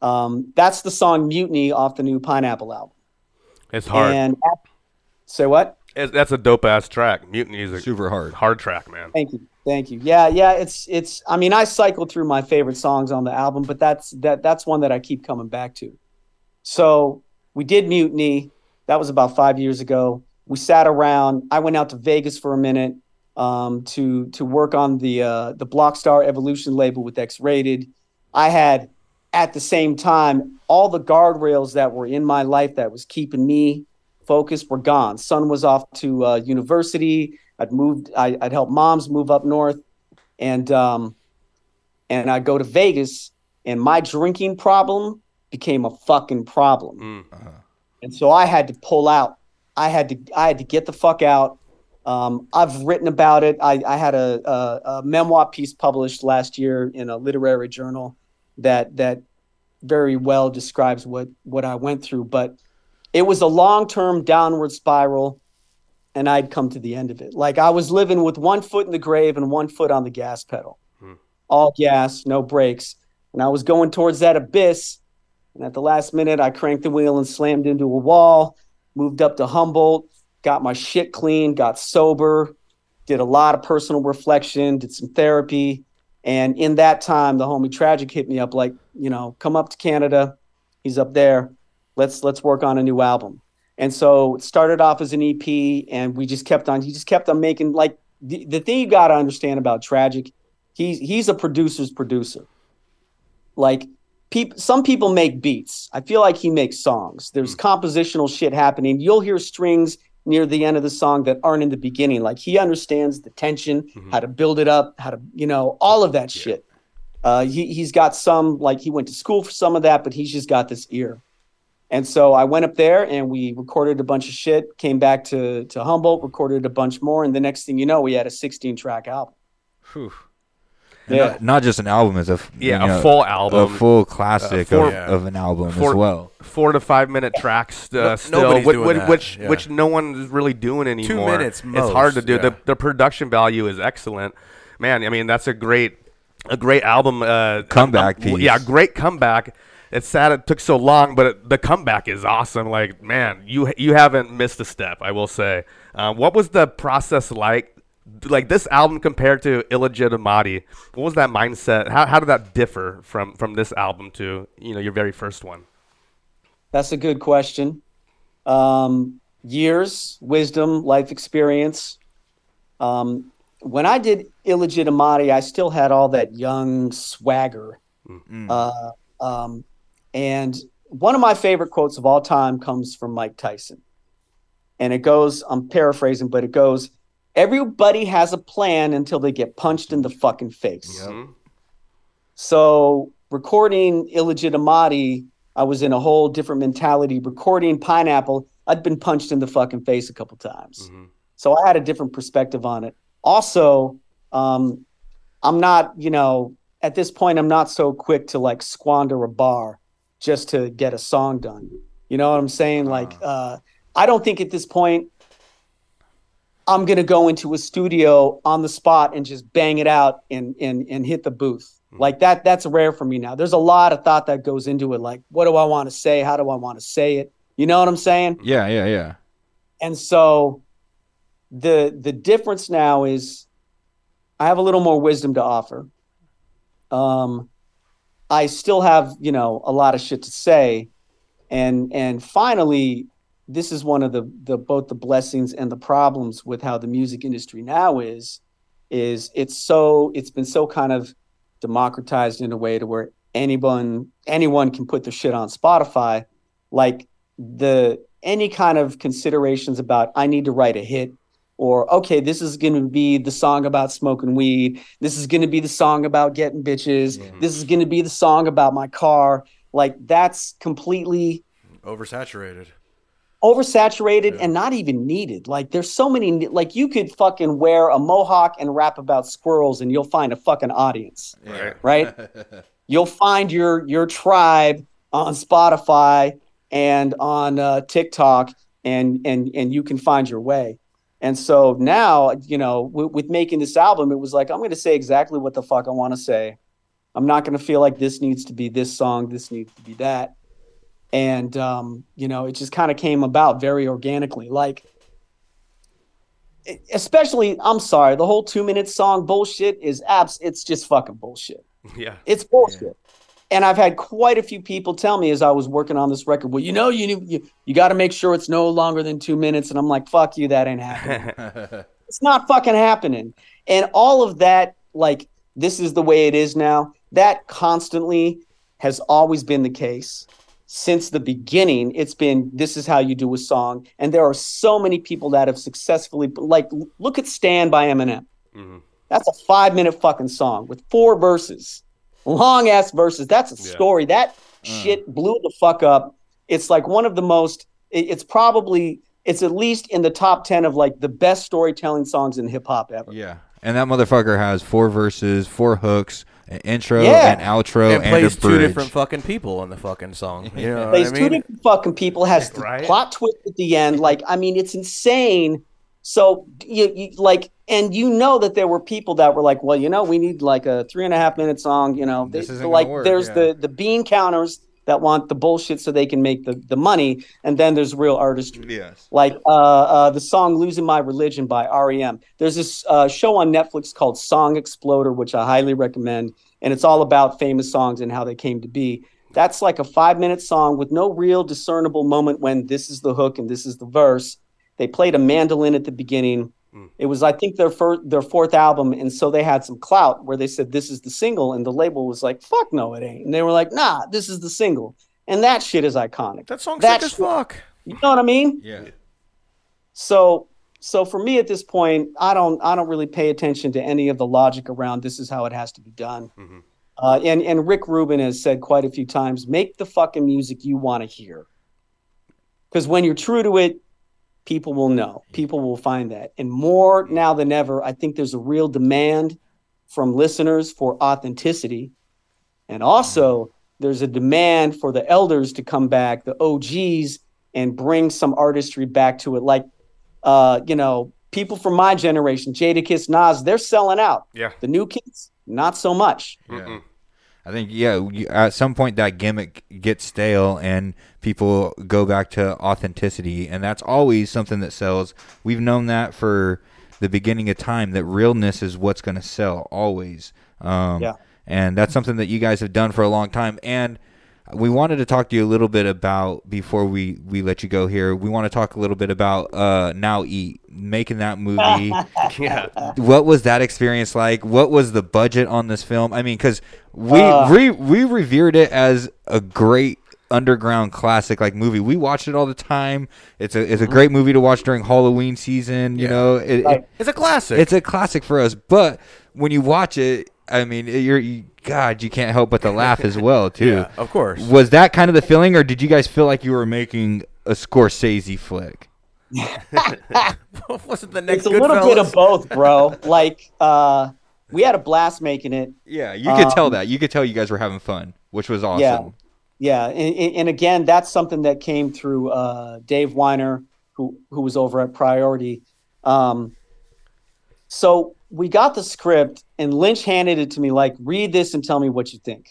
S15: Um, that's the song Mutiny off the new Pineapple album.
S5: It's hard.
S15: And say what?
S5: It's- that's a dope ass track. Mutiny is a
S9: super hard
S5: hard track, man.
S15: Thank you. Thank you. Yeah, yeah, it's it's I mean, I cycled through my favorite songs on the album, but that's that that's one that I keep coming back to. So We did Mutiny. That was about five years ago. We sat around. I went out to Vegas for a minute um, to to work on the uh, the Blockstar Evolution label with X Rated. I had at the same time all the guardrails that were in my life that was keeping me focused were gone. Son was off to uh, university. I'd moved. I, I'd helped moms move up north, and um, and I go to Vegas, and my drinking problem became a fucking problem. And so I had to pull out. I had to I had to get the fuck out. Um, I've written about it. I, I had a, a, a memoir piece published last year in a literary journal that that very well describes what what I went through. But it was a long term downward spiral, and I'd come to the end of it. Like I was living with one foot in the grave and one foot on the gas pedal all gas, no brakes. And I was going towards that abyss. And at the last minute, I cranked the wheel and slammed into a wall, moved up to Humboldt, got my shit clean, got sober, did a lot of personal reflection, did some therapy. And in that time, the homie Tragic hit me up like, you know, come up to Canada. He's up there. Let's let's work on a new album. And so it started off as an EP, and we just kept on. He just kept on making like the, the thing you got to understand about Tragic he's he's a producer's producer. Like peop, some people make beats. I feel like he makes songs. There's compositional shit happening. You'll hear strings near the end of the song that aren't in the beginning. Like he understands the tension, how to build it up, how to you know all of that shit. Uh, he he's got some like he went to school for some of that, but he's just got this ear. And so I went up there and we recorded a bunch of shit. Came back to to Humboldt, recorded a bunch more, and the next thing you know, we had a 16 track album.
S9: And
S15: Yeah.
S9: Not, not just an album, it's a f-
S5: Yeah,
S9: you
S5: a
S9: know,
S5: full album,
S9: a full
S5: Uh,
S9: classic
S5: four-
S9: of, of an album
S5: four-
S9: as well.
S5: Four to five minute tracks uh,
S10: No-
S5: still,
S10: nobody's
S5: which,
S10: doing
S5: which,
S10: that,
S5: which,
S10: yeah.
S5: which no one is really doing anymore.
S10: minutes
S5: It's
S10: most,
S5: hard to do.
S10: yeah.
S5: The, the production value is excellent, man. I mean, that's a great, a great album uh,
S9: Comeback
S5: um, w-
S9: piece.
S5: Yeah, great comeback. It's sad it took so long, but it, the comeback is awesome. Like, man, you you haven't missed a step. I will say. Um, what was the process like? Like this album compared to Illegitimati, what was that mindset? How, how did that differ from from this album to you know your very first one?
S15: That's a good question. Um, years, wisdom, life experience. Um, when I did Illegitimati, I still had all that young swagger. Uh, um, and one of my favorite quotes of all time comes from Mike Tyson. And it goes, I'm paraphrasing, but it goes, everybody has a plan until they get punched in the fucking face. So recording Illegitimati, I was in a whole different mentality. Recording Pineapple, I'd been punched in the fucking face a couple times. So I had a different perspective on it. Also, um, I'm not, you know, at this point, I'm not so quick to like squander a bar just to get a song done. You know what I'm saying? Like, uh, I don't think at this point I'm gonna go into a studio on the spot and just bang it out and and and hit the booth. Like that that's rare for me now. There's a lot of thought that goes into it. Like, what do I want to say? How do I want to say it? You know what I'm saying?
S9: Yeah, yeah, yeah.
S15: And so the the difference now is I have a little more wisdom to offer. Um I still have, you know, a lot of shit to say. And and finally, this is one of the the both the blessings and the problems with how the music industry now is is it's so it's been so kind of democratized in a way to where anyone anyone can put their shit on Spotify like the any kind of considerations about I need to write a hit or okay this is going to be the song about smoking weed this is going to be the song about getting bitches this is going to be the song about my car like that's completely
S10: Oversaturated.
S15: oversaturated and not even needed. Like there's so many like you could fucking wear a mohawk and rap about squirrels and you'll find a fucking audience.
S10: Right.
S15: Right? You'll find your your tribe on Spotify and on uh, TikTok and and and you can find your way. And so now, you know, w- with making this album, it was like I'm going to say exactly what the fuck I want to say. I'm not going to feel like this needs to be this song, this needs to be that and um, you know it just kind of came about very organically like e- especially i'm sorry the whole two minute song bullshit is abs it's just fucking bullshit
S5: Yeah.
S15: it's bullshit and I've had quite a few people tell me as I was working on this record, well, you know, you you, you got to make sure it's no longer than two minutes. And I'm like, fuck you, that ain't happening. it's not fucking happening. And all of that, like, this is the way it is now, that constantly has always been the case since the beginning. It's been this is how you do a song. And there are so many people that have successfully, like, look at Stand by Eminem.
S16: Mm-hmm.
S15: That's a five minute fucking song with four verses, long ass verses. That's a story. That shit blew the fuck up. It's like one of the most, it- it's probably, it's at least in the top 10 of like the best storytelling songs in hip hop ever.
S9: Yeah. And that motherfucker has four verses, four hooks, an intro,
S15: Yeah.
S9: an outro, and,
S10: and plays
S9: a
S10: two
S9: bridge.
S10: different fucking people on the fucking song. You know
S15: plays
S10: what I
S15: two
S10: mean?
S15: different fucking people, has the plot twist at the end. Like, I mean, it's insane. So you, you like, and you know that there were people that were like, well, you know, we need like a three and a half minute song. You know,
S9: This
S15: They-
S9: isn't
S15: like
S9: gonna work,
S15: there's
S9: yeah.
S15: the the bean counters that want the bullshit so they can make the the money, and then there's real artistry.
S9: Yes.
S15: Like uh, uh, the song "Losing My Religion" by REM. There's this uh, show on Netflix called Song Exploder, which I highly recommend, and it's all about famous songs and how they came to be. That's like a five minute song with no real discernible moment when this is the hook and this is the verse. They played a mandolin at the beginning.
S10: Hmm.
S15: It was, I think, their fir- their fourth album, and so they had some clout where they said this is the single, and the label was like, "Fuck no, it ain't," and they were like, "Nah, this is the single," and that shit is iconic. That
S10: song's
S15: that
S10: sick as
S15: shit-
S10: fuck.
S15: You know what I mean?
S9: Yeah.
S15: So so for me at this point, I don't I don't really pay attention to any of the logic around this is how it has to be done. Uh, and and Rick Rubin has said quite a few times, make the fucking music you want to hear. Because when you're true to it, people will know. People will find that. And more now than ever, I think there's a real demand from listeners for authenticity. And also, there's a demand for the elders to come back, the OGs, and bring some artistry back to it. Like, uh, you know, people from my generation, Jadakiss, Nas, they're selling out.
S5: Yeah.
S15: The new kids, not so much.
S10: mm,
S9: I think yeah, you- at some point that gimmick gets stale and people go back to authenticity and that's always something that sells. We've known that for the beginning of time that realness is what's going to sell always. Um
S15: Yeah.
S9: and that's something that you guys have done for a long time and we wanted to talk to you a little bit about before we, we let you go here. We want to talk a little bit about uh, Now Eat, making that movie,
S5: yeah.
S9: what was that experience like? What was the budget on this film? I mean, because we
S5: Uh.
S9: we we revered it as a great underground classic like movie. We watched it all the time. It's a it's a great movie to watch during Halloween season. You know, it, it-
S10: Right. It's a classic.
S9: It's a classic for us. But when you watch it, I mean, it- you're you, God, you can't help but to laugh as well too.
S10: Yeah, of course.
S9: Was that kind of the feeling, or did you guys feel like you were making a Scorsese flick?
S10: Wasn't the next
S15: it's a little bit
S10: Goodfellas?
S15: of both, bro. like, uh, we had a blast making it.
S9: Yeah, You could tell
S15: Um,
S9: that. You could tell you guys were having fun, which was awesome.
S15: Yeah, yeah, and, and- and again, that's something that came through uh, Dave Weiner, who who was over at Priority. Um, so we got the script, and Lynch handed it to me like, "Read this and tell me what you think."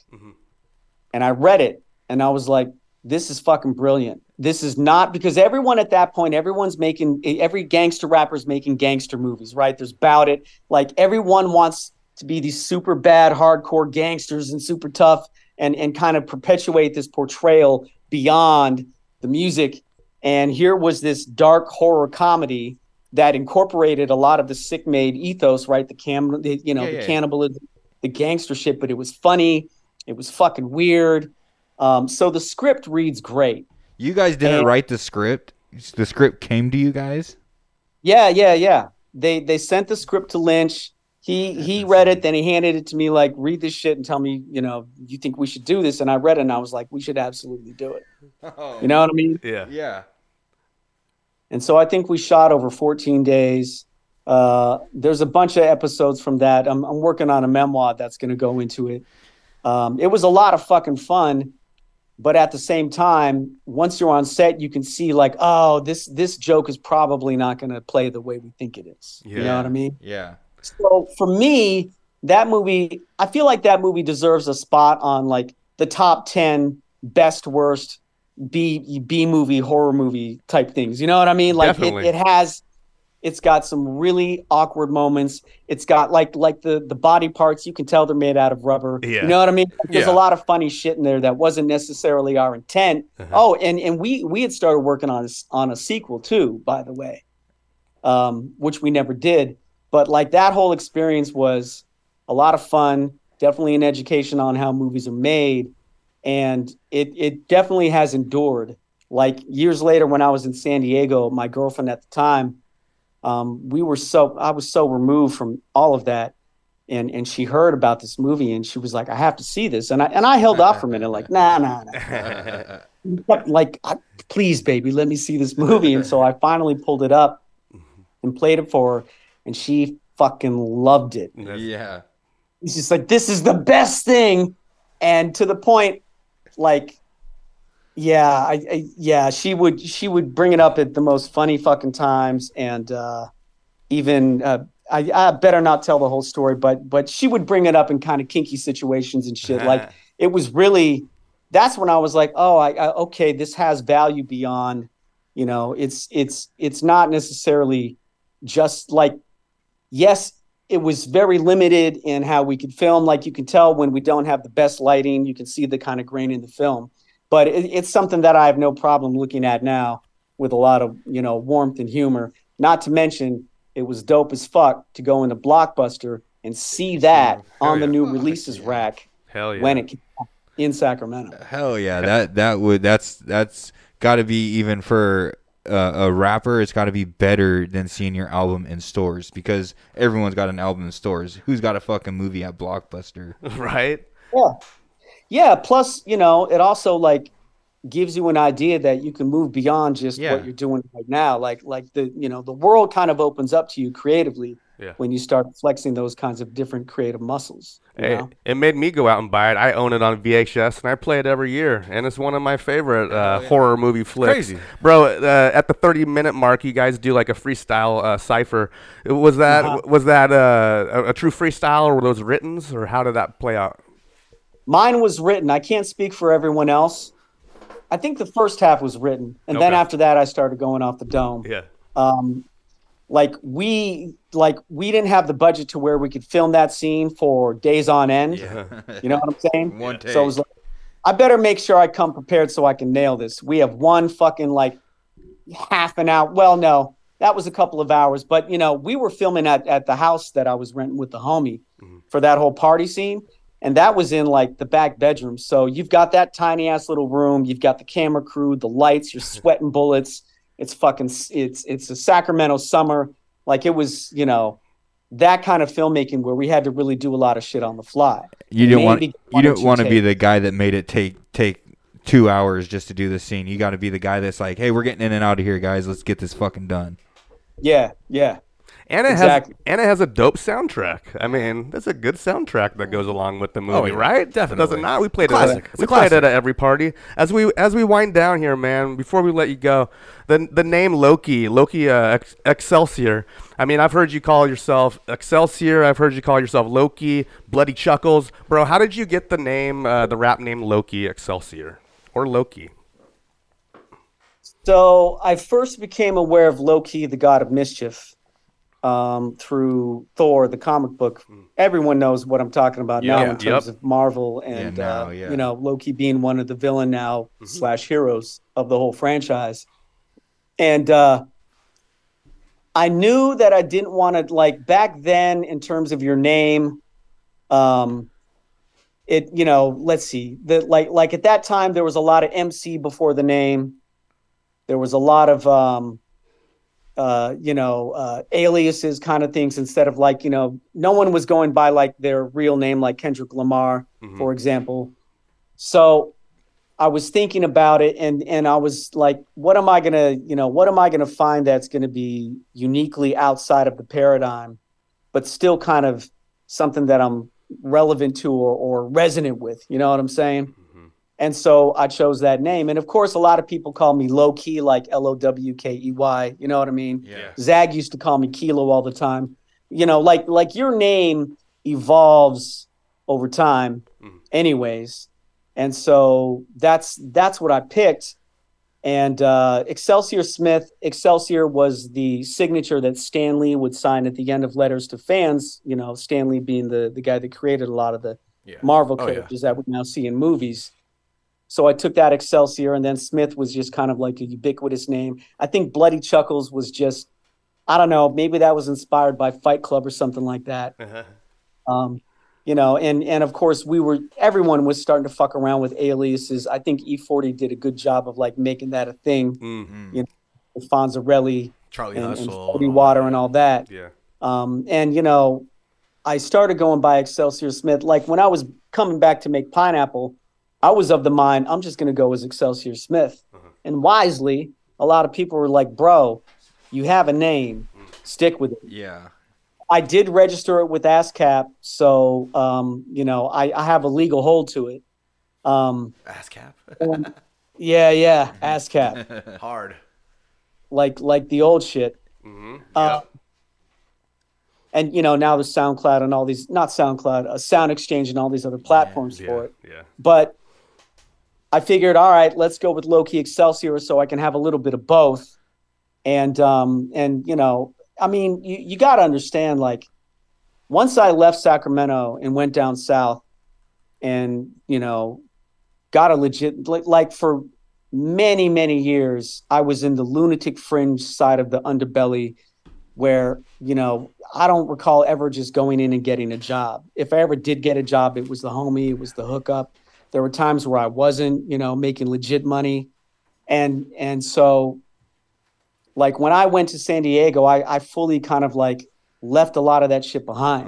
S15: And I read it, and I was like, "This is fucking brilliant." This is not because everyone at that point, everyone's making every gangster rapper's making gangster movies, right? There's about it. Like everyone wants to be these super bad hardcore gangsters and super tough and and kind of perpetuate this portrayal beyond the music and here was this dark horror comedy that incorporated a lot of the sick made ethos right the cam the, you know
S16: Yeah,
S15: the
S16: yeah, yeah.
S15: cannibalism the gangster shit but it was funny it was fucking weird um, so the script reads great
S9: You guys didn't
S15: And-
S9: write the script. The script came to you guys.
S15: Yeah, yeah, yeah. They they sent the script to Lynch. He he read it, then he handed it to me like, read this shit and tell me, you know, you think we should do this. And I read it and I was like, we should absolutely do it. You know what I mean?
S5: Yeah.
S9: Oh. Yeah.
S15: And so I think we shot over 14 days. Uh, there's a bunch of episodes from that. I'm, I'm working on a memoir that's going to go into it. Um, it was a lot of fucking fun, but at the same time, once you're on set, you can see like, oh, this this joke is probably not going to play the way we think it is. You know what I mean?
S9: Yeah.
S15: So for me, that movie, I feel like that movie deserves a spot on like the top ten best worst B B movie horror movie type things. You know what I mean? Like it,
S5: Definitely.
S15: it has It's got some really awkward moments. It's got like like the the body parts. You can tell they're made out of rubber.
S5: Yeah.
S15: You know what I mean? There's
S5: Yeah.
S15: a lot of funny shit in there that wasn't necessarily our intent. Oh, and and we we had started working on a, s- on a sequel too, by the way, um, which we never did. But like that whole experience was a lot of fun. Definitely an education on how movies are made and it it definitely has endured. Like years later, when I was in San Diego, my girlfriend at the time, um, we were so I was so removed from all of that, and and she heard about this movie and she was like, "I have to see this," and I and I held off for a minute, like, "Nah, nah, nah," But, like, I, "Please, baby, let me see this movie." And so I finally pulled it up and played it for her, and she fucking loved it.
S16: Yeah.
S15: He's just like, this is the best thing. And to the point, like, yeah, I, I yeah, she would she would bring it up at the most funny fucking times, and uh, even uh, I, I better not tell the whole story, but but she would bring it up in kind of kinky situations and shit. like it was really that's when I was like, oh, I, I okay, this has value beyond, you know, it's it's it's not necessarily just like yes, it was very limited in how we could film. Like you can tell when we don't have the best lighting, you can see the kind of grain in the film. But it, it's something that I have no problem looking at now with a lot of you know warmth and humor. Not to mention, it was dope as fuck to go into Blockbuster and see that on the new releases rack
S5: Hell
S15: when it came out in Sacramento.
S9: Hell yeah, that that would that's that's got to be even for uh, a rapper. It's got to be better than seeing your album in stores because everyone's got an album in stores. Who's got a fucking movie at Blockbuster?
S5: right?
S15: Yeah. Yeah. Plus, you know, it also like gives you an idea that you can move beyond just
S9: Yeah.
S15: what you're doing right now. Like, like the, you know, the world kind of opens up to you creatively
S5: Yeah.
S15: when you start flexing those kinds of different creative muscles. You
S5: Hey,
S15: know?
S5: it made me go out and buy it. I own it on VHS, and I play it every year. And it's one of my favorite uh, horror movie flicks.
S10: Crazy.
S5: bro! Uh, at the thirty-minute mark, you guys do like a freestyle uh, cipher. Was that
S15: Uh-huh.
S5: was that uh, a, a true freestyle, or were those writtens, or how did that play out?
S15: Mine was written. I can't speak for everyone else. I think the first half was written. And then
S5: Okay.
S15: after that, I started going off the dome.
S5: Yeah.
S15: um, like we like we didn't have the budget to where we could film that scene for days on end. You know what I'm saying?
S9: One
S15: So I was like, I better make sure I come prepared so I can nail this. We have one fucking like half an hour. Well, no, that was a couple of hours, but you know, we were filming at at the house that I was renting with the homie
S9: Mm-hmm.
S15: for that whole party scene. And that was in like the back bedroom. So you've got that tiny ass little room. You've got the camera crew, the lights. You're sweating bullets. It's fucking. It's it's a Sacramento summer. Like it was, you know, that kind of filmmaking where we had to really do a lot of shit on the fly.
S9: You don't want
S15: Maybe
S9: you
S15: one or
S9: don't
S15: two
S9: want to be
S15: takes.
S9: the guy that made it take take two hours just to do the scene. You got to be the guy that's like, hey, we're getting in and out of here, guys. Let's get this fucking done.
S15: Yeah, yeah.
S5: And it
S15: Exactly.
S5: has and it has a dope soundtrack. I mean, that's a good soundtrack that goes along with the movie,
S10: Oh, yeah.
S5: right?
S10: Definitely.
S5: Does it not? We played
S10: It's a
S5: it.
S10: classic.
S5: At,
S10: It's
S5: we
S10: a
S5: played it
S10: classic.
S5: at every party. As we as we wind down here, man. Before we let you go, the the name Loki, Loki uh, Ex- Excelsior. I mean, I've heard you call yourself Excelsior. I've heard you call yourself Loki, Bloody Chuckles, bro. How did you get the name, uh, the rap name Loki Excelsior or Loki?
S15: So I first became aware of Loki, the god of mischief, um, through Thor, the comic book. Everyone knows what I'm talking about now
S9: Hmm. Yeah,
S15: in terms
S9: yep.
S15: of Marvel and
S9: Yeah, now,
S15: uh,
S9: yeah. Mm-hmm.
S15: you know Loki being one of the villain now slash heroes of the whole franchise. And uh, I knew that I didn't want to like back then in terms of your name. Um, it you know let's see that like like at that time there was a lot of MC before the name. There was a lot of um, uh, you know uh, aliases kind of things instead of like you know no one was going by like their real name like Kendrick Lamar for example. So I was thinking about it and and I was like, what am I gonna, you know, what am I gonna find that's gonna be uniquely outside of the paradigm, but still kind of something that I'm relevant to or, or resonant with. You know what I'm saying? And so I chose that name. And of course, a lot of people call me low key, like L O W K E Y. You know what I mean?
S9: Yeah.
S15: Zag used to call me Kilo all the time. You know, like like your name evolves over
S16: Mm-hmm.
S15: time, anyways. And so that's that's what I picked. And uh, Excelsior Smith, Excelsior was the signature that Stanley would sign at the end of letters to fans. You know, Stanley being the the guy that created a lot of the Marvel
S16: Oh, yeah.
S15: characters that we now see in movies. So I took that Excelsior, and then Smith was just kind of like a ubiquitous name. I think Bloody Chuckles was just, I don't know, maybe that was inspired by Fight Club or something like that. Um, you know, and and of course we were everyone was starting to fuck around with aliases. I think E40 did a good job of like making that a thing.
S16: Mhm.
S15: You know, Fonzarelli,
S16: Charlie
S15: and, Mm-hmm. and
S16: Hustle.
S15: Fody Water, and all that.
S16: Yeah.
S15: Um, and you know, I started going by Excelsior Smith. Like when I was coming back to make pineapple, I was of the mind I'm just going to go as Excelsior Smith.
S16: Mm-hmm.
S15: And wisely, a lot of people were like, "Bro, you have a name,
S16: Mm.
S15: stick with it."
S9: Yeah.
S15: I did register it with ASCAP, so um, you know I, I have a legal hold to it. Um,
S16: ASCAP. Mm-hmm.
S15: um, yeah, yeah, ASCAP,
S16: Hard.
S15: like like the old shit. Uh, and you know now there's SoundCloud and all these not SoundCloud, uh, Sound Exchange and all these other platforms for it.
S16: Yeah.
S15: But I figured, all right, let's go with Loki Excelsior so I can have a little bit of both. And um, and you know, I mean, you, you gotta understand, like, once I left Sacramento and went down south and, you know, got a legit like, like for many, many years, I was in the lunatic fringe side of the underbelly where, you know, I don't recall ever just going in and getting a job. If I ever did get a job, it was the homie, it was the hookup there were times where I wasn't, you know, making legit money. And and so like when I went to San Diego, I, I fully kind of like left a lot of that shit behind.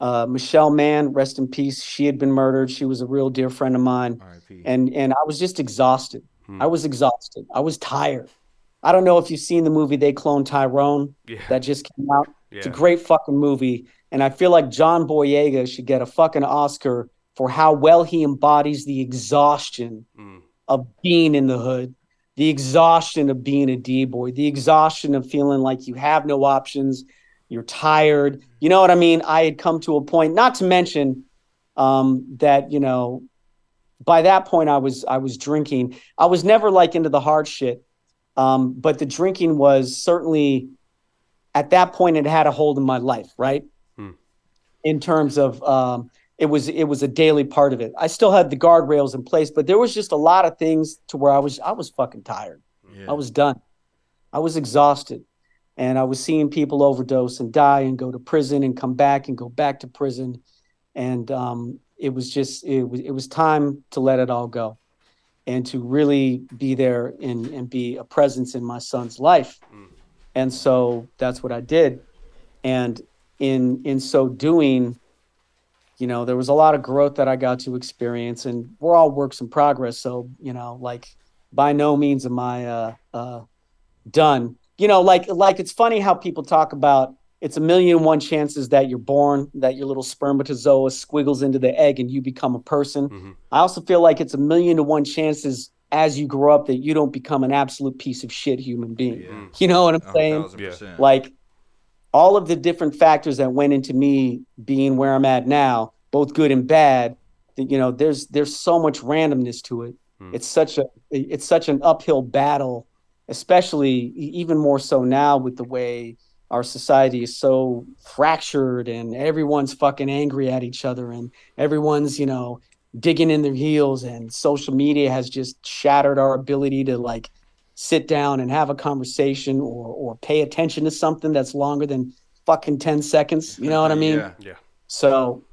S15: Uh, Michelle Mann, rest in peace. She had been murdered. She was a real dear friend of mine. And and I was just exhausted. I was exhausted. I was tired. I don't know if you've seen the movie They Clone Tyrone
S16: Yeah.
S15: that just came out. It's a
S16: Yeah.
S15: great fucking movie. And I feel like John Boyega should get a fucking Oscar for how well he embodies the exhaustion of being in the hood, the exhaustion of being a D boy, the exhaustion of feeling like you have no options, you're tired. You know what I mean? I had come to a point, not to mention um, that, you know, by that point I was I was drinking. I was never like into the hard shit. Um, but the drinking was certainly at that point it had a hold in my life, right?
S16: Hmm.
S10: mm.
S15: In terms of um, it was it was a daily part of it. I still had the guardrails in place, but there was just a lot of things to where I was I was fucking tired. I was done. I was exhausted. And I was seeing people overdose and die and go to prison and come back and go back to prison. And um, it was just it was it was time to let it all go and to really be there and, and be a presence in my son's life. And so that's what I did. And in in so doing, you know, there was a lot of growth that I got to experience and we're all works in progress. So, you know, like by no means am I uh uh done. You know, like like it's funny how people talk about it's a million and one chances that you're born, that your little spermatozoa squiggles into the egg and you become a person. I also feel like it's a million to one chances as you grow up that you don't become an absolute piece of shit human being. You know what
S17: Oh,
S15: I'm saying? Like all of the different factors that went into me being where I'm at now, both good and bad, that, you know, there's there's so much randomness to it. It's such a it's such an uphill battle, especially e- even more so now with the way our society is so fractured and everyone's fucking angry at each other and everyone's, you know, digging in their heels and social media has just shattered our ability to like sit down and have a conversation or or pay attention to something that's longer than fucking 10 seconds you know what i mean
S16: Yeah. Yeah.
S15: so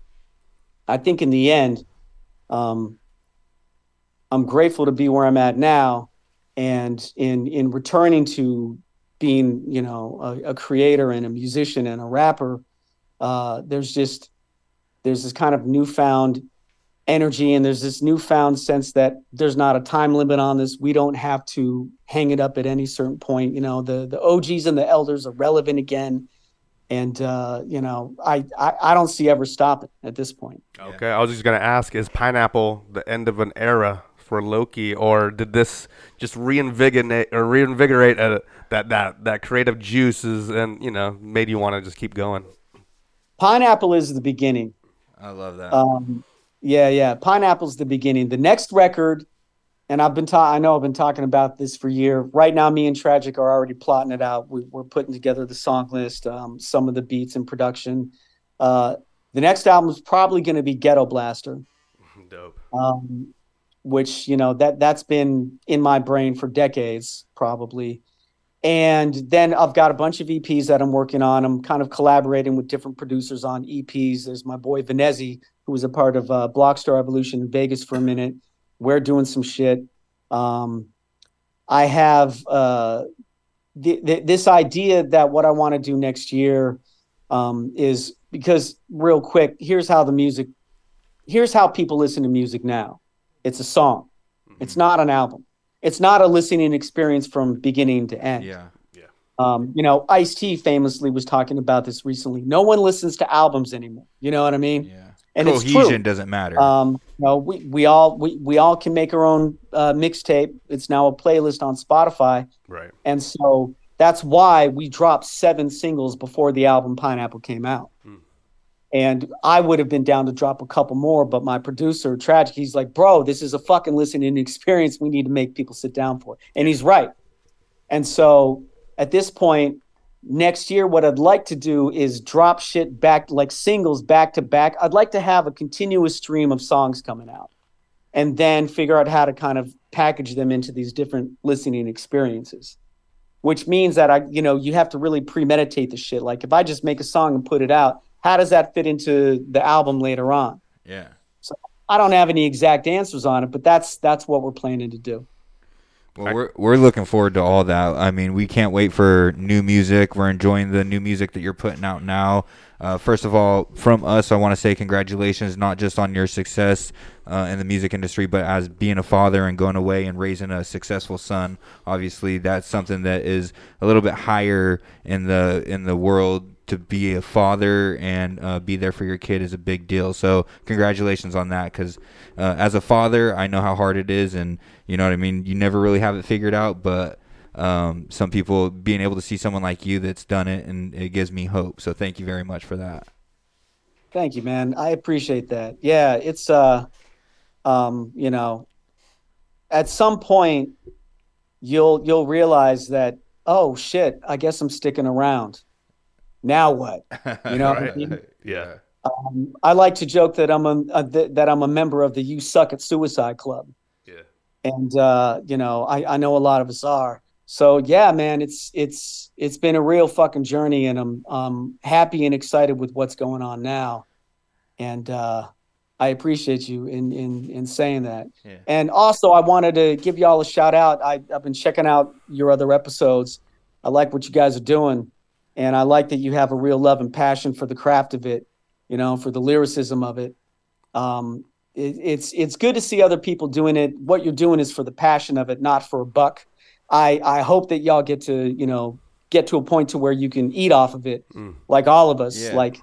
S15: i think in the end um i'm grateful to be where i'm at now and in in returning to being you know a, a creator and a musician and a rapper uh there's just there's this kind of newfound energy and there's this newfound sense that there's not a time limit on this we don't have to hang it up at any certain point you know the the og's and the elders are relevant again and uh you know i i, I don't see ever stopping at this point
S5: Okay, I was just gonna ask: Is pineapple the end of an era for Loki, or did this just reinvigorate or reinvigorate uh, that that that creative juices and you know made you want to just keep going?
S15: pineapple is the beginning
S9: I love that.
S15: Um, yeah, yeah. Pineapple's the beginning. The next record and I've been ta- I know I've been talking about this for a year. Right now, me and Tragic are already plotting it out. We, we're putting together the song list, um, some of the beats in production. Uh, the next album is probably going to be Ghetto Blaster,
S5: Dope.
S15: um, which you know that that's been in my brain for decades, probably. And then I've got a bunch of EPs that I'm working on. I'm kind of collaborating with different producers on EPs. There's my boy Venezzi, who was a part of uh, Blockstar Evolution in Vegas for a minute. We're doing some shit. Um, I have uh, th- th- this idea that what I want to do next year um, is because, real quick, here's how the music, here's how people listen to music now it's a song,
S9: Mm-hmm.
S15: it's not an album, it's not a listening experience from beginning to end.
S9: Yeah.
S15: Um, you know, Ice T famously was talking about this recently. No one listens to albums anymore. You know what I mean? Yeah. And it's
S9: Cohesion
S15: true.
S9: doesn't matter.
S15: Um, you know, we, we all we, we all can make our own uh, mixtape. It's now a playlist on Spotify,
S5: Right.
S15: and so that's why we dropped seven singles before the album Pineapple came out.
S5: Hmm.
S15: And I would have been down to drop a couple more, but my producer, Tragic, he's like, bro, this is a fucking listening experience. We need to make people sit down for it. And he's right. And so at this point, next year, what I'd like to do is drop shit back, like singles back to back. I'd like to have a continuous stream of songs coming out and then figure out how to kind of package them into these different listening experiences which means that I, you know, you have to really premeditate the shit. Like if I just make a song and put it out, how does that fit into the album later on?
S9: Yeah.
S15: So I don't have any exact answers on it, but that's that's what we're planning to do.
S9: Well, we're we're looking forward to all that. I mean, we can't wait for new music. We're enjoying the new music that you're putting out now. Uh, first of all, from us, I want to say congratulations, not just on your success uh, in the music industry, but as being a father and going away and raising a successful son. Obviously, that's something that is a little bit higher in the in the world. To be a father and uh, be there for your kid is a big deal. So congratulations on that, because uh, as a father, I know how hard it is, and you know what I mean. You never really have it figured out, but um, some people being able to see someone like you that's done it, and it gives me hope. So thank you very much for that.
S15: Thank you, man. I appreciate that. Yeah, it's uh um, you know, at some point you'll you'll realize that, oh shit, I guess I'm sticking around. Now what? You know what I
S5: Right.
S15: mean?
S5: Yeah.
S15: Um, I like to joke that I'm a uh, th- that I'm a member of the "You Suck at Suicide" club.
S5: Yeah.
S15: and uh, you know I, I know a lot of us are. So yeah, man, it's it's it's been a real fucking journey, and I'm um happy and excited with what's going on now, and uh, I appreciate you in in in saying that.
S9: Yeah.
S15: And also, I wanted to give y'all a shout out. I, I've been checking out your other episodes. I like what you guys are doing, and I like that you have a real love and passion for the craft of it. You know, for the lyricism of it. Um, it it's it's good to see other people doing it. What you're doing is for the passion of it, not for a buck. I I hope that y'all get to you know get to a point to where you can eat off of it,
S9: Mm.
S15: like all of us.
S16: Yeah.
S15: Like,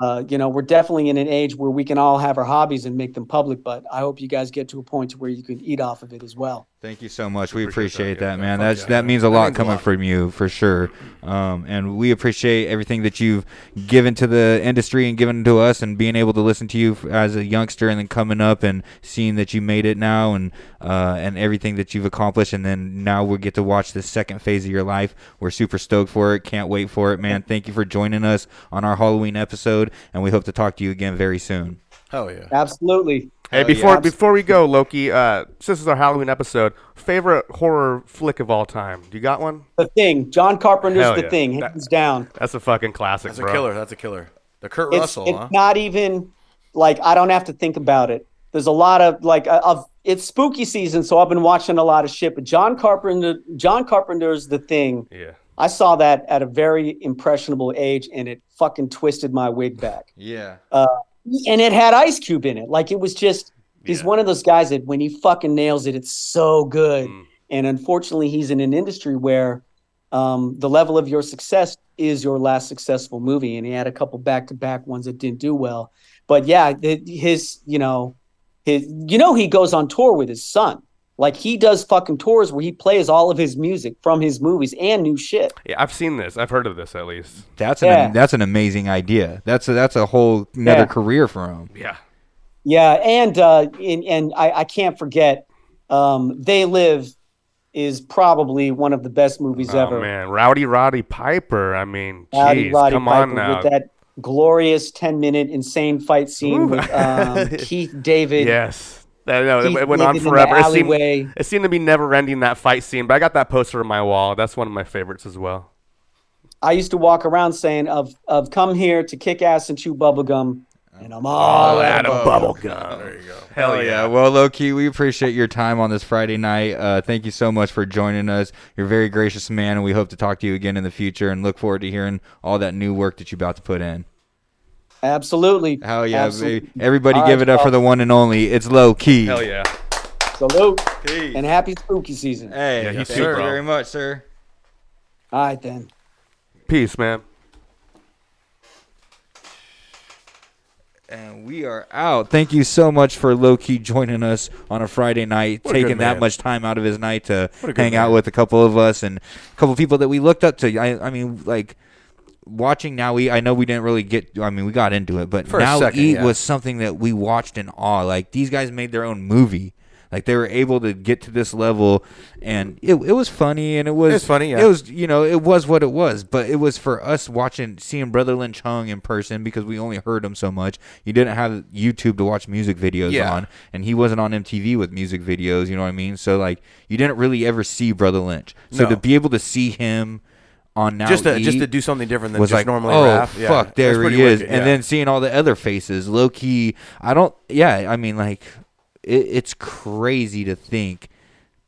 S15: uh, you know, we're definitely in an age where we can all have our hobbies and make them public. But I hope you guys get to a point to where you can eat off of it as well.
S9: Thank you so much. We appreciate that, man. That's that means a lot coming from you for sure. Um, and we appreciate everything that you've given to the industry and given to us, and being able to listen to you f- as a youngster, and then coming up and seeing that you made it now, and uh, and everything that you've accomplished, and then now we get to watch this second phase of your life. We're super stoked for it. Can't wait for it, man. Thank you for joining us on our Halloween episode, and we hope to talk to you again very soon.
S10: Hell yeah.
S15: Absolutely.
S5: Hey, before before we go, Loki, uh, since this is our Halloween episode, favorite horror flick of all time. You got one?
S15: The Thing, John Carpenter's
S5: Hell
S15: The
S5: yeah.
S15: Thing, hands down.
S5: That's a fucking classic,
S10: That's a
S5: bro.
S10: killer. That's a killer. The Kurt
S15: it's,
S10: Russell,
S15: it's
S10: huh?
S15: not even like I don't have to think about it. There's a lot of like uh, of it's spooky season, so I've been watching a lot of shit. But John Carpenter, John Carpenter's The Thing.
S5: Yeah.
S15: I saw that at a very impressionable age, and it fucking twisted my wig back.
S9: Yeah.
S15: Uh, and it had Ice Cube in it. Like it was just he's one of those guys that when he fucking nails it, it's so good. And unfortunately, he's in an industry where um, the level of your success is your last successful movie. And he had a couple back to back ones that didn't do well. But yeah, the, his you know his you know he goes on tour with his son. Like he does fucking tours where he plays all of his music from his movies and new shit.
S5: Yeah, I've seen this. I've heard of this at least.
S9: That's an
S15: Yeah.
S9: that's an amazing idea. That's a, that's a whole another
S15: Yeah.
S9: career for him.
S5: Yeah.
S15: Yeah, and uh, and, and I, I can't forget Um, they Live is probably one of the best movies ever.
S5: Oh man, Rowdy Roddy Piper. I mean,
S15: Rowdy
S5: jeez,
S15: Roddy
S5: come on
S15: Piper
S5: now.
S15: with that glorious 10 minute insane fight scene with um, Keith David.
S5: Yes. I know, it,
S15: Keith
S5: it went on
S15: David in the
S5: forever. It seemed,
S15: alleyway.
S5: it seemed to be never ending that fight scene, but I got that poster on my wall. That's one of my favorites as well.
S15: I used to walk around saying, "Of of come here to kick ass and chew bubblegum, and I'm all out of
S5: Oh,
S15: bubblegum.
S5: There you go.
S9: Hell Oh, yeah. Well, low key, we appreciate your time on this Friday night. Uh, thank you so much for joining us. You're a very gracious man, and we hope to talk to you again in the future and look forward to hearing all that new work that you're about to put in.
S15: Absolutely.
S9: Hell yeah,
S15: Absolutely.
S9: baby. Everybody
S15: All
S9: give
S15: right,
S9: it up for
S15: y'all.
S9: the one and only. It's low key.
S5: Hell yeah.
S15: Salute. And happy spooky season.
S9: Hey,
S5: Yeah, you
S9: thank
S5: too,
S9: you
S5: bro.
S9: very much, sir.
S15: All right, then.
S5: Peace, man.
S9: And we are out. Thank you so much for low key joining us on a Friday night,
S5: What a good
S9: taking that
S5: man.
S9: much time out of his night to
S5: What a good
S9: hang out
S5: man.
S9: with a couple of us and a couple of people that we looked up to. I, I mean, like watching now we I know we didn't really get I mean we got into it but
S10: For a
S9: now
S10: second,
S9: eat
S10: yeah.
S9: was something that we watched in awe like these guys made their own movie like they were able to get to this level and it, it was funny and it was
S10: It's funny, yeah.
S9: it was you know it was what it was but it was for us watching seeing brother Lynch Hung in person because we only heard him so much you didn't have YouTube to watch music videos
S10: Yeah.
S9: on and he wasn't on MTV with music videos you know what I mean so like you didn't really ever see brother Lynch so
S10: No.
S9: to be able to see him on now
S10: Just to-
S9: Eat
S10: just to do something different than
S9: was
S10: just
S9: like,
S10: normally
S9: oh
S10: rap. Yeah.
S9: fuck
S10: That's
S9: there
S10: pretty
S9: he is
S10: wicked,
S9: and
S10: yeah.
S9: then seeing all the other faces low key I don't yeah I mean like it, it's crazy to think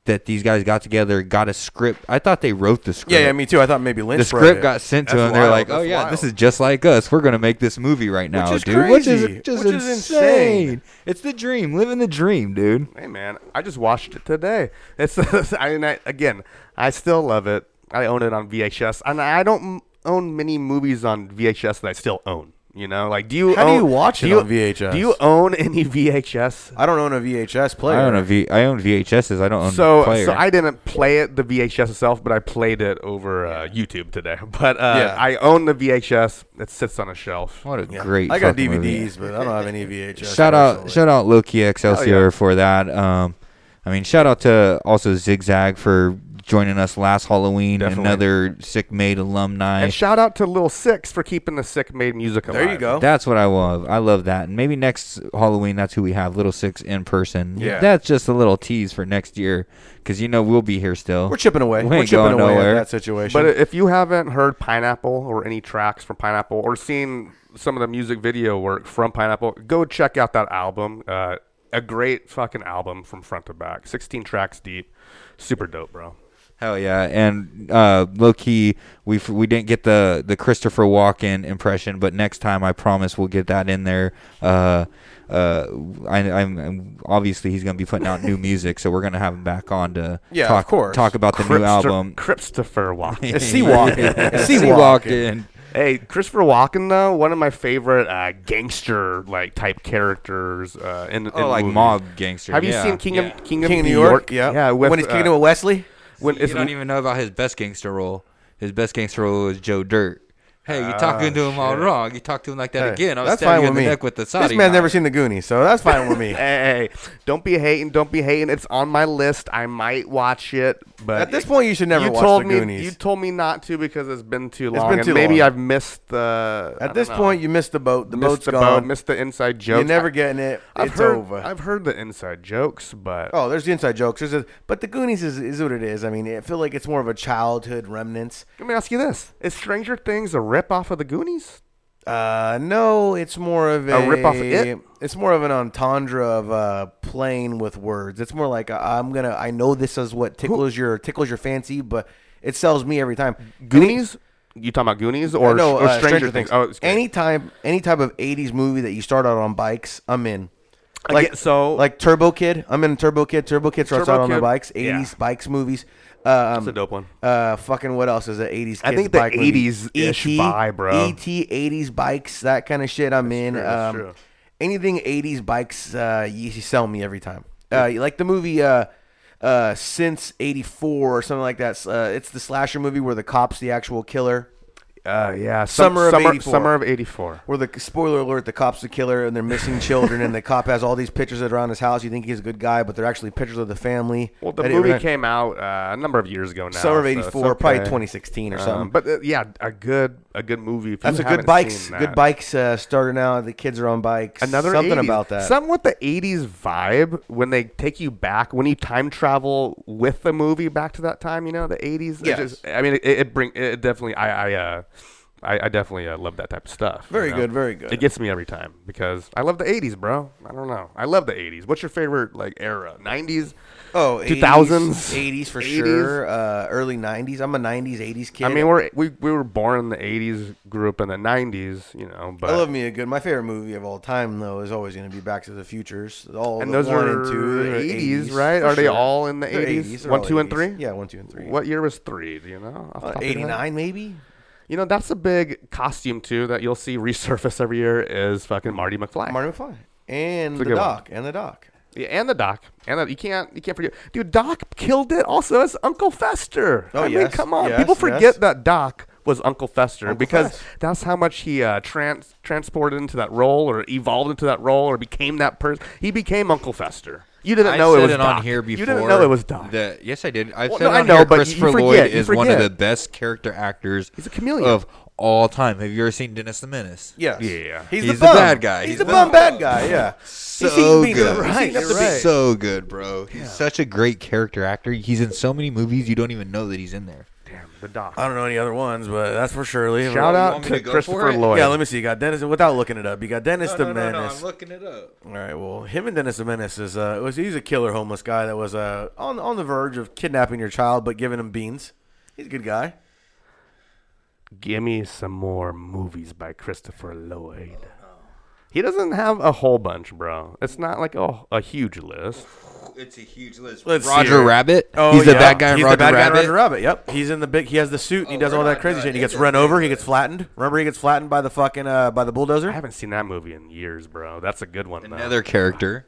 S9: that these guys got together got a script I thought they wrote the script
S10: Yeah, yeah, me too. I thought maybe Lynch
S9: the
S10: wrote
S9: script
S10: it.
S9: got sent to
S10: That's
S9: them they're
S10: wild,
S9: like oh
S10: that's
S9: yeah this is just like us we're gonna make this movie right now
S10: is
S9: dude which
S10: crazy,
S9: is just
S10: which is
S9: insane. it's the dream living the dream dude
S5: Hey man, I just watched it today. It's I mean, I, again, I still love it. I own it on VHS, and I don't m- own many movies on VHS that I still own. You know, like do you?
S10: How do
S5: own,
S10: you watch it on VHS?
S5: Do you own
S10: E
S5: any VHS?
S10: I don't own a VHS player.
S9: I own a V I own VHSs I don't own
S5: so
S9: player.
S5: so I didn't play it the VHS itself, but I played it over uh, YouTube today. But uh,
S10: Yeah.
S5: I own the VHS. It sits on a shelf.
S9: What a
S10: Yeah.
S9: great
S10: I got
S9: fucking
S10: DVDs,
S9: movie.
S10: but I don't have any VHS.
S9: shout out
S10: personally.
S9: shout out Loki Excelsior
S10: Hell Oh, yeah.
S9: for that. Um, I mean shout out to also Zigzag for joining us last Halloween.
S5: Definitely.
S9: Another sick made alumni.
S5: And shout out to Lil Six for keeping the Sick Made music alive.
S9: That's what I love. I love that. And maybe next Halloween, that's who we have, Little Six in person.
S10: Yeah.
S9: That's just a little tease for next year because you know we'll be here still.
S10: We're chipping away.
S9: We
S10: We're
S9: ain't
S10: chipping
S9: going
S10: away at
S9: nowhere.
S10: that situation.
S5: But if you haven't heard Pineapple or any tracks from Pineapple or seen some of the music video work from Pineapple, go check out that album. Uh, a great fucking album from front to back, 16 tracks deep, super dope, bro.
S9: Hell yeah! And uh, low key, we f- we didn't get the the Christopher Walken impression, but next time I promise we'll get that in there. Uh, uh, I, I'm, I'm obviously he's gonna be putting out new music, so we're gonna have him back on to
S10: Yeah, of
S9: talk
S10: course.
S9: talk about the new
S5: Cripster-
S9: album.
S5: Christopher Walken.
S9: It's Seawalken. It's Seawalken.
S5: Hey, Christopher Walken though, one of my favorite uh, gangster like type characters uh, in,
S9: Oh,
S5: in
S9: like
S5: movies.
S9: mob gangster,
S5: Have you
S9: yeah.
S5: seen King
S9: Yeah.
S5: of King of
S10: King of
S5: New
S10: New
S5: York?
S10: York, yeah.
S5: yeah. With,
S10: When he's King
S5: uh,
S10: of Wesley?
S5: When
S9: you
S5: it's
S9: don't even know about his best gangster role. His best gangster role was Joe Dirt. Hey, you're
S10: Ah,
S9: talking to him all
S10: shit.
S9: wrong. You talk to him like that
S10: Hey,
S9: again. I'll
S10: that's
S9: stab
S10: fine
S9: you
S10: with
S9: in the
S10: me.
S9: neck with the
S10: This
S9: Saudi
S10: man's
S9: knife.
S10: never seen the Goonies, so that's fine with me.
S5: hey, hey, don't be hating. Don't be hating. It's on my list. I might watch it, but
S10: At this point, you should never watch
S5: told
S10: The
S5: me,
S10: Goonies.
S5: You told me not to because it's been too
S10: It's
S5: long.
S10: been
S5: and
S10: too
S5: maybe
S10: long.
S5: I've missed the. I
S10: At
S5: don't
S10: this
S5: know.
S10: point, you missed the boat. The
S5: missed
S10: boat's
S5: the
S10: gone.
S5: boat. Missed the inside joke.
S10: You're never getting it.
S5: I've
S10: it's
S5: heard,
S10: over.
S5: I've heard the inside jokes, but
S10: Oh, there's the inside jokes. There's a, but the Goonies is, is what it is. I mean, I feel like it's more of a childhood remnants.
S5: let me ask you this: Is Stranger Things a rip off of the Goonies?
S10: Uh, no, it's more of a,
S5: A rip-off of it?
S10: It's more of an entendre of uh, playing with words. It's more like uh, I'm gonna. I know this is what tickles your tickles your fancy, but it sells me every time.
S5: Goonies? you talking about Goonies or,
S10: no,
S5: or
S10: uh,
S5: Stranger, Things? Oh, it's-
S10: any time, any type of '80s movie that you start out on bikes, I'm in.
S5: I get- so-
S10: like Turbo Kid, I'm in Turbo Kid. Turbo Kid starts
S5: Turbo
S10: out on the
S5: Kid,
S10: bikes. '80s
S5: yeah.
S10: bikes movies. Um,
S5: That's a dope one.
S10: Uh, fucking what else is an '80s?
S5: I
S10: kids
S5: think the
S10: bike E movie?
S5: 80s-ish
S10: ET,
S5: vibe, bro.
S10: ET '80s bikes, that kind of shit. I'm in.
S5: true, that's
S10: um,
S5: true.
S10: Anything '80s bikes, uh, you, you sell me every time. Uh, you like the movie. Uh, uh, since '84 or something like that. Uh, it's the slasher movie where the cop's the actual killer.
S5: Uh, yeah, some-
S10: summer of
S5: summer-
S10: 84.
S5: summer of 84.
S10: Where the spoiler alert, the cop's the killer and they're missing children, and the cop has all these pictures that are on his house. You think he's a good guy, but they're actually pictures of the family.
S5: Well, the
S10: That he
S5: movie
S10: ran-
S5: came out uh, a number of years ago now.
S10: Summer of
S5: so it's
S10: 84, probably
S5: okay.
S10: 2016 or
S5: Um,
S10: something.
S5: but uh, yeah, a good a good movie. If
S10: That's
S5: you
S10: a good
S5: haven't
S10: bikes.
S5: seen that.
S10: Good bikes uh, starting now. The kids are on bikes.
S5: Another
S10: something
S5: 80s.
S10: about that.
S5: Something with the '80s vibe when they take you back when you time travel with the movie back to that time. You know, the '80s. It
S10: Yes.
S5: just- I mean, it, it bring it definitely. I I uh, I, I definitely uh, love that type of stuff. you
S10: Very
S5: know?
S10: good, very good.
S5: It gets me every time because I love the '80s, bro. I don't know. I love the '80s. What's your favorite like era? '90s.
S10: Oh,
S5: 2000s,
S10: 80s for
S5: 80s?
S10: sure. Uh, early 90s. I'm a 90s, 80s kid.
S5: I mean, we're we, we were born in the '80s, grew up in the '90s, you know. But
S10: I love me a good. My favorite movie of all time, though, is always going to be Back to the Futures. All
S5: and
S10: the
S5: those
S10: one
S5: are
S10: and two, they're
S5: 80s, right?
S10: for
S5: Are they
S10: sure.
S5: all in the
S10: They're
S5: 80s?
S10: 80s. They're
S5: One,
S10: all
S5: two, and
S10: 80s.
S5: three.
S10: Yeah, one, two, and three.
S5: What year was three? Do you know? Off the
S10: Uh,
S5: top of your head?
S10: 89 maybe.
S5: You know, that's a big costume too that you'll see resurface every year is fucking Marty McFly.
S10: Marty McFly and
S5: It's a
S10: the
S5: good one.
S10: Doc and the Doc.
S5: Yeah, and the Doc, and the, you can't you can't forget, dude. Doc killed it also as Uncle Fester.
S10: Oh,
S5: I mean,
S10: yes,
S5: come on,
S10: yes,
S5: people forget
S10: yes.
S5: that Doc was Uncle Fester
S10: Uncle
S5: because
S10: Fest.
S5: that's how much he uh, trans transported into that role or evolved into that role or became that person. He became Uncle Fester. You didn't
S9: I
S5: know it
S9: said
S5: was
S9: it
S5: Doc.
S9: on here before.
S5: You didn't know it was Doc.
S9: that- yes, I did. I
S5: Well,
S9: said
S5: no,
S9: it
S5: I
S9: on
S5: know,
S9: here,
S5: but you
S9: Christopher
S5: forget,
S9: Lloyd
S5: you
S9: is one of
S5: forget.
S9: the best character actors.
S5: He's a chameleon
S9: of all time. Have you ever seen Dennis the Menace?
S10: Yes.
S9: Yeah.
S10: He's, the, bum.
S9: bad guy.
S10: He's, the bum bad guy. Yeah.
S9: So
S10: He's eating beans
S9: good.
S10: up- he's eating up the beans.
S9: So good, bro. He's such a great character actor. He's in so many movies you don't even know that he's in there.
S5: The Doc.
S10: I don't know any other ones, but that's for sure. Leave it
S9: Shout
S10: alone.
S9: out You want me to to go Christopher for it? Lloyd.
S10: Yeah, let me see. You got Dennis without looking it up. You got Dennis
S9: No,
S10: the
S9: no, no, no,
S10: Menace.
S9: I'm looking it up.
S10: All right. Well, him and Dennis the Menace is uh, was he's a killer homeless guy that was uh on on the verge of kidnapping your child but giving him beans. He's a good guy.
S5: Give me some more movies by Christopher Lloyd. He doesn't have a whole bunch, bro. It's not like a, a huge list.
S9: It's a huge list.
S10: Let's see
S9: Roger
S10: here.
S9: Rabbit.
S10: Oh,
S9: he's the
S10: yeah.
S9: bad guy in
S10: He's
S9: Roger
S10: the bad guy in
S9: Rabbit.
S10: Roger Rabbit. Yep. He's in the big. He has the suit and
S9: Oh,
S10: he does all that crazy shit. and He gets run over. He gets flattened. Remember, he gets flattened by the fucking uh, by the bulldozer. I
S5: haven't seen that movie in years, bro. That's a good one.
S9: Another character.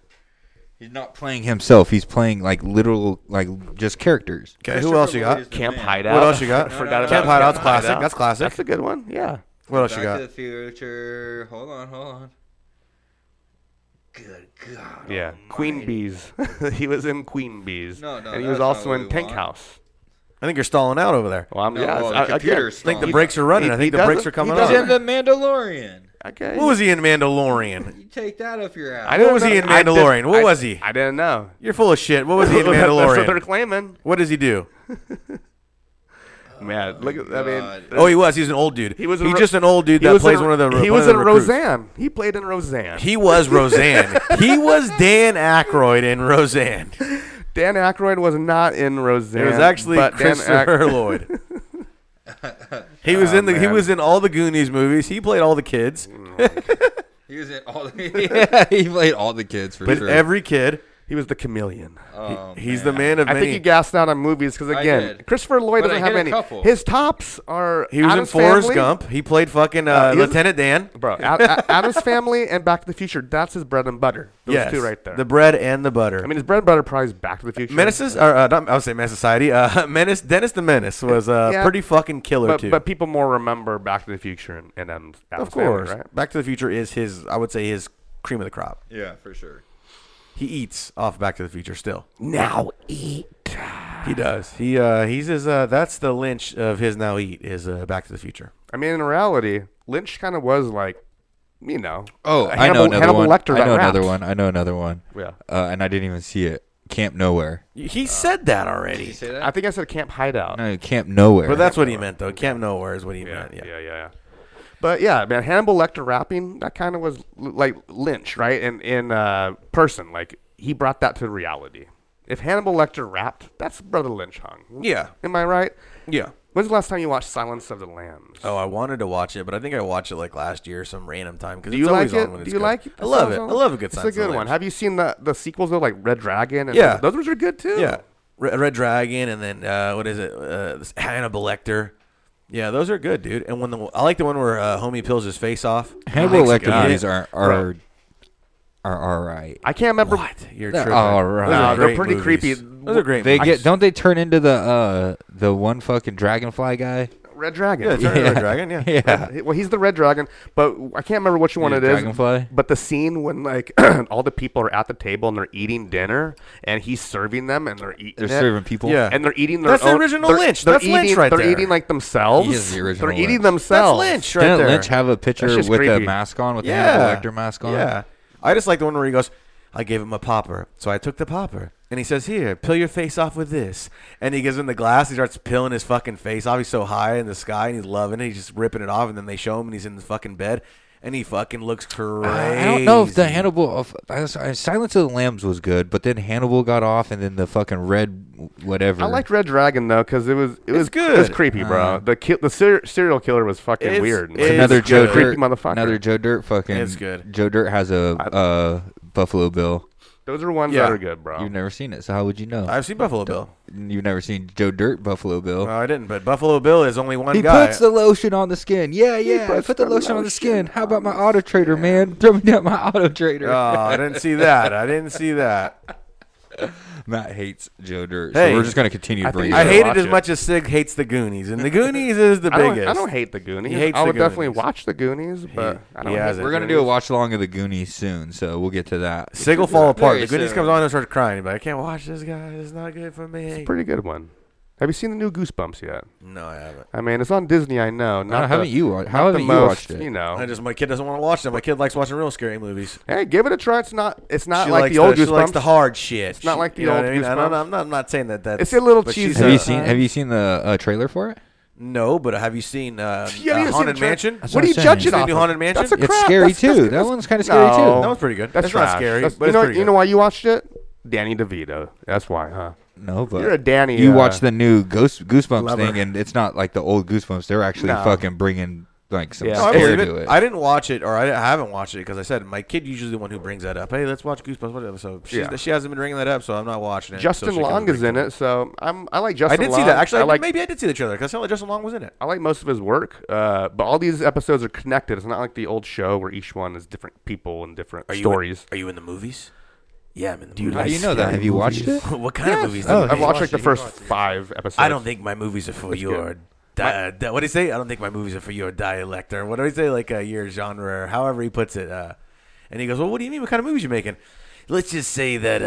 S9: He's not playing himself. He's playing like literal, like just characters.
S10: Okay, who else you got?
S5: Camp
S10: What
S5: Hideout.
S10: else you got?
S5: Forgot about
S10: Camp Hideout's
S5: Camp
S10: classic.
S5: Hideout.
S10: That's classic.
S5: That's a good one. Yeah.
S10: What else you
S9: Back
S10: got?
S9: to the Future. Hold on, hold on. Good God.
S5: Yeah, Queen Bees. he was in Queen Bees.
S9: No, no,
S5: and he was
S9: that's not
S5: also
S9: what
S5: in
S9: we
S5: Tank
S9: want.
S5: House.
S10: I think you're stalling out over there.
S5: Well, I'm
S9: No,
S5: yeah.
S9: well,
S5: it's-
S9: the
S5: I- again,
S9: computer's
S10: I think the brakes are running.
S5: He-
S10: I
S5: he
S10: think the brakes
S5: doesn't-
S10: are coming
S5: he
S10: on.
S9: He's in
S5: doesn't-
S9: the Mandalorian.
S5: Okay.
S10: What was he in Mandalorian?
S9: You take that off your ass.
S5: I
S10: What
S5: didn't
S10: was
S5: know-
S10: he in
S5: I did-
S10: Mandalorian? what
S5: I-
S10: was he?
S5: I didn't know.
S10: You're full of shit. What was he in
S5: That's
S10: Mandalorian?
S5: what they're claiming.
S10: What does he do?
S9: Oh
S5: Man, look at. I mean,
S10: Oh, he was. He's an old dude.
S5: He was.
S10: He's
S5: in Ro-
S10: just an old dude
S5: he
S10: that
S5: was
S10: plays
S5: in-
S10: one of the.
S5: He
S10: one
S5: was
S10: of
S5: in
S10: the recruits.
S5: Roseanne. He played in Roseanne.
S10: He was Roseanne. he was Dan Aykroyd in Roseanne.
S5: Dan Aykroyd was not in Roseanne.
S10: It was actually
S5: but Dan
S10: Christopher
S5: Aykroyd-
S10: Lloyd. He was
S5: Oh,
S10: in the. He
S5: man.
S10: was in all the Goonies movies. He played all the kids.
S9: Mm. He was in all the. yeah, he played all the kids for
S10: With
S9: sure.
S10: every kid.
S5: He was the chameleon.
S9: Oh,
S10: He's the man of
S5: I
S10: many.
S5: think you gassed out on movies because
S9: I
S5: again,
S9: did.
S5: Christopher Lloyd
S9: But I
S5: doesn't have
S9: hit a
S5: any.
S9: couple.
S5: His tops are.
S10: he was in
S5: Addams
S10: Forrest
S5: Family,
S10: Gump. He played fucking uh,
S5: Uh, he was-
S10: Lieutenant Dan.
S5: bro. Ad- A- Adam's Family and Back to the Future. That's his bread and butter. Those
S10: Yes,
S5: two right there.
S10: The bread and the butter.
S5: I mean, his bread and butter probably is Back to the Future.
S10: Menaces, or uh, not, I would say Man Society. Uh, Menace, Dennis the Menace was uh,
S5: Yeah.
S10: pretty fucking killer
S5: but,
S10: too.
S5: But people more remember Back to the Future and, and Adam's, Adam's
S10: of course,
S5: Family, right?
S10: Back to the Future is his. I would say his cream of the crop.
S9: yeah, for sure.
S10: He eats off Back to the Future still.
S5: Now eat.
S10: He does. He uh, he's his. Uh, that's the Lynch of his. Now eat is uh, Back to the Future.
S5: I mean, in reality, Lynch kind of was like, you know.
S9: Oh,
S5: a
S9: I know
S5: Hannibal-
S9: another
S5: Hannibal
S9: one.
S5: Lecter
S9: I
S5: that
S9: know another
S5: rapped.
S9: one. I know another one.
S5: Yeah.
S9: Uh, and I didn't even see it. Camp Nowhere.
S10: He said that already.
S5: I think I said Camp Hideout.
S9: No, Camp Nowhere.
S10: But that's what he meant though. Camp Nowhere is what he meant. Yeah.
S5: Yeah, yeah, yeah. But yeah, man, Hannibal Lecter rapping that kind of was l- like Lynch, right? And in uh, person, like he brought that to reality. If Hannibal Lecter rapped, that's Brother Lynch hung.
S10: Yeah.
S5: Am I right?
S10: Yeah.
S5: When's the last time you watched Silence of the Lambs?
S10: Oh, I wanted to watch it, but I think I watched it like last year, some random time. Because
S5: Do you
S10: it's
S5: like
S10: always
S5: it?
S10: on when
S5: Do
S10: it's
S5: you
S10: good.
S5: like it?
S10: I love it. I
S5: Silence of the
S10: love a good.
S5: It's a
S10: Silence of the
S5: good one.
S10: Lambs.
S5: Have you seen the the sequels though, like Red Dragon? And
S10: Yeah.
S5: those, those ones are good too.
S10: Yeah, Red, Red Dragon, and then uh, what is it? Uh, this Hannibal Lecter. Yeah, those are good, dude. And when the I like the one where uh, homie peels his face off.
S9: Hannibal
S10: Thanks,
S9: Lecter
S10: God.
S9: movies are
S10: Bro,
S9: are are all right.
S5: I can't remember.
S10: what? You're
S9: They're
S10: tripping.
S9: all right.
S10: Those are
S5: No, they're
S10: great
S5: pretty
S10: movies.
S5: creepy.
S10: Those are great.
S9: They
S10: movies.
S9: get don't they turn into the uh the one fucking dragonfly guy?
S5: Red Dragon.
S10: Yeah, it's already Red Dragon, yeah.
S9: Yeah.
S5: Red- well, he's the Red Dragon, but I can't remember which one
S9: Yeah,
S5: it is.
S9: Dragonfly?
S5: But the scene when like all the people are at the table and they're eating dinner, and he's serving them, and they're eating.
S9: They're
S5: it,
S9: serving people?
S5: Yeah, and they're eating their.
S10: That's the
S5: own-
S10: original
S5: they're-
S10: Lynch.
S5: They're
S10: That's
S5: eating,
S10: Lynch right
S5: They're
S10: there.
S5: eating like themselves.
S9: He is the original
S5: They're eating
S9: Lynch.
S5: themselves.
S10: That's Lynch right
S9: Didn't
S10: there.
S9: Lynch have a picture
S10: That's just
S9: with a
S10: creepy.
S9: mask on, with a Hannibal Lecter mask on?
S10: Yeah. I just like the one where he goes, I gave him a popper. So I took the popper. And he says, Here, peel your face off with this. And he gives him the glass. He starts peeling his fucking face off. He's so high in the sky and he's loving it. He's just ripping it off. And then they show him and he's in the fucking bed. And he fucking looks crazy.
S9: I don't know if the Hannibal, of, I was- I- Silence of the Lambs was good, but then Hannibal got off, and then the fucking red whatever.
S5: I liked Red Dragon though because it was it was It was
S9: good.
S5: creepy, bro.
S9: Uh-huh.
S5: the ki- the ser- serial killer was fucking
S9: It's-
S5: weird.
S9: It's another
S5: Like,
S9: Joe
S5: creepy
S9: Dirt.
S5: motherfucker.
S9: Another Joe Dirt fucking.
S5: It's good.
S9: Joe Dirt has a uh, Buffalo Bill.
S5: Those are ones that are good, bro.
S9: You've never seen it, so how would you know?
S10: I've seen Buffalo Bill.
S9: You've never seen Joe Dirt Buffalo Bill.
S10: No, I didn't. But Buffalo Bill is only one
S9: he
S10: guy.
S9: puts the lotion on the skin. Yeah, yeah. I put the lotion on the skin. How about my auto trader, man? Throw me down my auto trader.
S10: oh, I didn't see that. I didn't see that.
S9: Matt hates Joe Dirt,
S10: Hey,
S9: so we're just gonna continue
S10: I
S9: to
S10: think
S9: bring.
S10: you
S9: it
S10: should
S9: up.
S10: I hate it watch as it. much as Sig hates the Goonies, and the Goonies is the
S5: I don't-
S10: biggest.
S5: I don't hate the Goonies.
S10: He hates
S5: I
S10: the
S5: would definitely
S10: Goonies.
S5: watch the Goonies, but I don't.
S10: he
S5: hate
S10: has
S5: the
S10: it.
S9: We're gonna do a watch along of the Goonies soon, so we'll get to that.
S10: Sig will fall apart.
S9: Very
S10: The Goonies
S9: soon.
S10: comes on and starts crying. But I can't watch this guy. It's not good for me.
S5: It's a pretty good one. Have you seen the new Goosebumps yet?
S10: No, I haven't.
S5: I mean, it's on Disney. I know. Not the-
S9: haven't you wa-
S5: not
S9: how
S5: the
S9: haven't you
S5: most,
S9: watched it?
S5: You know.
S10: I just my kid doesn't want to watch them. My kid likes watching real scary movies.
S5: Hey, give it a try. It's not. It's not
S10: She
S5: like
S10: likes
S5: the old
S10: She likes
S5: Goosebumps.
S10: the hard shit.
S5: It's not like the
S10: You know
S5: old
S10: what I mean? I
S5: Goosebumps.
S10: don't- I'm not. I'm not saying that. That's
S5: It's a little
S10: but
S5: cheesy.
S10: she's,
S9: Have
S10: uh,
S9: you seen Have you seen the uh, trailer for it?
S10: No, but have you seen uh,
S5: You haven't
S10: uh,
S5: even seen
S10: Haunted
S5: the trailer.
S10: Mansion?
S5: That's What what are I'm you saying. judging
S10: The
S5: off
S10: new
S5: of?
S10: Haunted Mansion?
S5: That's a It's crap.
S9: scary
S5: That's- that's-
S9: too. That
S5: that's-
S9: one's kind of scary
S5: No.
S9: too.
S10: That one's pretty good.
S5: That's
S10: It's not
S5: trash.
S10: scary,
S5: That's-
S10: but
S5: you
S10: it's
S5: know.
S10: pretty
S5: You
S10: good.
S5: know why you watched it? Danny DeVito. That's why, huh?
S9: No, but
S5: you're a Danny.
S9: You
S5: uh,
S9: watch the new Ghost Goosebumps
S5: lover.
S9: thing, and it's not like the old Goosebumps. They're actually
S5: No. Oh,
S9: fucking bringing like some
S10: No, I,
S9: scare
S10: believe
S9: to
S10: it.
S9: it.
S10: I didn't watch it, or I, I haven't watched it because I said my kid usually the one who brings that up. Hey, let's watch Goosebumps. Whatever. So she's,
S5: Yeah.
S10: she hasn't been bringing that up, so I'm not watching it.
S5: Justin
S10: so she can
S5: Long is in
S10: bring
S5: it, so I'm. I like Justin.
S10: I did
S5: Long.
S10: see that actually. I
S5: I like.
S10: maybe I did see the trailer because I saw that Justin Long was in it.
S5: I like most of his work, uh, but all these episodes are connected. It's not like the old show where each one is different people and different stories.
S10: are you in the movies? Yeah, I'm in the
S5: Dude,
S9: How do you know that? Have you watched it?
S10: what kind
S5: Yes.
S10: of movies?
S5: Oh,
S10: do you
S5: I've
S10: watch?
S5: watched like the first five episodes.
S10: I don't think my movies are for
S5: It's
S10: your.
S5: good.
S10: Di- di- what do you say? I don't think my movies are for your dialect or what do I say? Like uh, your genre or however he puts it. Uh, and he goes, "Well, what do you mean? What kind of movies you making?" Let's just say that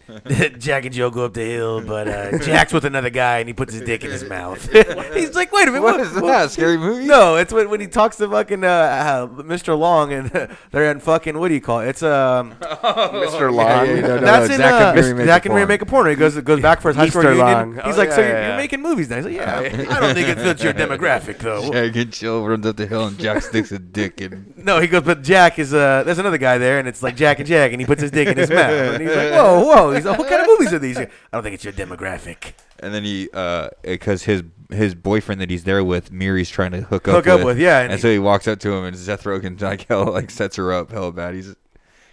S10: uh, Jack and Joe go up the hill, but uh, Jack's with another guy, and he puts his dick in his mouth. He's like, "Wait a minute,
S9: What is that, a scary movie?"
S10: No, it's when, when he talks to fucking uh, uh, Mr. Long, and they're in fucking what do you call it? It's um,
S5: Mr. Long.
S10: yeah, no, no, That's in
S9: Zach
S10: Zach, uh,
S9: and Mary
S10: Mr.
S9: Make a
S10: Zach and Mary
S9: Porn.
S10: Make a Porn. He goes, goes back for his high school
S5: Mr.
S10: reunion.
S5: Long.
S10: He's
S5: Oh,
S10: like, so
S5: yeah,
S10: you're,
S5: yeah.
S10: you're making movies now. He's like, yeah, I don't think it's that's your demographic, though.
S9: Jagged Chill runs up the hill and Jack sticks a dick in.
S10: No, he goes, but Jack is, uh, there's another guy there, and it's like Jack and Jack, and he puts his dick in his mouth. And he's like, whoa, whoa. He's like, what kind of movies are these? I don't think it's your demographic.
S9: And then he, uh, because his his boyfriend that he's there with, Miri's trying to hook up
S10: Hook up with, yeah,
S9: And,
S10: and
S9: so he walks up to him, and Seth Rogen like hell like sets her up hell bad. He's uh,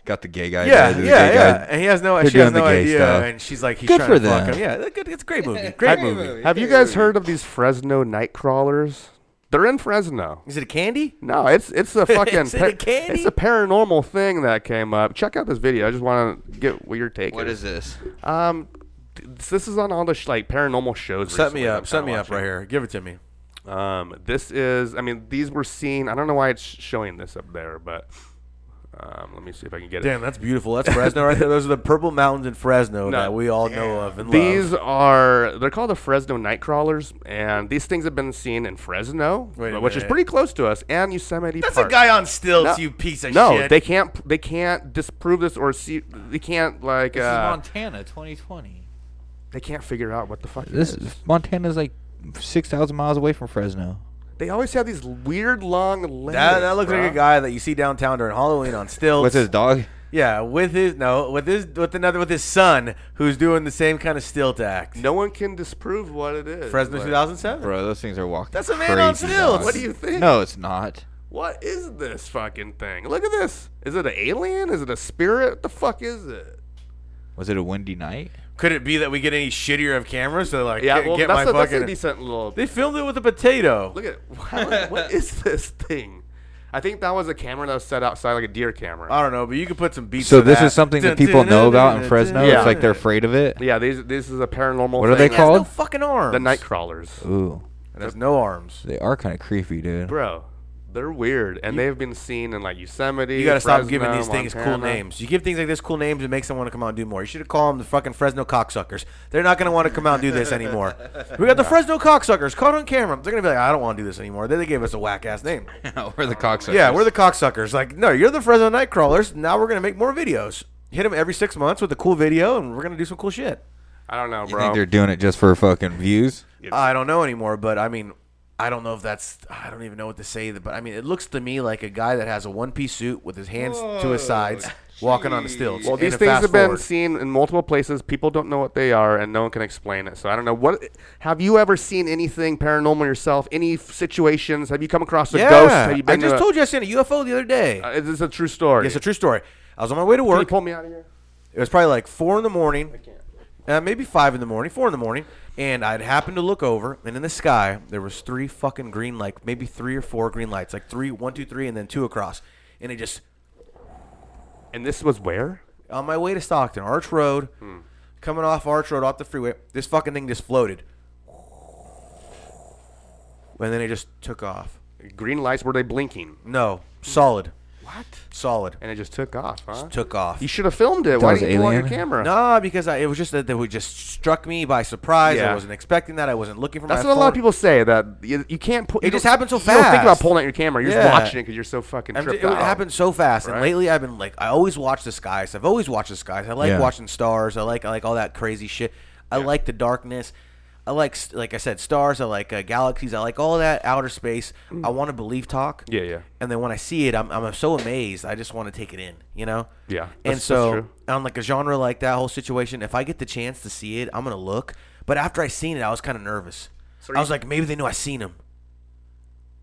S9: got the gay guy.
S10: Yeah,
S9: he's the
S10: yeah,
S9: gay
S10: yeah.
S9: guy.
S10: And he has no,
S9: They're
S10: she has
S9: doing the
S10: no
S9: gay
S10: idea,
S9: stuff.
S10: and she's like, he's
S9: Good
S10: trying
S9: for
S10: to fuck
S9: them.
S10: him. Yeah, look, it's a great movie. Great movie.
S5: Have you guys heard of these Fresno night crawlers? They're in Fresno.
S10: Is it a candy?
S5: No, it's it's a fucking
S10: Is it
S5: par-
S10: a candy?
S5: it's a paranormal thing that came up. Check out this video. I just want to get what your take.
S9: What is this?
S5: Um, d- this is on all the sh- like paranormal shows.
S10: Set
S5: recently
S10: me
S5: that
S10: up.
S5: I'm
S10: Set
S5: kinda
S10: me up right
S5: watching.
S10: here. Give it to me.
S5: Um, this is. I mean, these were seen. I don't know why it's sh- showing this up there, but um, let me see if I can get
S10: Damn,
S5: it.
S10: that's beautiful. That's Fresno right there. Those are the purple mountains in Fresno
S5: No.
S10: that we all know of and
S5: These
S10: love.
S5: are they're called the Fresno Night Crawlers, and these things have been seen in Fresno,
S10: Wait a
S5: which is
S10: minute.
S5: pretty close to us, and Yosemite
S10: That's
S5: Park.
S10: a guy on stilts, you piece of
S5: no,
S10: shit.
S5: they can't. They can't disprove this or see. They can't like.
S9: This
S5: uh,
S9: is Montana, 2020.
S5: they can't figure out what the fuck it
S9: This
S5: is.
S9: is, Montana's like six thousand miles away from Fresno.
S5: They always have these weird long legs.
S10: That, that looks like a
S5: bruh.
S10: guy that you see downtown during Halloween on stilts.
S9: With his dog.
S10: Yeah, with his no, with his with another with his son who's doing the same kind of stilt act.
S5: No one can disprove what it is.
S10: Fresno
S5: Like,
S10: 2007.
S9: Bro, those things are walking.
S10: That's a man on
S9: crazy,
S10: stilts.
S9: dog.
S5: What do you think?
S9: No, it's not.
S5: What is this fucking thing? Look at this. Is it an alien? Is it a spirit? What the fuck is it?
S9: Was it a windy night?
S10: Could it be that we get any shittier of cameras? So they're like,
S5: Yeah,
S10: get,
S5: well,
S10: get
S5: that's,
S10: my
S5: a, that's a
S10: fucking.
S5: decent little.
S10: they filmed it with a potato.
S5: Look at it. How- what is this thing? I think that was a camera that was set outside, like a deer camera.
S10: I don't know, Oh, but you could put some beats.
S9: So
S10: to
S9: this
S10: that.
S9: is something that people know about in Fresno.
S5: Yeah.
S9: It's like they're afraid of it.
S5: yeah, these this is a paranormal.
S9: What are
S5: thing.
S9: they
S10: It has no
S9: called?
S10: fucking arms.
S5: The night crawlers.
S9: Ooh.
S10: It has no arms.
S9: They are kind of creepy, dude.
S5: Bro, they're weird, and they've been seen in like Yosemite.
S10: You gotta stop
S5: Fresno,
S10: giving these things cool
S5: Montana.
S10: names. You give things like this cool names, it makes them want to come out and do more. You should have called them the fucking Fresno cocksuckers. They're not gonna want to come out and do this anymore. We got the Fresno cocksuckers caught on camera. They're gonna be like, I don't want to do this anymore. They, they gave us a whack ass name.
S9: we're the cocksuckers.
S10: Yeah, we're the cocksuckers. Like, no, you're the Fresno Nightcrawlers. Now we're gonna make more videos. Hit them every six months with a cool video, and we're gonna do some cool shit.
S5: I don't know,
S9: You think they're doing it just for fucking views?
S10: I don't know anymore, but I mean, I don't know if that's. I don't even know what to say. But I mean, it looks to me like a guy that has a one piece suit with his hands to his sides, walking on the stilts.
S5: Well,
S10: and
S5: these
S10: a
S5: things
S10: fast
S5: have been
S10: forward.
S5: seen in multiple places. People don't know what they are, and no one can explain it. So I don't know. What have you ever seen anything paranormal yourself? Any f- situations? Have you come across a
S10: Yeah,
S5: ghost? Have you
S10: I
S5: been to
S10: just
S5: a-
S10: told you I seen a UFO the other day.
S5: Uh, it's a true story.
S10: It's a true story. I was on my way to
S5: Can
S10: work.
S5: you pull me out of here?
S10: It was probably like four in the morning, uh, maybe five in the morning, four in the morning, and I'd happened to look over, and in the sky there was three fucking green lights, maybe three or four green lights, like three, one, two, three, and then two across, and it just.
S5: And this was where?
S10: On my way to Stockton, Arch Road, coming off Arch Road off the freeway, this fucking thing just floated, and then it just took off.
S5: Green lights? Were they blinking?
S10: No, solid.
S5: What?
S10: Solid.
S5: And it just took off, huh?
S10: took off.
S5: You should have filmed it. Why didn't you pull out your camera?
S10: No, because I, it was just that they would just struck me by surprise. I
S5: Yeah.
S10: wasn't expecting that. I wasn't looking for
S5: That's
S10: my
S5: what a lot
S10: phone.
S5: of people say that you, you can't. Pull,
S10: It
S5: you
S10: just
S5: don't-
S10: happened so
S5: You don't
S10: fast.
S5: think about pulling out your camera. You're
S10: Yeah.
S5: just watching it because you're so fucking
S10: And
S5: tripped
S10: it, it
S5: out.
S10: happened so fast,
S5: Right?
S10: and lately I've been like, I always watch the skies. I've always watched the skies. I like
S5: Yeah.
S10: watching stars. I like I like all that crazy shit. I like the darkness. I like s- like I said stars. I like uh, galaxies. I like all that outer space. I want to believe talk.
S5: Mm. Yeah, yeah.
S10: And then when I see it, I'm I'm so amazed. I just want to take it in. You know.
S5: Yeah, that's-
S10: And
S5: that's
S10: so
S5: true.
S10: on like a genre like that whole situation, if I get the chance to see it, I'm gonna look. But after I seen it, I was kind of nervous. I was like, maybe they knew I seen him.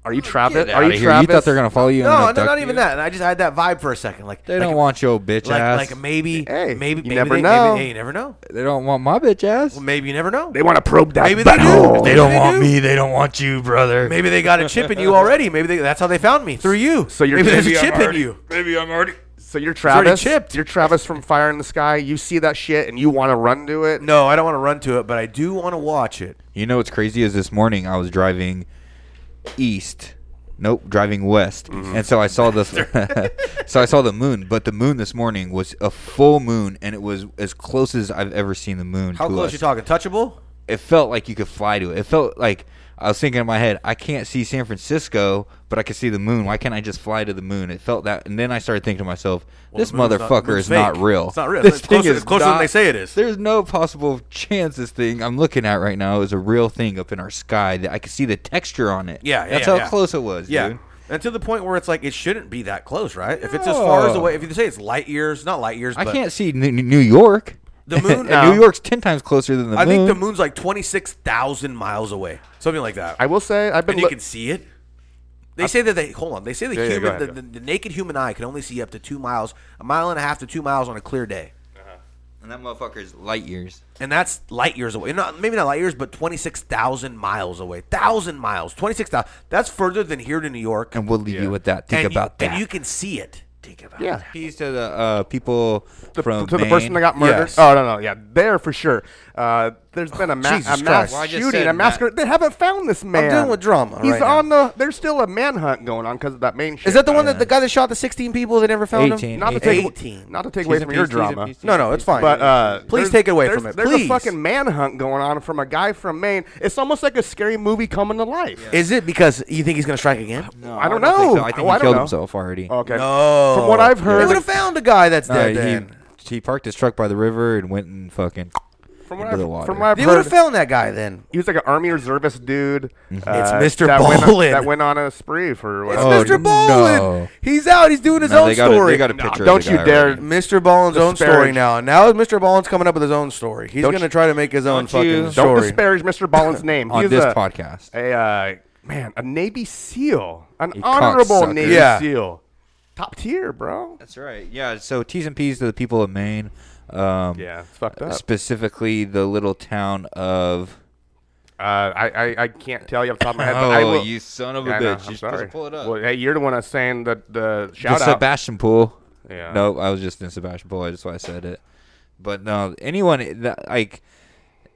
S5: Are you trapped?
S9: Get outta here. You thought they're gonna follow you and
S10: No, no,
S9: abduct
S10: not
S9: you?
S10: even that. And I just had that vibe for a second. Like
S9: They
S10: like-
S9: don't want your bitch
S10: like,
S9: ass.
S10: Like maybe, hey, maybe
S9: you
S10: maybe
S9: never
S10: they- maybe-
S9: know.
S10: hey, you never know.
S9: They don't want my bitch ass.
S10: Well, maybe you never know.
S9: They wanna probe that
S10: Maybe they
S9: butthole.
S10: do.
S9: They
S10: Maybe
S9: don't
S10: they
S9: want
S10: do.
S9: me, they don't want you, brother.
S10: Maybe they got a chip in you already. Maybe they, that's how they found me through you. So
S5: you're-
S10: maybe there's
S5: maybe
S10: a
S5: I'm
S10: chip
S5: already-
S10: in you.
S9: Maybe I'm already.
S5: So you're
S10: already
S5: Travis. You're Travis from Fire in the Sky. You see that shit and you want to run to it.
S10: No, I don't want to run to it, but I do want to watch it.
S9: You know what's crazy is this morning I was driving east. Nope, driving west.
S10: Mm-hmm.
S9: And so I saw the so I saw the moon, but the moon this morning was a full moon and it was as close as I've ever seen the moon
S10: How
S9: to
S10: close
S9: us.
S10: you talking? Touchable?
S9: It felt like you could fly to it. It felt like I was thinking in my head, I can't see San Francisco, but I can see the moon. Why can't I just fly to the moon? It felt that and then I started thinking to myself,
S10: Well,
S9: this
S10: the moon's not-
S9: motherfucker
S10: moon's
S9: is not
S10: fake.
S9: real.
S10: It's not real.
S9: This
S10: It's closer- it's closer than they say it is.
S9: There's no possible chance this thing I'm looking at right now is a real thing up in our sky that I could see the texture on it.
S10: Yeah, yeah,
S9: that's
S10: yeah,
S9: how
S10: yeah.
S9: close it was,
S10: Yeah.
S9: dude.
S10: And to the point where it's like it shouldn't be that close, right? If it's as far as
S9: No.
S10: away, if you say it's light years, not light years.
S9: I
S10: but
S9: can't see New, New York.
S10: The moon- um,
S9: And New York's ten times closer than the
S10: I think
S9: moon.
S10: the moon's like twenty six thousand miles away, something like that.
S5: I will say I've been.
S10: and you
S5: look-
S10: can see it. They say that they hold on. They say the
S5: Yeah, yeah, go
S10: human,
S5: ahead,
S10: the, the, the naked human eye can only see up to two miles, a mile and a half to two miles on a clear day,
S5: Uh-huh.
S9: and that motherfucker's light years.
S10: and that's light years away. Not maybe not light years, but twenty six thousand miles away. Thousand miles, twenty six thousand. That's further than here to New York.
S9: And we'll leave you with that. Think
S10: and
S9: about
S10: you,
S9: that.
S10: And you can see it. Think about
S5: Yeah.
S9: Peace to the uh, people from
S5: to the
S9: Maine.
S5: person that got murdered.
S9: Yes.
S5: Oh no, no, yeah, there for sure. Uh, there's been a, ma-
S9: Jesus
S5: a mass
S9: Christ. Well, I just
S5: shooting,
S9: said
S5: a massacre. They haven't found this man.
S10: dealing with drama
S5: He's
S10: right now.
S5: on the. There's still a manhunt going on because of that main. Shit.
S10: Is that the one that the guy that shot the sixteen people that never found him?
S5: Not to take not to take away from your drama.
S10: No, no, it's fine.
S5: But uh,
S10: please
S5: there's-
S10: take it away
S5: there's-
S10: from it.
S5: There's
S10: Please.
S5: a fucking manhunt going on from a guy from Maine. It's almost like a scary movie coming to life.
S10: Is it because you think he's gonna strike again?
S9: No,
S5: I don't know.
S9: so. I think
S5: Oh,
S9: he
S5: don't
S9: killed
S5: know. Oh,
S9: himself already.
S5: Okay.
S10: No.
S5: From what I've heard,
S10: They would have found a guy that's
S9: No,
S10: dead.
S9: he-
S10: then.
S9: He, parked his truck by the river and went and fucking
S5: From
S9: into
S5: what I've,
S9: the water.
S5: From what I've
S10: They
S5: heard,
S10: would've found that guy then.
S5: He was like an army reservist dude.
S9: Mm-hmm.
S5: uh,
S10: It's Mr.
S5: That went, on,
S10: Bolin.
S5: that went on a spree for.
S10: It's
S5: whatever.
S9: Oh,
S10: Mr. Ballin. He's out. He's doing his
S5: No,
S10: own
S5: they got a-
S10: story.
S5: they got a No, picture of don't the you guy dare already.
S10: Mr. Ballin's own story
S5: disparage-
S10: now. Now Mr. Ballin's coming up with his own story. He's
S5: Don't
S10: going to
S5: you-
S10: try to make his own
S5: don't
S10: fucking
S5: you- Don't
S10: story.
S5: disparage Mr. Ballin's name
S9: On
S5: He is
S9: this
S5: a-
S9: podcast.
S5: A uh, man, a Navy SEAL, an
S9: You
S5: honorable
S9: cocksucker.
S5: Navy
S9: Yeah.
S5: SEAL, top tier, bro.
S9: That's right. Yeah. So T's and P's to the people of Maine. Um,
S5: Yeah, it's fucked up.
S9: Specifically, the little town of.
S5: Uh, I, I I can't tell you off the top of my head.
S9: Oh,
S5: but I will,
S9: you son of a
S5: Yeah, I know,
S9: bitch.
S5: I'm
S9: You're supposed to
S5: sorry.
S9: pull it up.
S5: Well, hey, you're the one that's saying that the shout
S9: the
S5: out.
S9: Sebastian Pool.
S5: Yeah.
S9: Nope, I was just in Sebastian Pool. That's why I said it. But no, anyone that, like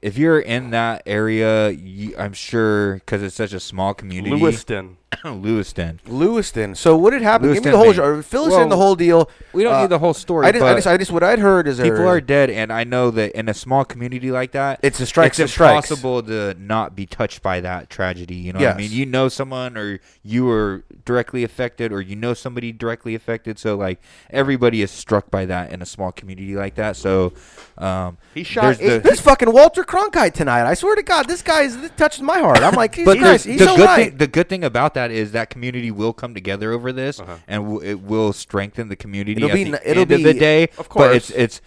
S9: if you're in that area, you, I'm sure because it's such a small community.
S5: Lewiston.
S9: Lewiston.
S10: Lewiston. So what had happened? Give me
S9: Lewiston,
S10: the whole.
S9: Maine.
S10: jar- Fill us
S9: Well,
S10: in the whole deal.
S9: We don't
S10: Uh,
S9: need the whole story.
S10: I just, I
S9: but
S10: just, I just what I'd heard is
S9: people
S10: there-
S9: are dead, and I know that in a small community like that,
S10: It's the strikes
S9: It's
S10: that strikes.
S9: impossible to not be touched by that tragedy. You know what I
S10: Yes.
S9: mean? You know someone, or you were directly affected, or you know somebody directly affected. So like everybody is struck by that in a small community like that. So um,
S10: He
S9: there's
S10: shot.
S9: the-
S10: It, this fucking Walter Cronkite tonight. I swear to God, this guy is this touches my heart. I'm like, Jesus
S9: there's-
S10: Christ, he's
S9: the
S10: so
S9: good
S10: right.
S9: thing, the good thing about that is that community will come together over this, and w- it will strengthen the community.
S10: Uh-huh. It'll
S9: at
S10: be
S9: the
S10: n- it'll
S9: end of the
S10: be-
S9: day,
S10: of
S9: But
S10: course.
S9: it's it's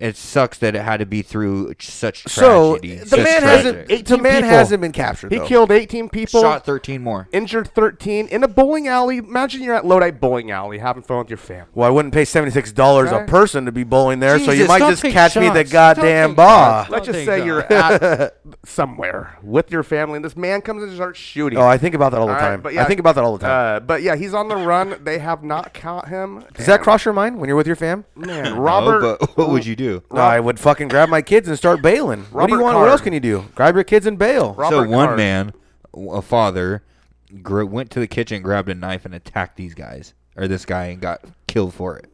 S9: it sucks that it had to be through such
S10: So,
S9: tragedy.
S10: the
S9: such
S10: man hasn't-
S9: tragic.
S10: the 18 man people. hasn't been captured,
S5: He
S10: though.
S5: killed 18 people.
S9: Shot 13 more.
S5: Injured 13 in a bowling alley. Imagine you're at Lodite Bowling Alley having fun with your family.
S10: Well, I wouldn't pay seventy six dollars a
S5: Right.
S10: person to be bowling there, so you
S5: Jesus,
S10: might
S5: don't
S10: just
S5: take
S10: catch me
S5: shots.
S10: the
S5: Don't
S10: goddamn
S5: take
S10: bar.
S5: shots. Let's just say you're at somewhere with your family, and this man comes and starts shooting.
S10: Oh, I think about that all the
S5: Alright,
S10: time.
S5: but
S10: I think about that all the time.
S5: Uh, but yeah, he's on the run. They have not caught him.
S10: Does that cross your mind when you're with your fam?
S5: Man, Robert-
S9: but what would you do?
S10: No, I would fucking grab my kids and start bailing. what do you
S5: Robert
S10: want?
S5: Carr.
S10: What else can you do? Grab your kids and bail.
S9: so one man, w- a father, gr- went to the kitchen, grabbed a knife, and attacked these guys or this guy, and got killed for it.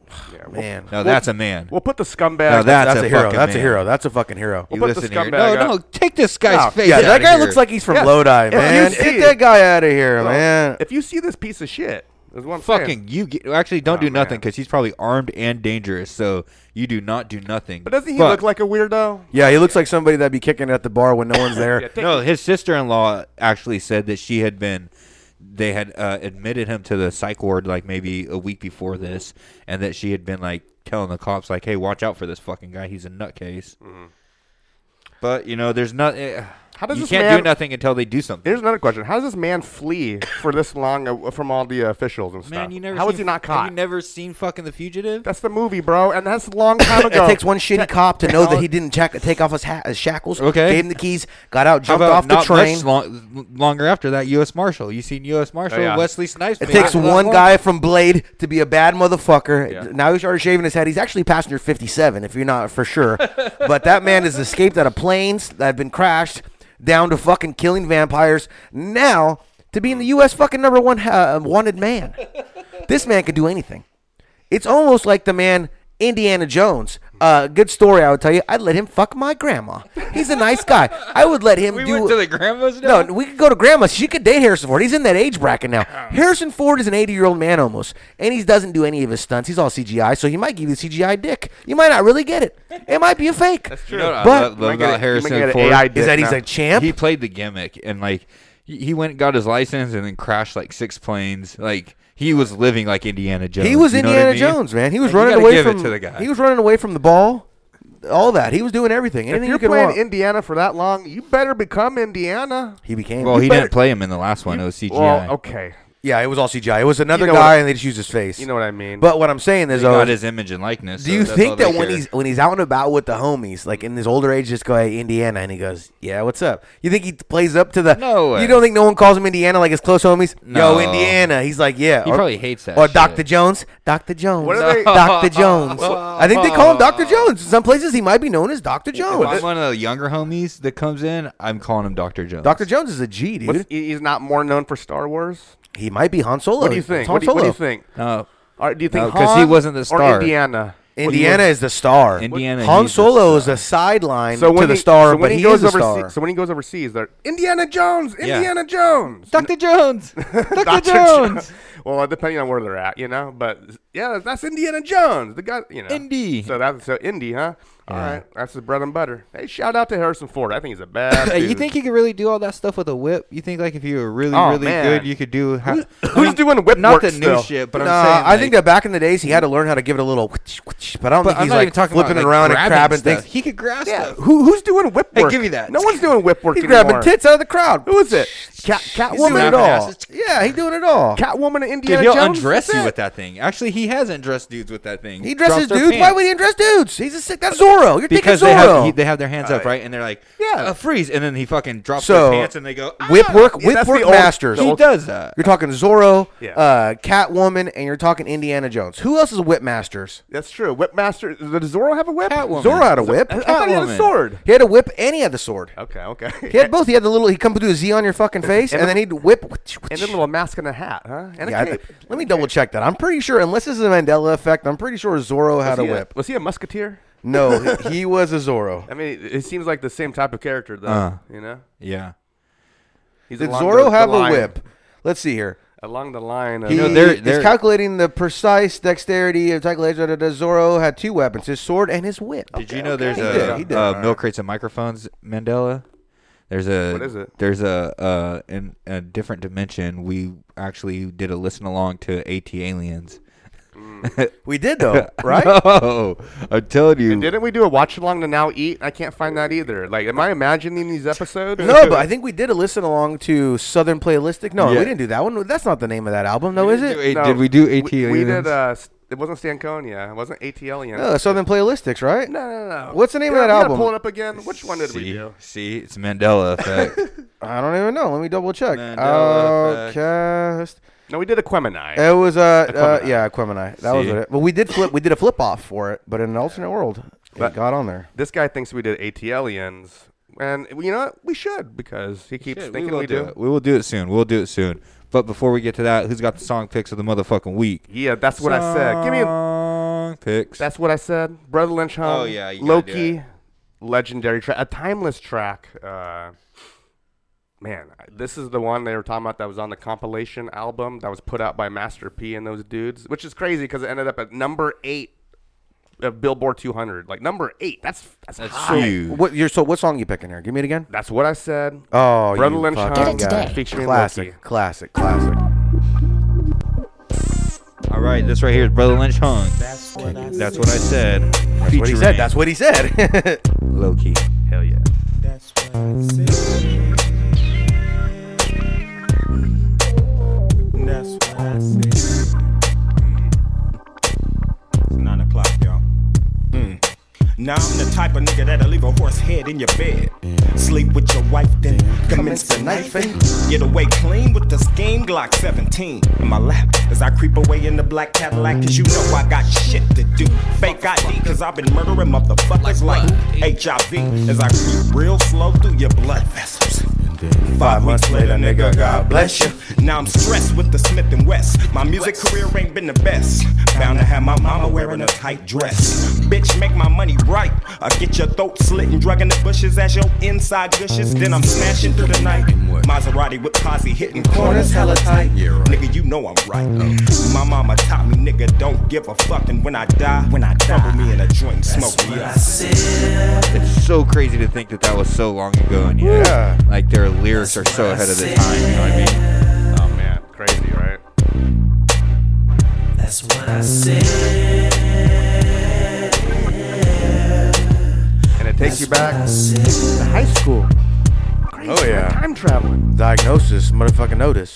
S10: man.
S9: now that's a man.
S5: We'll put the scumbag.
S9: Now that's, a,
S10: hero.
S9: fucking
S10: That's a
S9: man.
S10: hero. That's a fucking hero.
S9: You listen here. No, Oh, no, take this guy's
S10: No,
S9: face.
S10: Yeah, that
S9: outta
S10: guy
S9: here.
S10: looks like he's from
S5: Yes.
S10: Lodi,
S5: If you
S10: man.
S5: see-
S10: Get that guy out of here,
S5: Well,
S10: man.
S5: If you see this piece of shit, is what I'm saying.
S9: Fucking you! Get, actually, don't do nothing because he's probably armed and dangerous. So you do not do nothing.
S5: But doesn't he look like a weirdo?
S10: Yeah, he looks like somebody that'd be kicking at the bar when no one's there.
S9: no, his sister-in-law actually said that she had been. They had uh, admitted him to the psych ward like maybe a week before this, and that she had been like telling the cops like, "Hey, watch out for this fucking guy. He's a nutcase."
S5: Mm-hmm.
S9: But you know, there's not. eh,
S5: How does
S9: you
S5: this
S9: can't do
S5: man-
S9: nothing until they do something.
S5: Here's another question: How does this man flee for this long uh, from all the officials and stuff?
S9: Man, you never
S5: How
S9: seen,
S5: was he not
S9: have
S5: caught?
S9: you never seen fucking The Fugitive?
S5: That's the movie, bro, and that's a long time ago.
S10: It takes one shitty cop to know that he didn't check, take off his, hat, his shackles.
S9: Okay.
S10: Gave him the keys, got out,
S9: How
S10: jumped
S9: about
S10: off the
S9: not
S10: train.
S9: Much long, longer after that, U.S. Marshal. You seen U.S. Marshal
S10: Oh, yeah.
S9: Wesley Snipes?
S10: It
S9: made
S10: takes
S9: a lot
S10: one
S9: more.
S10: guy from Blade to be a bad motherfucker. Now he started shaving his head. He's actually passenger 57, if you're not for sure. but that man has escaped out of planes that have been crashed down to fucking killing vampires. Now to being the U.S. fucking number one uh, wanted man. this man could do anything. It's almost like the man Indiana Jones. Uh, good story, I would tell you. I'd let him fuck my grandma. He's a nice guy. I would let him
S9: We
S10: do.
S9: went to the grandma's
S10: No, we could go to grandma's. She could date Harrison Ford. He's in that age bracket now. Harrison Ford is an 80 year old man almost, and he doesn't do any of his stunts. He's all CGI, so he might give you the CGI dick. You might not really get it. It might be a fake. That's
S9: You know uh, what I
S10: But
S9: love, love about Harrison Ford
S10: is that he's a champ.
S9: He played the gimmick and like he he went and got his license and then crashed like six planes. Like he was living like Indiana Jones.
S10: He was
S9: you know what I
S10: Indiana
S9: mean?
S10: Jones, man. He was
S9: And you
S10: running
S9: gotta
S10: away
S9: give
S10: from
S9: it to the guy.
S10: He was running away from the ball, all that. He was doing everything.
S5: If
S10: Anything
S5: you're
S10: you could
S5: playing
S10: want.
S5: Indiana for that long, you better become Indiana.
S10: he became.
S9: Well,
S10: You
S9: he
S10: better-
S9: didn't play him in the last one. It was CGI.
S5: Well, okay.
S10: Yeah, it was all CGI. It was another
S5: know what
S10: guy,
S5: I-
S10: and they just used his face.
S5: you know what I mean.
S10: But what I'm saying
S9: They
S10: is,
S9: got
S10: uh,
S9: his image and likeness.
S10: do
S9: so
S10: you
S9: that's all
S10: think
S9: they
S10: that when
S9: care.
S10: he's when he's out and about with the homies, like in his older age, just go hey, Indiana, and he goes, "Yeah, what's up?" You think he plays up to the?
S9: No way.
S10: You don't think no one calls him Indiana like his close homies?
S9: No.
S10: Yo, Indiana. He's like, yeah.
S9: He probably hates that
S10: Or
S9: shit.
S10: Doctor Jones. Doctor Jones.
S9: What are they-
S10: Doctor Jones. I think they call him Doctor Jones. In some places, he might be known as Doctor
S9: If I'm
S10: Jones.
S9: one of the younger homies that comes in, I'm calling him Doctor Jones.
S10: Doctor Jones is a G, dude.
S5: What's- he- he's not more known for Star Wars.
S10: He might be Han Solo.
S5: What do you think?
S10: It's Han
S5: What do you, what do you
S10: Solo.
S5: think?
S9: No.
S5: All right, do you think
S9: No, 'cause he
S5: Han
S9: wasn't the
S5: Or
S9: star.
S5: Indiana.
S10: Indiana is the star.
S9: Indiana,
S10: Han
S9: he's the
S10: Solo is a sideline
S5: So when
S10: to the
S5: he-
S10: star,
S5: so when
S10: but
S5: he,
S10: he,
S5: goes
S10: is a
S5: overseas,
S10: star.
S5: So when he goes overseas, they're Indiana Jones, Indiana Jones,
S9: Doctor Jones,
S5: Doctor Jones. well, depending on where they're at, you know. But yeah, that's- that's Indiana Jones, the guy, you know.
S9: Indy.
S5: So that's so Indy, huh? All right, that's his bread and butter. Hey, shout out to Harrison Ford. I think he's a bad.
S9: Hey, you
S5: dude.
S9: think you could really do all that stuff with a whip? You think like if you were really,
S5: Oh,
S9: really
S5: man.
S9: good, you could do? Ha- I
S5: who's
S9: mean,
S5: doing whip
S9: Not
S5: work
S9: the
S5: still?
S9: new shit, but
S10: Nah,
S9: I'm saying.
S10: I think that back in the days he had to learn how to give it a little, whoosh, whoosh, but I don't
S9: But
S10: think
S9: I'm
S10: he's
S9: not
S10: like
S9: even talking
S10: flipping
S9: about,
S10: it
S9: like,
S10: around and
S9: grabbing
S10: grabbing
S9: stuff.
S10: things.
S9: He could grab
S5: Yeah,
S9: stuff.
S5: who, who's doing whip
S9: Hey,
S5: work?
S9: give me that.
S5: No one's doing whip work.
S10: He's grabbing
S5: anymore.
S10: tits out of the crowd.
S5: Who is it? Cat,
S10: He's doing
S5: Catwoman
S10: it
S5: at all.
S10: all. Yeah, he's doing it all.
S5: Catwoman in
S10: Indiana
S9: he'll
S10: Jones.
S9: undress
S10: That's
S9: you
S10: it.
S9: with that thing. Actually, he has undressed dudes with that thing.
S10: He dresses
S9: Drops their
S10: dudes. Why
S9: pants.
S10: would he undress dudes? He's a sick. That's Zorro. You're
S9: because
S10: thinking
S9: they
S10: Zorro.
S9: have he, they have their hands up right, and they're like, yeah, freeze, and then he fucking drops
S10: So-
S9: their pants, and they go "Ah!"
S10: Whip work,
S9: Yeah,
S10: whip
S9: that's
S10: work
S9: the old-
S10: masters.
S9: He does that.
S10: You're talking Zorro,
S5: Yeah.
S10: uh, Catwoman, and you're talking Indiana Jones. Who else is whip masters?
S5: That's true. Whipmaster. Does Zorro have a whip?
S10: Zorro had a whip.
S5: I, I thought he had a
S10: Catwoman.
S5: sword.
S10: He had a whip and he had the sword.
S5: Okay, okay.
S10: He had both. He had the little. He come through a Z on your fucking face, and,
S5: And
S10: then he'd whip.
S5: and a little mask and a hat, huh? And
S10: Yeah, I
S5: a cape.
S10: th- let me double check that. I'm pretty sure, unless this is a Mandela effect, I'm pretty sure Zorro had a
S5: was he
S10: whip.
S5: was he a musketeer?
S10: No, he- he was a Zorro.
S5: I mean, it, it seems like the same type of character, though.
S9: Uh,
S5: you know?
S9: Yeah.
S5: He's
S10: Did
S5: along
S10: Zorro
S5: the- the
S10: have a
S5: line-
S10: whip? Let's see here.
S5: Along the line of.
S10: He,
S9: they're-
S10: is
S9: they're-
S10: calculating the precise dexterity of calculation. da, da, da. Zorro had two weapons: his sword and his whip.
S9: Did you know there's
S10: He
S9: a
S10: did, he did.
S9: uh, milk crates and microphones Mandela? There's a
S10: What is it?
S9: there's a uh, in a different dimension. We actually did a listen along to AT Aliens.
S5: Mm.
S10: we did though,
S5: right?
S9: no, I'm telling you.
S5: And didn't we do a watch along to now eat? I can't find that either. Like, am I imagining these episodes?
S10: no, but I think we did a listen along to Southern Playalistic. No,
S5: Yeah.
S10: we didn't do that one. That's not the name of that album, though, is it?
S5: No,
S10: AT?
S5: We, we did. Uh, s- it wasn't Stanconia. It wasn't ATLian.
S10: No, Uh, Southern Playalistics, right?
S5: No, no, no.
S10: What's the name
S5: You
S10: of that
S5: gotta- you gotta
S10: album?
S5: Pull it up again. Which one did we
S9: see,
S5: do?
S9: see, it's Mandela effect.
S10: I don't even know. Let me double check.
S5: Mandela effect.
S10: Outcast.
S5: No, we did Aquemini.
S10: It was uh, uh
S5: Aquemini.
S10: yeah, Aquemini. That was
S5: See?
S10: it. But we did flip. We did a flip off for it, but in an alternate world, it
S5: But-
S10: got on there.
S5: This guy thinks we did ATLians, and you know what? We should because he keeps
S9: Shit,
S5: thinking
S9: will
S5: we,
S9: do
S5: do.
S9: it. We will do it soon. We'll do it soon. But before we get to that, who's got the song picks of the motherfucking week?
S5: Yeah, that's what I said. Give me
S9: a picks.
S5: That's what I said. Brother Lynch Hung.
S9: Oh, yeah, you gotta do
S5: Loki, legendary track, a timeless track. Uh, man, this is the one they were talking about that was on the compilation album that was put out by Master P and those dudes, which is crazy because it ended up at number eight of Billboard 200. Like number eight. That's that's, high.
S10: What your so what song you picking here? Give me it again.
S5: That's what I said.
S10: Oh,
S5: Brother
S10: you
S5: Lynch
S10: fucking
S5: Hung
S10: guy.
S5: featuring
S10: classic,
S5: Loki.
S10: classic, classic.
S9: All right, this right here is Brother Lynch Hung. That's what I, said. That's
S10: what he said. That's what he said.
S9: Low key.
S5: Hell yeah.
S16: That's what I said. It's nine o'clock, y'all. Mm. Now I'm the type of nigga that'll leave a horse head in your bed. Sleep with your wife, then commence the knifing. Get away clean with the scheme Glock 17 in my lap as I creep away in the black Cadillac. Cause you know I got shit to do. Fake ID, cause I've been murdering motherfuckers like HIV as I creep real slow through your blood vessels. Five months later, nigga, God bless you. Now I'm stressed with the Smith and West. My music career ain't been the best. Bound to have my mama wearing a tight dress. Bitch, make my money right. I get your throat slit and drug in the bushes as your inside gushes. Then I'm smashing through the night. Maserati with posse hitting corners hella tight. Nigga, you know I'm right. My mama taught me, nigga, don't give a fuck. And when I die, when I double me in a joint, and smoke me up.
S9: It's so crazy to think that that was so long ago, and yet,
S16: Yeah.
S9: like their lyrics are so ahead of the time. You know what I mean?
S5: Oh man, crazy, right?
S16: That's what I said.
S5: And it takes you back to high school. Crazy.
S10: Oh yeah,
S5: time traveling.
S10: Diagnosis, motherfucking notice.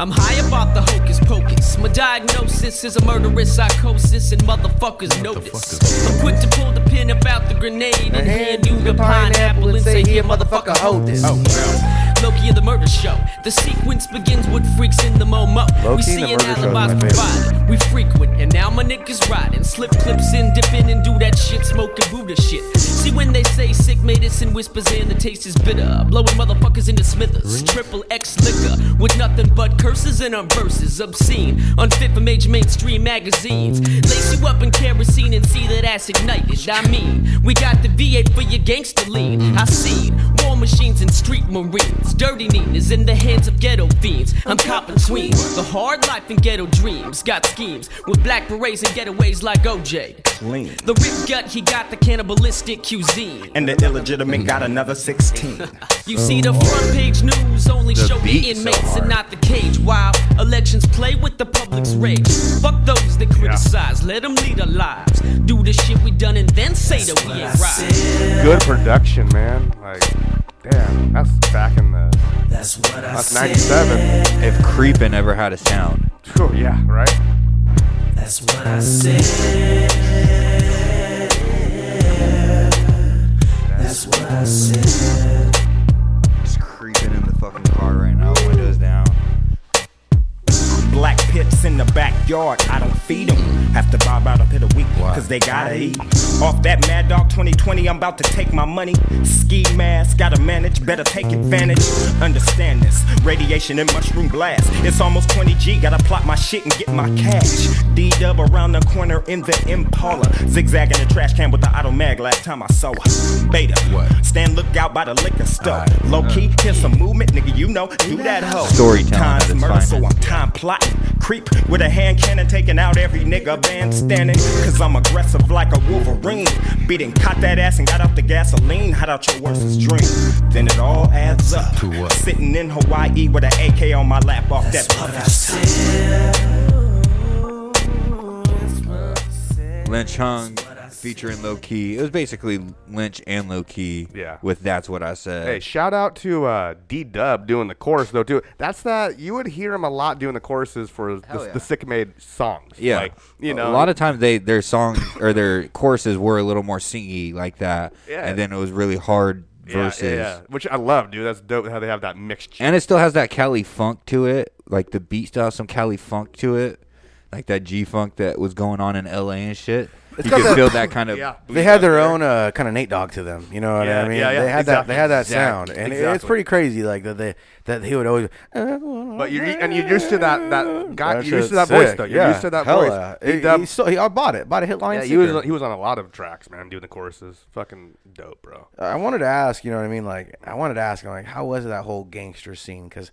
S17: I'm high about the hocus pocus. My diagnosis is a murderous psychosis, and motherfuckers notice. I'm quick to pull the pin about the grenade and hand you the pineapple and say, Here, motherfucker, hold this. Loki and the murder show. The sequence begins with freaks in the Momo.
S10: Loki
S17: we
S10: and the
S17: see an
S10: Murder Show is
S17: alibis
S10: my favorite.
S17: provided. We frequent, and now my niggas riding. Slip clips in, dip in, and do that shit. Smoking Buddha shit. See, when they say sick medicine whispers in, the taste is bitter. Blowing motherfuckers into smithers. Triple X liquor with nothing but curses and on verses. Obscene, unfit for major mainstream magazines. Lace you up in kerosene and see that ass ignited. I mean, we got the V8 for your gangster lean. I seen war machines and street marines. Dirty Neen is in the hands of ghetto fiends. I'm cop between the hard life and ghetto dreams. Got schemes with black berets and getaways like OJ.
S16: Lean.
S17: The rip gut, he got the cannibalistic cuisine.
S16: And the illegitimate got another 16.
S17: You see the front page news only
S16: The
S17: show
S16: beat
S17: the
S16: so
S17: inmates
S16: hard.
S17: and not the cage. While elections play with the public's rage. Fuck those that criticize, let them lead our lives. Do the shit we done and then say that we ain't right.
S5: Good production, man. Like, damn, that's back in the.
S17: That's what I
S5: That's 97.
S9: If Creepin' ever had a sound,
S5: Oh, yeah, right?
S12: That's what I said.
S9: That's what I said. Just creeping in the fucking car right now, windows down.
S16: Black pits in the backyard, I don't feed them. Have to bob out a pit a week, cause they gotta eat. Off that Mad Dog 2020, I'm about to take my money. Ski mask, gotta manage, better take advantage. Understand this, radiation and mushroom blast. It's almost 20G, gotta plot my shit and get my cash. D dub around the corner in the Impala. Zigzagging the trash can with the auto mag last time I saw her. Beta, stand lookout by the liquor store. Low key, here's some movement, nigga, you know, do that hoe.
S9: Storytelling at
S16: Time's
S9: its
S16: murder, so
S9: finest.
S16: I'm time plotting. Creep with a hand cannon taking out every nigga bandstanding. Cause I'm aggressive like a Wolverine. Beating, caught that ass and got out the gasoline. Hot out your worstest dream. Then it all adds up. Sitting in Hawaii with an AK on my lap off that what
S9: Lynch Hung featuring Low Key. It was basically Lynch and Low Key
S5: Yeah.
S9: with That's What I Said.
S5: Hey, shout out to uh, D Dub doing the chorus though too. That's that you would hear him a lot doing the choruses for the,
S9: yeah.
S5: the Sick Made songs.
S9: Yeah,
S5: like, you
S9: a
S5: know,
S9: lot of times they their songs or their courses were a little more singy like that.
S5: Yeah.
S9: and then it was really hard
S5: yeah, yeah,
S9: verses,
S5: yeah. which I love, dude. That's dope how they have that mixed.
S9: and it still has that Cali funk to it, like the beat style, some Cali funk to it, like that G funk that was going on in L.A. and shit. you
S10: got
S9: could feel that kind of.
S10: They had their own uh, kind of Nate Dogg to them. You know what
S9: Yeah,
S10: I mean?
S9: yeah, yeah,
S10: they had that. They
S9: exactly.
S10: had that
S9: Exact-
S10: sound, and it- it's
S5: exactly.
S10: pretty crazy. Like that they that he would always.
S5: But you're and you're used to that that guy.
S10: That
S5: You're used to that
S10: shit's
S5: voice
S10: sick.
S5: though. You're
S10: Yeah,
S5: used to that
S10: hella.
S5: voice.
S10: He-
S5: D-Dub-
S10: he sold- he- I bought it. Bought it. Hit line
S5: Yeah, he was
S10: sticker.
S5: on- he was on a lot of tracks, man. Doing the choruses, fucking dope, bro.
S10: I wanted to ask, you know what I mean? Like, I wanted to ask him, like, how was that whole gangster scene? Because,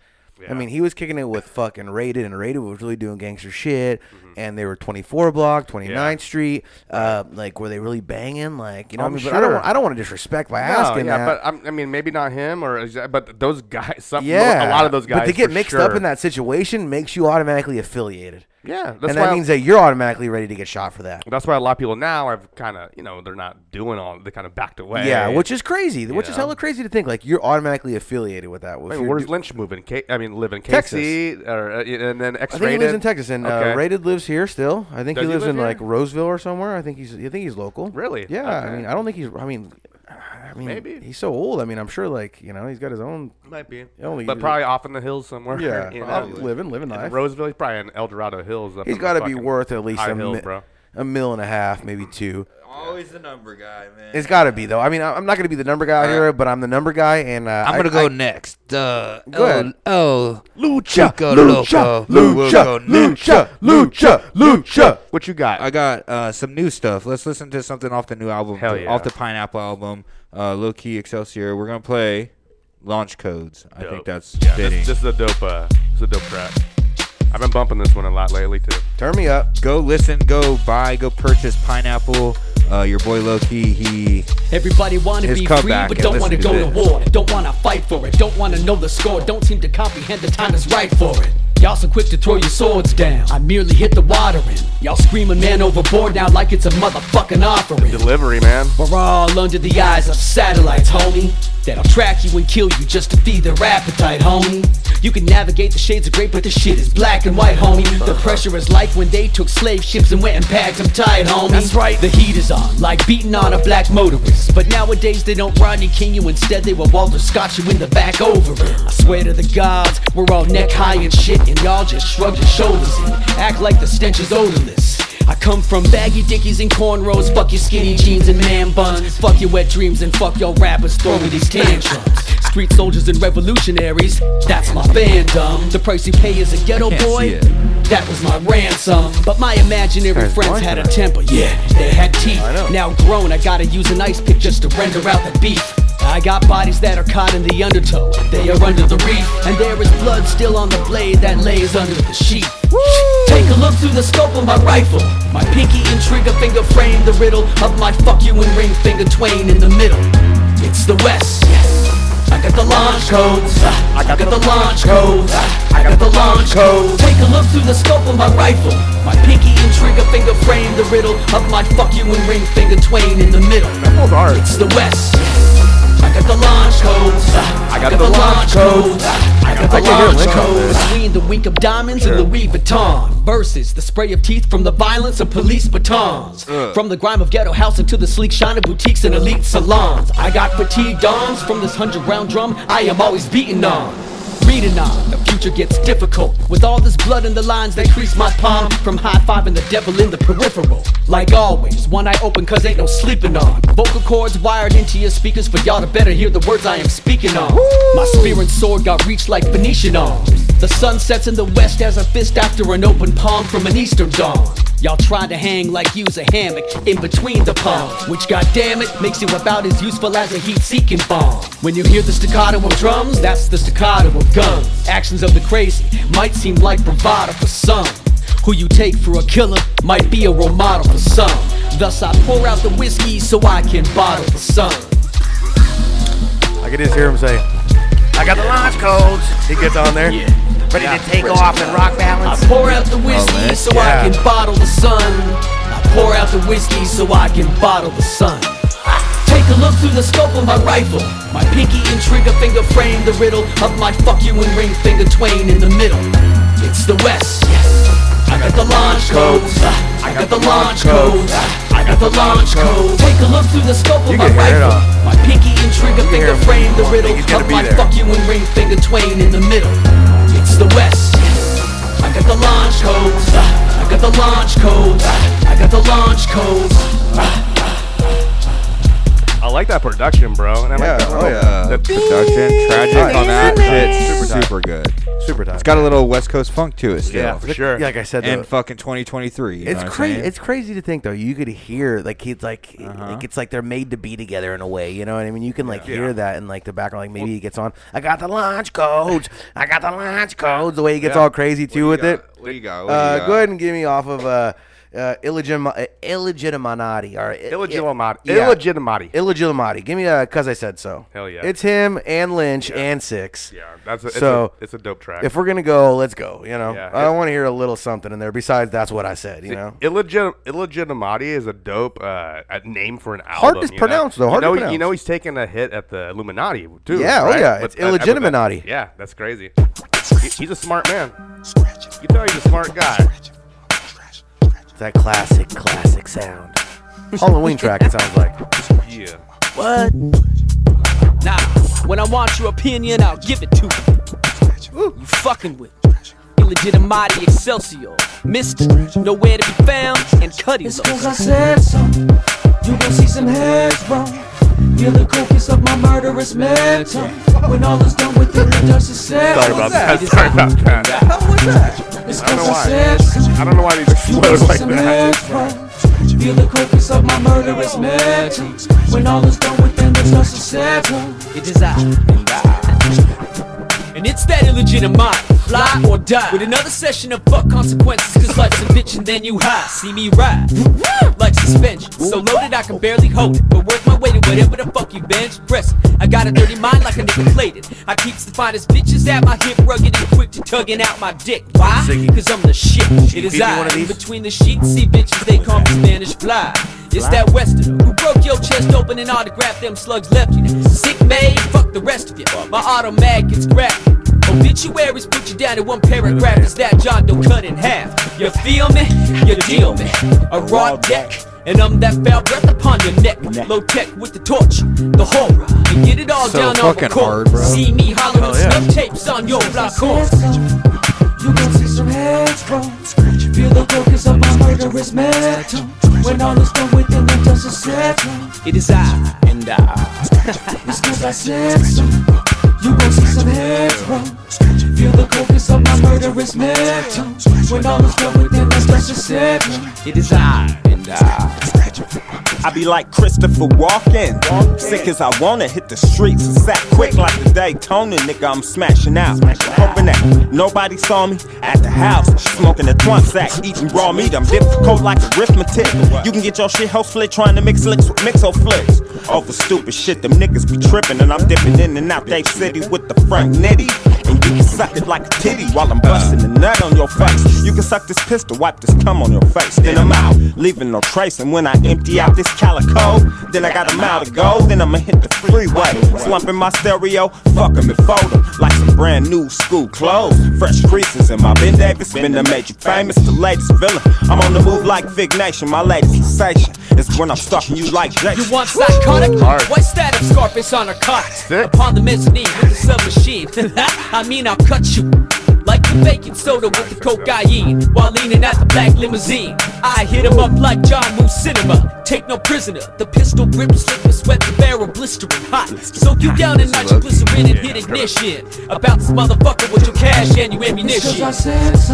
S10: I mean, he was kicking it with fucking Rated, and Rated was really doing gangster shit.
S5: Mm-hmm.
S10: And they were 24 block, 29th Street. Uh, like, were they really banging? Like, you know, what
S5: I'm
S10: I mean, but I don't,
S5: sure.
S10: want- I don't want to disrespect by
S5: No,
S10: asking
S5: yeah,
S10: that.
S5: but I'm, I mean, maybe not him or, exa- but those guys, some,
S10: yeah,
S5: a lot of those guys.
S10: But to get
S5: for
S10: mixed up
S5: sure.
S10: in that situation makes you automatically affiliated.
S5: Yeah, that's
S10: and
S5: why
S10: that
S5: I'm-
S10: means that you're automatically ready to get shot for that.
S5: That's why a lot of people now have kind of, you know, they're not doing all, they kind of backed away.
S10: Yeah, which is crazy.
S5: You
S10: Which is
S5: know?
S10: hella crazy to think. Like you're automatically affiliated with that. If
S5: I mean,
S10: you're
S5: where's
S10: do-
S5: Lynch moving? Ca- I mean, live in
S10: Texas.
S5: Casey, or, uh, and then
S10: I
S5: X
S10: think he
S5: rated.
S10: lives in Texas, and uh, Rated lives here still. I think
S5: Does
S10: he
S5: he
S10: lives
S5: live
S10: in
S5: here?
S10: like Roseville or somewhere. I think he's. I think he's local.
S5: Really?
S10: Yeah. I
S5: Okay.
S10: mean, I don't think he's. I mean, I mean,
S5: Maybe.
S10: he's so old. I mean, I'm sure like you know he's got his own.
S5: Might be.
S10: I don't think
S5: but
S10: he's-
S5: probably off in the hills somewhere.
S10: Yeah,
S5: you know?
S10: probably. Living- living
S5: In
S10: life.
S5: Roseville, he's probably in El Dorado Hills. Up
S10: He's
S5: got to
S10: be worth at least
S5: high
S10: a,
S5: hills,
S10: mi-
S5: bro.
S10: a mil and a half, maybe two.
S9: Always the number guy, man.
S10: It's got to be though. I mean, I- I'm not going to be the number guy here, but I'm the number guy, and uh,
S9: I'm
S10: I-
S9: gonna go
S10: I-
S9: next. Uh,
S10: Go ahead.
S9: Oh, oh,
S10: Lucha,
S9: Chico
S10: lucha,
S9: Loco. We'll go
S10: lucha,
S9: next.
S10: lucha, lucha, lucha.
S5: What you got?
S9: I got uh, some new stuff. Let's listen to something off the new album,
S5: Hell
S9: the-
S5: yeah.
S9: off the Pineapple album, uh, Low Key Excelsior. We're gonna play Launch Codes. I think
S5: Dope.
S9: that's
S5: yeah,
S9: fitting.
S5: this, this is a dope, uh, this is a dope track. I've been bumping this one a lot lately, too.
S10: Turn me up.
S9: Go listen. Go buy. Go purchase Pineapple. Uh, your boy Low Key. He
S18: Everybody wanna
S9: His
S18: be free,
S9: comeback,
S18: but
S9: and
S18: don't wanna
S9: listen
S18: go
S9: to
S18: to
S9: this.
S18: war. Don't wanna fight for it. Don't wanna know the score. Don't seem to comprehend the time is right for it. Y'all so quick to throw your swords down. I merely hit the water in. Y'all screaming man overboard now like it's a motherfucking offering.
S5: Delivery, man.
S18: We're all under the eyes of satellites, homie. That'll track you and kill you just to feed their appetite, homie. You can navigate the shades of gray, but the shit is black and white, homie. The pressure is like when they took slave ships and went and packed them tight, homie. That's right. The heat is on, like beating on a black motorist. But nowadays they don't Rodney King you, instead they will Walter Scott you in the back over it. I swear to the gods, we're all neck high and shit, and y'all just shrug your shoulders and act like the stench is odorless. I come from baggy dickies and cornrows. Fuck your skinny jeans and man buns. Fuck your wet dreams and fuck your rappers throwing these tantrums. Street soldiers and revolutionaries. That's my fandom. The price you pay is a ghetto
S9: can't see
S18: boy.
S9: it.
S18: That was my ransom. But my imaginary
S9: Guys,
S18: friends
S9: why
S18: had a
S9: not?
S18: temper. Yeah, they had teeth. Now grown, I gotta use an ice pick just to render out the beef. I got bodies that are caught in the undertow. They are under the reef, and there is blood still on the blade that lays under the sheath. Take a look through the scope of my rifle. My pinky and trigger finger frame the riddle of my fuck you and ring finger twain in the middle. It's the West. I got the launch codes. I got the launch codes. I got the launch codes. Take a look through the scope of my rifle. My pinky and trigger finger frame the riddle of my fuck you and ring finger twain in the middle. It's the West. I got the launch codes.
S9: I got the launch codes.
S18: I got
S9: I
S18: the
S9: can hear
S18: launch
S9: Lynch on
S18: codes.
S9: this.
S18: We in the wink of diamonds and
S9: Sure.
S18: Louis Vuitton. Versus the spray of teeth from the violence of police batons.
S9: Ugh.
S18: From the grime of ghetto housing to the sleek shine of boutiques and elite salons. I got fatigue dawns from this hundred round drum. I am always beaten on. Reading on, the future gets difficult. With all this blood in the lines, they crease my palm. From high five and the devil in the peripheral. Like always, one eye open cause ain't no sleeping on. Vocal cords wired into your speakers for y'all to better hear the words I am speaking on. My spear and sword got reached like Phoenician arms. The sun sets in the west as a fist after an open palm from an eastern dawn. Y'all try to hang like you's a hammock in between the palms, which goddamn it makes you about as useful as a heat-seeking bomb. When you hear the staccato of drums, that's the staccato of guns. Actions of the crazy might seem like bravado for some. Who you take for a killer might be a role model for some. Thus I pour out the whiskey so I can bottle for some.
S10: I can just hear him say, I got the launch codes. He gets on there. Ready to take off and rock balance.
S18: I pour out the whiskey
S10: Oh, man.
S18: so
S10: Yeah.
S18: I can bottle the sun. I pour out the whiskey so I can bottle the sun. Take a look through the scope of my rifle. My pinky and trigger finger frame the riddle of my fuck you and ring finger twain in the middle. It's the West. Yes. I got the launch codes. I got the launch codes. I got the launch codes. Take a look through the scope of
S10: You
S18: my
S10: can hear it
S18: rifle.
S10: all.
S18: My pinky and trigger
S10: You
S18: finger
S10: hear him
S18: frame the
S10: all.
S18: riddle
S10: He's gonna
S18: of
S10: be
S18: my
S10: there.
S18: fuck you and ring finger twain in the middle. It's the West. I got the launch codes. I got the launch codes. I got the launch codes.
S5: I like that production, bro. And I
S9: Yeah,
S5: like that
S9: oh
S5: little-
S9: yeah.
S5: the-
S9: Production, tragic on that shit,
S10: Super tight.
S9: super good.
S10: Super tight.
S9: It's got a little West Coast funk to it still.
S10: Yeah, for sure. Like I said,
S9: and
S10: though-
S9: fucking 2023. you know
S10: It's
S9: what I'm
S10: crazy.
S9: saying?
S10: It's crazy to think though. You could hear like it's like
S5: Uh-huh.
S10: like it's like they're made to be together in a way. You know what I mean? You can like hear that in like the background. Like maybe he gets on. I got the launch codes. I got the launch codes. The way he gets
S9: Yeah.
S10: all crazy too with it.
S9: What do you got? What do you
S10: Uh,
S9: got?
S10: go ahead and give me off of uh, uh, illegitim- uh, illegitimanati or
S5: Illegitimati.
S10: illegitimati. Illegitimati. Give me a cause I said so.
S5: Hell yeah.
S10: It's him and Lynch and Six.
S5: Yeah, that's a- it's
S10: so.
S5: a- it's a dope track.
S10: If we're gonna go, let's go. You know,
S5: Yeah.
S10: I want to hear a little something in there besides that's what I said. You
S5: See,
S10: know,
S5: illegit- illegitimati is a dope uh, a name for an album.
S10: Hard to
S5: you know?
S10: pronounce, though.
S5: You
S10: Hard to
S5: know,
S10: pronounce.
S5: You know, he's taking a hit at the Illuminati too.
S10: Yeah, oh
S5: right?
S10: yeah,
S5: But
S10: it's
S5: I- I- but that-
S10: illegitiminati.
S5: yeah, that's crazy. He- He's a smart man. You tell he's a smart guy.
S10: It's that classic, classic sound. Halloween track. It sounds like.
S5: Yeah.
S18: What? Nah, when I want your opinion, I'll give it to you. You fucking with illegitimati excelsior. Missed, nowhere to be found, and Cuddy It's
S19: cause I said so. You gon' see some heads roll. Feel the crocus of my murderous mental. When all is done with it, the dust is settled.
S5: Sorry about that. Sorry about that.
S19: It's
S5: I don't know
S19: cause I
S5: why.
S19: said so.
S5: I don't know why these
S19: You
S5: explode
S19: gon' see
S5: like
S19: some
S5: that.
S19: heads roll. Feel the crocus of my murderous mental. When all is done with it, the dust is settled.
S18: It is I. And it's that illegitimate, fly or die. With another session of fuck consequences, cause life's a bitch and then you high. See me ride, like suspension. So loaded I can barely hold it, but worth my weight in whatever the fuck you bench press. I got a dirty mind like a nigga plated. I keeps the finest bitches at my hip, rugged and quick to tugging out my dick. Why? Cause I'm the shit. It is
S19: Feed me
S18: I.
S19: one of
S18: In
S19: these?
S18: between the sheets, see bitches, they call me Spanish fly. It's that Westerner who broke your chest open and autographed them slugs left you. Sick maid, fuck the rest of you. My automatic gets graphic. Obituaries put you down in one paragraph. It's that John Doe cut in half. You feel me? You deal me. A raw deck. And I'm that foul breath upon your neck. Low tech with the torch, the horror. And get it all
S9: So
S18: down on
S9: fucking
S18: record.
S9: hard, bro.
S18: See me hollering
S9: Hell yeah.
S18: snuff tapes on your block horn.
S19: You gon' see some heads roll. Feel the crocus of my murderous mental. When all is done with it, the dust is settled.
S18: It is I and I.
S19: It's cause I said so. You gon' see some heads roll. Feel the crocus of my murderous mental. When all is done with it, the dust is settled.
S18: It is I
S16: and I. I be like Christopher Walken, sick as I wanna hit the streets and sack quick like the Daytona nigga. I'm smashing out, hoping that nobody saw me at the house, smoking a twin sack, eating raw meat. I'm difficult like arithmetic. You can get your shit hoe split trying to mix licks with mixo flicks. Over stupid shit, them niggas be tripping, and I'm dipping in and out they city with the front nitty. and you can suck it like a titty while I'm busting the nut on your face. You can suck this pistol, wipe this cum on your face. Then I'm out, leaving no trace. And when I empty out this calico, then I got a mile to go. Then I'ma hit the freeway, slumping my stereo, fuck 'em and fold 'em like some brand new school clothes. Fresh creases in my Ben Davis, been the major famous, the latest villain. I'm on the move like Fig Nation, my latest sensation is when I'm stalking you like Jason.
S17: You want psychotic?
S16: Hard.
S17: What's that if Scarface on her cock? Upon the mezzanine with the submachine. I mean, I'll cut you. Like the baking soda with the cocaine While leaning out the black limousine I hit him up like John Woo Cinema Take no prisoner The pistol grip slip and sweat the barrel blistering hot Soak you down and nitroglycerin glycerin and hit ignition About this motherfucker with your cash and your ammunition
S19: Cause I said so.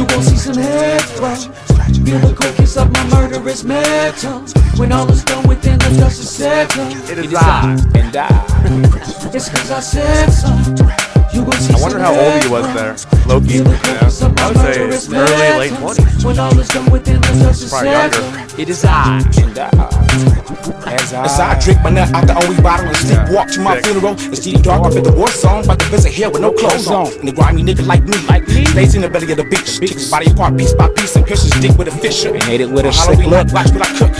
S19: You gon' see some heads roll. Feel the quickest of my murderous metal. When all is done with, then let's just a second.
S10: It is I and I.
S19: It's cause I said so. You gon' see
S10: I
S19: some
S10: wonder how old
S19: heads
S10: he was there.
S5: Loki.
S19: Yeah.
S10: I would say it's early, late 20s.
S19: When all is done with, then let's just a
S10: Probably younger.
S19: second.
S18: It is I and
S20: Hmm.
S18: I.
S21: As I, drink my nut out the only bottle and sleep, walk to my funeral. It's getting dark up at the war zone, but the visit here with no clothes on. And the grimy nigga like me, like me, lays in the belly of the bitch. Kicks body apart piece by piece and pierces dick with a fisher. And hate it with a Halloween look. Watch what I cook.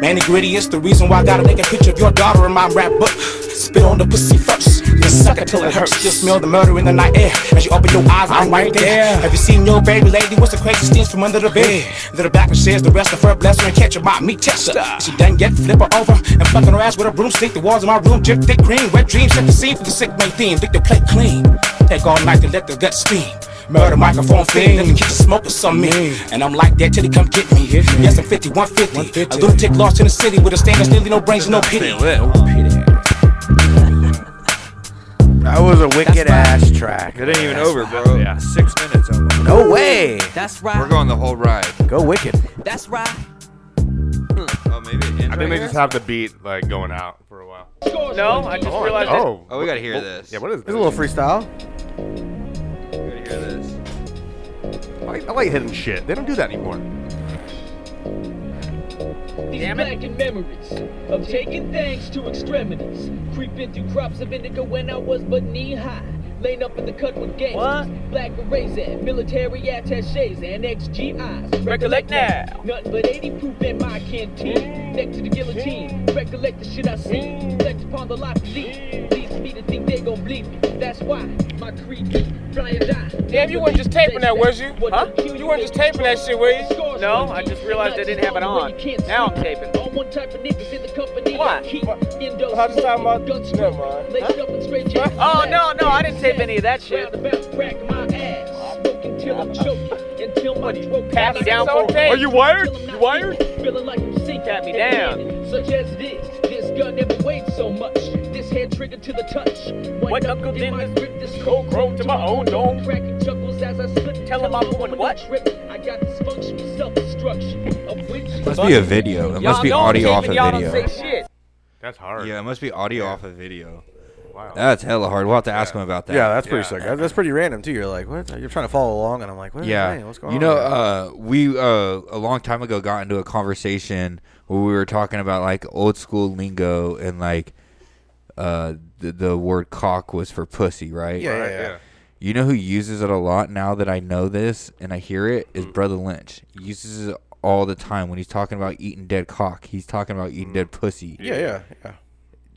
S21: Man, the gritty is the reason why I gotta make a picture of your daughter in my rap book. Spit on the pussy first, then suck it till it hurts. Just smell the murder in the night air as you open your eyes. I'm right there. Have you seen your baby lady? What's the crazy things from under the bed? Little back and shares the rest of her blessing and catch her by me, Tessa. She done get flip her over and fucking her ass with a broomstick. The walls of my room drip thick green. Wet dreams set the scene for the sick mate theme. Lick the plate clean. Take all night to let the gut steam. Murder microphone thing, let me keep the smoke or something. And I'm like that till they come get me. Yes, I'm 50, 150. A lunatic lost in the city with a stand that's nearly no brains, no pity.
S10: That was a wicked ass track.
S9: It ain't even over, bro. Yeah. Six minutes almost.
S10: No way.
S17: That's
S9: We're going the whole ride.
S10: Go wicked.
S17: That's right.
S9: Oh, maybe. it ends
S5: I think they
S9: right
S5: just
S9: here?
S5: have the beat like going out for a while.
S22: No, I just realized.
S5: Oh,
S9: Oh, we gotta hear this.
S5: Yeah, what is
S10: It's a little freestyle.
S9: We gotta hear this.
S5: I like, I like hidden shit. They don't do that anymore.
S22: These blackened memories of taking things to extremities. Creeping through crops of indigo when I was but knee high. Laying up in the cut with gangsters. Black erasing, military attaches, and XGIs.
S18: Recollect now.
S22: Nothing but 80 proof in my canteen. Next to the guillotine. Recollect the shit I seen. Reflect upon the life lead. Leads me to think they gon' bleed me. That's why my creed is fly and die.
S20: Damn, you weren't just taping that, was you? Huh? You weren't just taping that shit, were you? No, I just realized I didn't have it on. Now I'm taping.
S22: All one type of niggas in the company.
S20: Why?
S22: How
S20: just talking about-
S22: Never mind. Laced up and straight jacket.
S20: Oh, no, no, I didn't tape any of that shit.
S22: Roundabout crack my ass. Smoking till I'm choking. Until my throat
S20: Pat me
S22: collapses.
S20: down for it. Are you wired? You wired?
S22: Feeling like I'm sinking.
S20: Pat me
S22: and
S20: down.
S22: landing, Such as it is. This gun never weighed so much. This hand triggered to the touch. One knuckle did my grip. This cold grown to my own dome. Cracking chuckles as I slip. Tell him I'm on what? I got dysfunction, self-destruction. Of which
S9: Must be a video. It must be audio off a video.
S5: That's hard.
S9: Yeah, it must be audio off a video.
S5: Wow.
S9: That's hella hard. We'll have to ask him about that.
S10: Yeah, that's pretty sick. That- That's pretty random too. You're like, what? You're trying to follow along, and I'm like, what?
S9: yeah.
S10: Hey, what's going
S9: you
S10: on?
S9: know,
S10: here?
S9: uh, we uh, a long time ago got into a conversation where we were talking about like old school lingo and like uh, the, the word cock was for pussy, right?
S10: Yeah, yeah, Right, yeah. yeah.
S9: You know who uses it a lot now that I know this and I hear it
S10: Mm.
S9: is Brother Lynch. He uses it all the time when he's talking about eating dead cock. He's talking about eating dead pussy.
S10: Mm. yeah, yeah, yeah.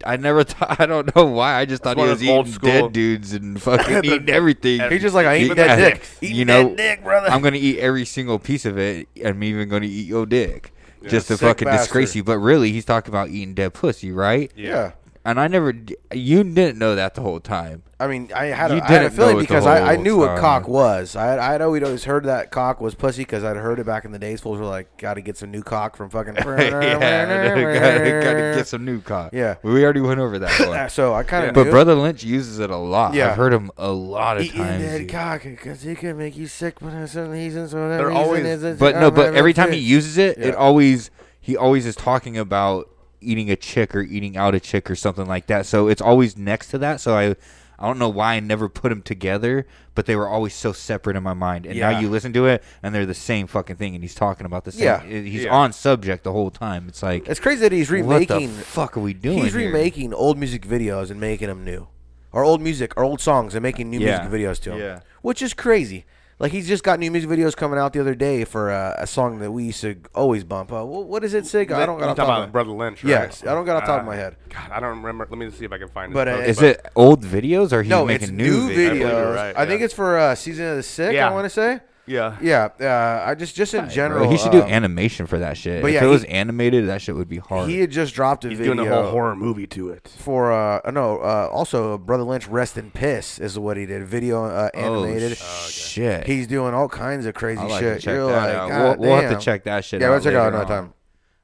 S9: I never thought. I don't know why. I just thought
S10: one
S9: he
S10: of
S9: was
S10: them old
S9: eating
S10: school-
S9: dead dudes and fucking
S10: The-
S9: eating everything.
S10: He's just like, I ain't
S9: Yeah.
S10: dead dicks.
S9: You
S10: Eating
S9: know,
S10: dead dick, brother.
S9: I'm gonna eat every single piece of it. I'm even gonna eat your dick
S10: Yeah,
S9: just to
S10: sick
S9: fucking
S10: bastard.
S9: disgrace you. But really, he's talking about eating dead pussy, right?
S10: Yeah. Yeah.
S9: And I never. d- You didn't know that the whole time.
S10: I mean, I had a,
S9: You
S10: I had a
S9: didn't
S10: feeling
S9: know it the
S10: because I, I
S9: whole
S10: knew what
S9: time.
S10: cock was. I had, I had always, always heard that cock was pussy because I'd heard it back in the days. Fools were like, got to get some new cock from fucking. yeah,
S9: gotta- gotta get some new cock.
S10: Yeah.
S9: We already went over that one.
S10: So I kinda
S9: But
S10: knew.
S9: Brother Lynch uses it a lot.
S10: Yeah.
S9: I've heard him a lot of
S10: Eating
S9: times.
S10: dead cock because it can make you sick, but for some reason, so that
S5: They're
S10: reason
S5: always-
S10: is it-
S9: But
S10: oh,
S9: no, but
S10: my
S9: every time he
S10: shit.
S9: uses it,
S10: Yeah.
S9: it always he always is talking about eating a chick or eating out a chick or something like that. So it's always next to that. So I I don't know why I never put them together, but they were always so separate in my mind. And now
S10: Yeah.
S9: you listen to it and they're the same fucking thing and he's talking about the same
S10: Yeah.
S9: he's
S10: Yeah.
S9: on subject the whole time. It's like
S10: It's crazy that he's
S9: what the
S10: remaking.
S9: fuck are we doing
S10: He's
S9: here?
S10: remaking old music videos and making them new. our old music, our old songs, and making new
S9: Yeah.
S10: music videos to them.
S9: Yeah.
S10: Which is crazy. Like he's just got new music videos coming out the other day for uh, a song that we used to always bump. Uh, wh- what is it, Sig? I don't got
S5: You talking
S10: off top of
S5: about
S10: my-
S5: Brother Lynch. Right?
S10: Yes, I don't got off top of my
S5: Uh,
S10: head.
S5: God, I don't remember. Let me see if I can find it.
S10: But, uh,
S9: Is it old videos or he's
S10: no,
S9: making
S10: it's
S9: new,
S10: new
S9: videos?
S10: videos. I, think it's for uh, season of the sick.
S5: Yeah.
S10: I want to say.
S5: Yeah.
S10: Yeah. Uh, I just just in general.
S9: Bro, he should do
S10: uh,
S9: animation for that shit.
S10: but
S9: if
S10: yeah,
S9: it was
S10: he-
S9: animated, that shit would be hard.
S10: He had just dropped a
S5: He's
S10: video.
S5: doing a whole horror movie to it.
S10: For uh uh, no, uh also Brother Lynch Rest in Piss is what he did. Video uh,
S9: Oh,
S10: animated.
S9: shit.
S10: He's doing all kinds of crazy
S9: I'll have to
S10: shit.
S9: check
S10: You're
S9: that
S10: like,
S9: out.
S10: God
S9: We'll- we'll have to
S10: damn.
S9: check that shit
S10: yeah,
S9: out
S10: we'll check it out
S9: later
S10: another
S9: on.
S10: time.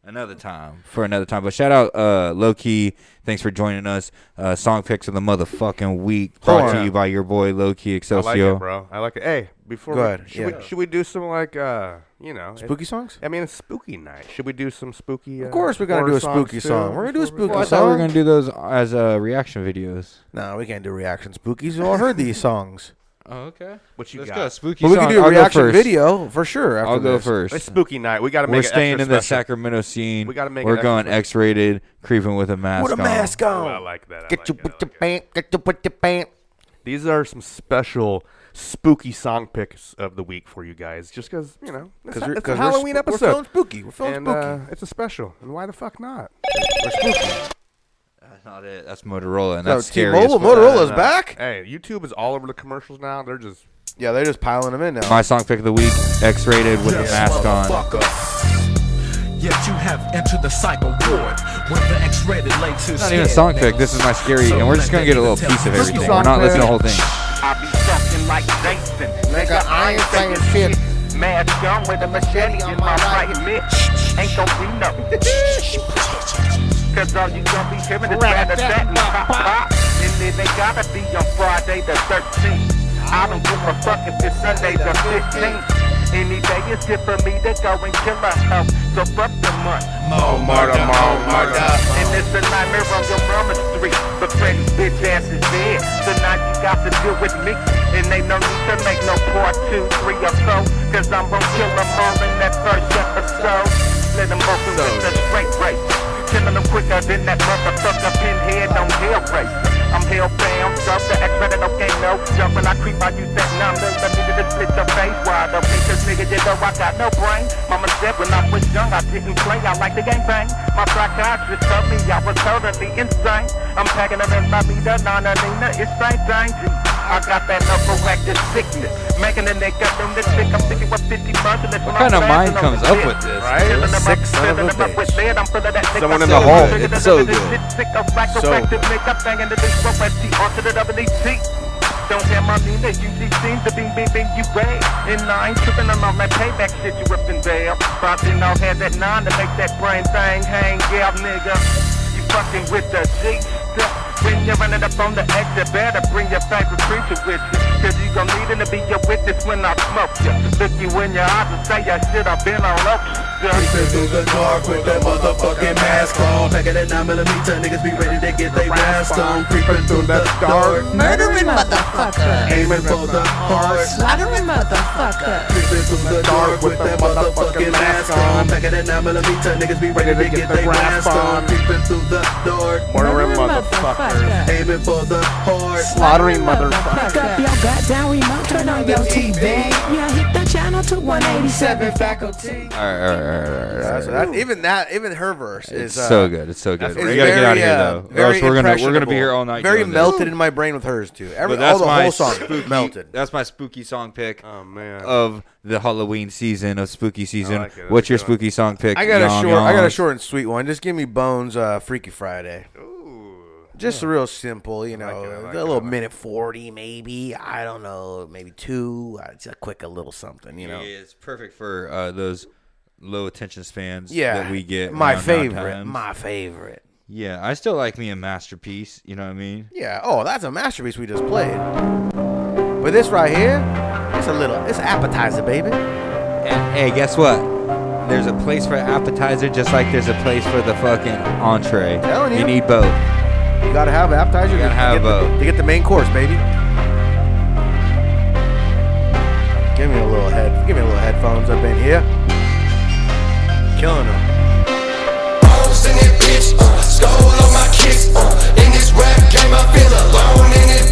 S9: Another time. for another time. But shout out uh, Low Key. Thanks for joining us. Uh, song picks of the motherfucking week.
S10: Oh,
S9: Brought to
S5: yeah.
S9: you by your boy Low Key
S5: I
S9: Excelsior.
S5: like it, bro. I like it. Hey, before
S9: Go
S5: we,
S9: ahead,
S5: should,
S9: yeah.
S5: we, should we do some like uh you know
S10: Spooky songs?
S5: I mean, it's spooky night. Should we do some spooky? Uh,
S10: Of course we're gonna
S5: horror
S10: do a
S5: songs,
S10: spooky
S5: too?
S10: song. We're gonna do a spooky
S9: Well, I
S10: song.
S9: thought we Oh, were gonna do those as uh, reaction videos.
S10: No, we can't do reaction spookies. We all heard these songs.
S9: Oh, okay.
S5: What you
S9: Let's
S5: got?
S9: go. Spooky
S10: But we
S9: song.
S10: can do a
S9: I'll go
S10: reaction
S9: first.
S10: video for sure. After
S9: I'll go
S10: this.
S9: first.
S5: It's spooky night. We gotta
S9: We're
S5: make it extra
S9: staying in the
S5: special.
S9: Sacramento scene.
S5: We gotta make it
S9: We're
S5: extra
S9: going
S5: special.
S9: X-rated, creeping with a mask.
S10: Put a mask on.
S5: I like that. I
S10: Get
S5: like
S10: you
S5: it, I
S10: put your pant. Get you put your pant.
S5: These are some special spooky song picks of the week for you guys, just because you know it's,
S10: 'Cause
S5: a,
S10: we're-
S5: it's a
S10: 'cause we're
S5: Halloween
S10: sp- we're
S5: episode.
S10: feeling spooky. We're feeling
S5: And,
S10: spooky.
S5: uh, it's a special, and why the fuck not?
S9: That's not it. That's Motorola, and
S10: No,
S9: that's scary.
S10: T-Mobile-
S9: as fuck.
S10: Motorola's back?
S5: Hey, YouTube is all over the commercials now. They're just
S10: Yeah, they're just piling them in now.
S9: My song pick of the week: X-rated with a
S5: Yes,
S9: mask on.
S1: Yes, you have entered the cyber ward where the X-rated latest.
S9: Not even a song pick. This is my scary, and we're just gonna get a little piece of everything. We're not listening to the whole thing.
S1: I be talking like Jason, nigga. I ain't saying shit. Mad gun with a machete on my right mid. Ain't gon' be nothing. Cause all you gon' be hearing is rat a tat and pop pop. And then they gotta be on Friday the 13th. I don't give a fuck if it's Sunday the 15th. Any day is good for me to go and kill myself. So fuck the month.
S2: Mo murder, mo murder.
S1: And it's a nightmare on your mama street. But Freddy's bitch ass is dead. So now you got to deal with me. And they no need to make no part two, three, or so. Cause I'm gonna kill them all in that first episode. Let them open with a straight race. Killing them quicker than that motherfucker pinhead on hell race. I'm hellbound, drop the X-rated, okay, no joke. When I creep out, you said numb, they let me to just split your face wide open. Cause nigga, you know I got no brain. Mama said when I was young, I didn't play, I like the game bang. My psychiatrist told me I was totally insane. I'm packing them in my meter, Nana Nina, it's same danger. I got that overactive sickness, making a nigga lunatic. I'm thinking what 50 months and it's
S9: What
S1: my
S9: kind of
S1: plan,
S9: mind
S1: and I'm
S9: comes
S1: legit.
S9: up with this?
S1: Filling
S9: Right?
S1: them up,
S9: Sick son
S1: filling
S9: of a
S1: them up with lead, I'm filling that
S9: Someone
S1: nigga
S9: in the
S1: up.
S9: hole.
S1: Nigga,
S9: It's so
S1: nigga,
S9: good.
S1: shit sick of black,
S9: So
S1: overactive nigga, banging the bitch, from West T, onto the WT. Don't have my Nina, you she seems to be beeping you red. And I ain't tripping on all that payback shit you ripping there. Probably now had that nine to make that brain thing hang, yeah, nigga. You fucking with the G stuff. When you're running up on the X, you better bring your favorite creature with you. Cause you gon' need him to be your witness when I smoke you. Look you in your eyes and say that shit, I've been on up.
S2: Creeping through the dark with that motherfucking mask on. Back at that 9 millimeter, niggas be ready to get they blast on. Creeping through the dark.
S13: Murdering motherfucker.
S2: Aiming for the heart.
S13: Slaughtering motherfucker.
S2: Creeping through the dark with that motherfucking mask on. Back at that 9 millimeter, niggas be ready to get they blast on. Creeping through the dark. Murdering motherfuckers. Aiming for the heart. Slaughtering
S23: Oh, Fuck up your goddamn remote, turn on your TV. Yeah, hit the channel to 187 faculty.
S9: All right, all right, all right, all right, all right.
S10: That's- that- even that, even her verse
S9: It's
S10: is uh,
S9: so good. It's so good.
S10: is
S9: We gotta get
S10: very,
S9: out of here
S10: uh,
S9: though. Or
S10: very
S9: else we're gonna we're gonna
S10: impressionable.
S9: be here all night.
S10: Very
S9: doing this.
S10: melted in my brain with hers too. Every,
S9: But that's
S10: all the
S9: my
S10: whole song
S9: spooky-
S10: melted.
S9: That's my spooky song pick.
S5: Oh man.
S9: Of the Halloween season of spooky season.
S10: like it. That's
S9: What's
S10: a
S9: your
S10: good one.
S9: spooky song pick?
S10: I got a
S9: Yum,
S10: short. I got a
S9: yum.
S10: short and sweet one. Just give me Bones uh, Freaky Friday. Just real simple, you know, a little minute forty maybe. I don't know, maybe two. Uh, It's a quick, a little something, you know.
S9: Yeah, it's perfect for uh, those low attention spans
S10: Yeah,
S9: that we get.
S10: my
S9: around
S10: favorite,
S9: downtimes.
S10: my favorite.
S9: Yeah, I still like me a masterpiece. You know what I mean?
S10: Yeah. Oh, that's a masterpiece we just played. But this right here, it's a little, it's appetizer, baby.
S9: And hey, guess what? There's a place for appetizer, just like there's a place for the fucking entree.
S10: Telling you.
S9: need both.
S10: You gotta have an appetizer.
S9: You
S10: to
S9: gotta
S10: get
S9: have
S10: the-
S9: both.
S10: to get the main course, baby. Give me a little head. Give me a little headphones up in here. Killing them.
S2: bones in it, bitch. Uh, stole all my kicks. Uh, in this rap game, I feel alone in it,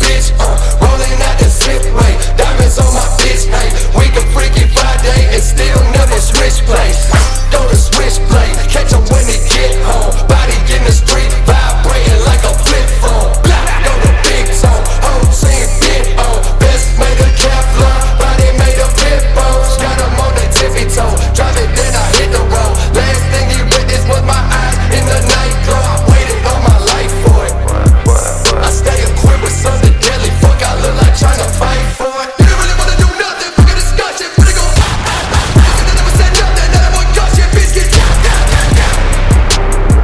S3: shit's paid. We can freaking Friday and still never switch place. Don't a switch play, catch 'em when they get home. Body in the street, vibrating like a flip phone. Locked on the big zone, whole team get on. Best made of Kevlar, body made of pit bones. Got 'em on their tippy toe, drive it then I hit the road. Last thing he witnessed was my eyes in the night glow. I waited all my life for it. I stay equipped with something deadly. Fuck, I look like tryna fight for it. You don't really wanna do nothing. Fuck a discussion. Finna go. ah, ah, ah. You said I never said nothing. Now that boy cuss your bitch. Get down, down, down, down.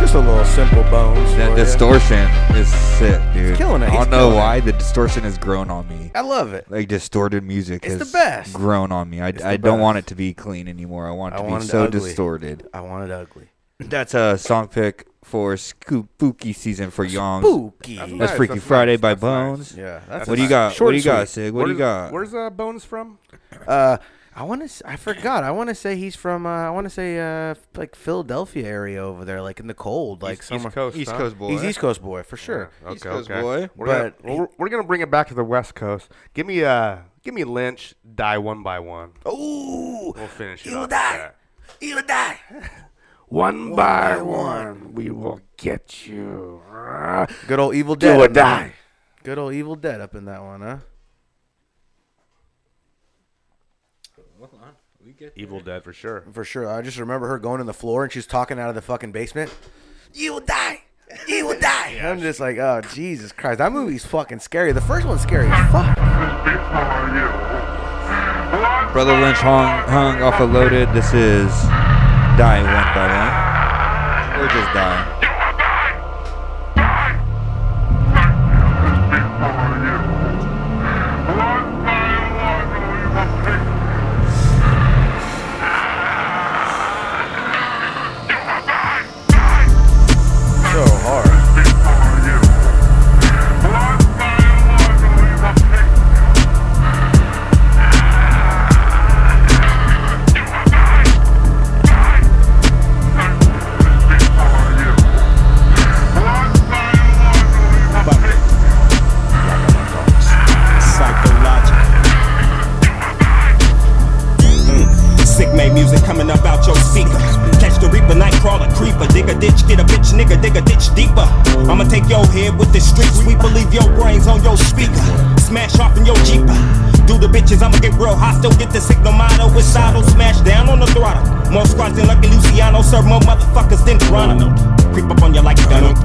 S10: Just a little simple bones.
S9: That
S10: for ya.
S9: distortion is sick, dude.
S10: killing it.
S9: I
S10: He's
S9: don't know
S10: killing
S9: why the distortion has grown on me.
S10: I love it.
S9: Like distorted music
S10: It's
S9: has
S10: the best.
S9: grown on me. I,
S10: It's the
S9: I don't
S10: best.
S9: want it to be clean anymore. I want it
S10: I
S9: to
S10: want
S9: be
S10: it
S9: so
S10: ugly.
S9: distorted.
S10: I want it ugly.
S9: That's a song pick for spooky season for Youngs.
S10: Spooky.
S9: That's,
S10: That's
S5: nice,
S9: Freaky
S5: that's
S9: Friday
S5: nice,
S9: by
S5: that's
S9: Bones.
S10: nice. Yeah, that's
S9: what do you
S10: nice.
S9: got?
S10: Short
S9: what do you
S10: and
S9: got,
S10: sweet.
S9: Sig? What do you
S5: Where's-
S9: got?
S5: Where's uh, Bones from?
S10: Uh, I want to. I forgot. I want to say he's from. Uh, I want to say uh, like Philadelphia area over there, like in the cold, like
S5: East
S10: somewhere.
S5: Coast, East huh? Coast boy.
S10: He's East Coast boy for sure.
S5: Yeah, Okay, okay. We're
S10: But
S5: gonna, well, we're, we're gonna bring it back to the West Coast. Give me uh, give me Lynch. Die one by one.
S3: Ooh,
S5: we'll finish it.
S3: you
S5: up with
S3: die.
S5: that.
S3: You die.
S5: One
S3: by
S5: one, we will get you.
S10: good old Evil
S3: Do
S10: Dead.
S3: or
S10: up in that-
S3: die.
S10: Good old Evil Dead up in that one, huh?
S5: Evil Dead for sure.
S10: For sure. I just remember her going in the floor and she's talking out of the fucking basement.
S3: You will die. You will die.
S10: And I'm just like, oh Jesus Christ, that movie's fucking scary. The first one's scary as fuck.
S9: Brother Lynch hung, hung off a loaded. This is Die One by One. Or just Die.
S10: So hard.
S16: Psychological. Mm. Sick made music coming up out your speaker. Catch the reaper, nightcrawler, creeper, dig a ditch, get a bitch, nigga, dig a ditch deeper. I'ma take your head with the street sweeper, leave your brains on your speaker. Smash off in your jeeper. Do the bitches, I'ma get real hostile, get the signal motto with Sado, smash down on the throttle. More squads than Lucky Luciano, serve more motherfuckers than Toronto. Creep up on you like Donald.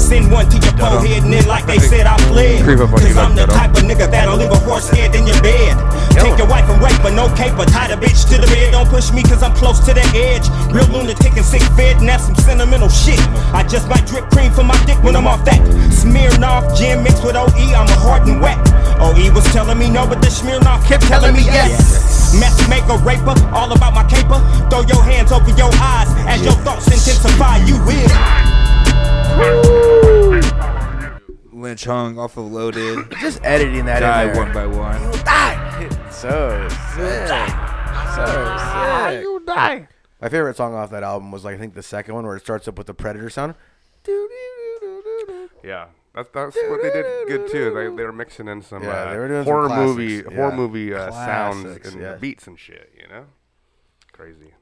S16: Send one to your forehead, and then like they said, I fled.
S9: Creep up on you
S16: Cause
S9: like
S16: I'm the
S9: Donald.
S16: type of nigga that'll leave a horse head in your bed. Take your wife and rape her, no caper. Tie the bitch to the bed. Don't push me cause I'm close to the edge. Real lunatic and sick fed and that's some sentimental shit. I just might drip cream from my dick when I'm off that. Smirnoff gin mixed with OE, I'm a hard and wet. OE was telling me no, but the Smirnoff kept telling me yes. Messy maker, raper, all about my caper. Throw your hands over your eyes as your thoughts intensify. You will.
S9: Lynch hung off a loaded.
S10: Just editing that in
S9: Die
S10: there.
S9: One by One.
S10: So sick. So sick.
S5: You die.
S10: My favorite song off that album was like I think the second one where it starts up with the Predator sound.
S5: Yeah, that's that's what they did good too. They they were mixing in some
S10: Yeah,
S5: uh,
S10: they were doing some
S5: horror
S10: classics.
S5: movie
S10: Yeah.
S5: horror movie uh,
S10: Classics,
S5: sounds and
S10: yeah.
S5: beats and shit. You know, crazy.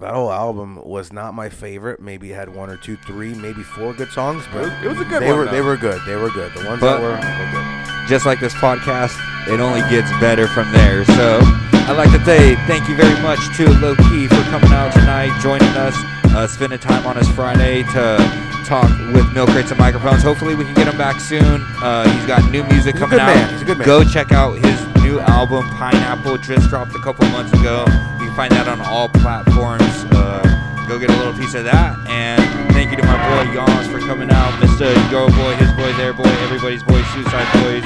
S10: That whole album was not my favorite. Maybe it had one or two, three, maybe four good songs, but
S5: It was a good
S10: they
S5: one,
S10: Were,
S5: though.
S10: they were good. They were good. The ones
S9: But-
S10: that were, were good.
S9: Just like this podcast, it only gets better from there. So I'd like to say thank you very much to Low Key for coming out tonight, joining us, uh, spending time on us Friday to talk with Milk Crates and Microphones. Hopefully, we can get him back soon. Uh, he's got new music
S10: He's a
S9: coming
S10: good
S9: out.
S10: man. He's a good man.
S9: Go check out his new album, Pineapple, just dropped a couple months ago. You can find that on all platforms. Uh, go get a little piece of that. And thank you to my boy Yawns for coming out, Mr. Yo Boy, his boy, their boy, everybody's boy, Suicide Boys,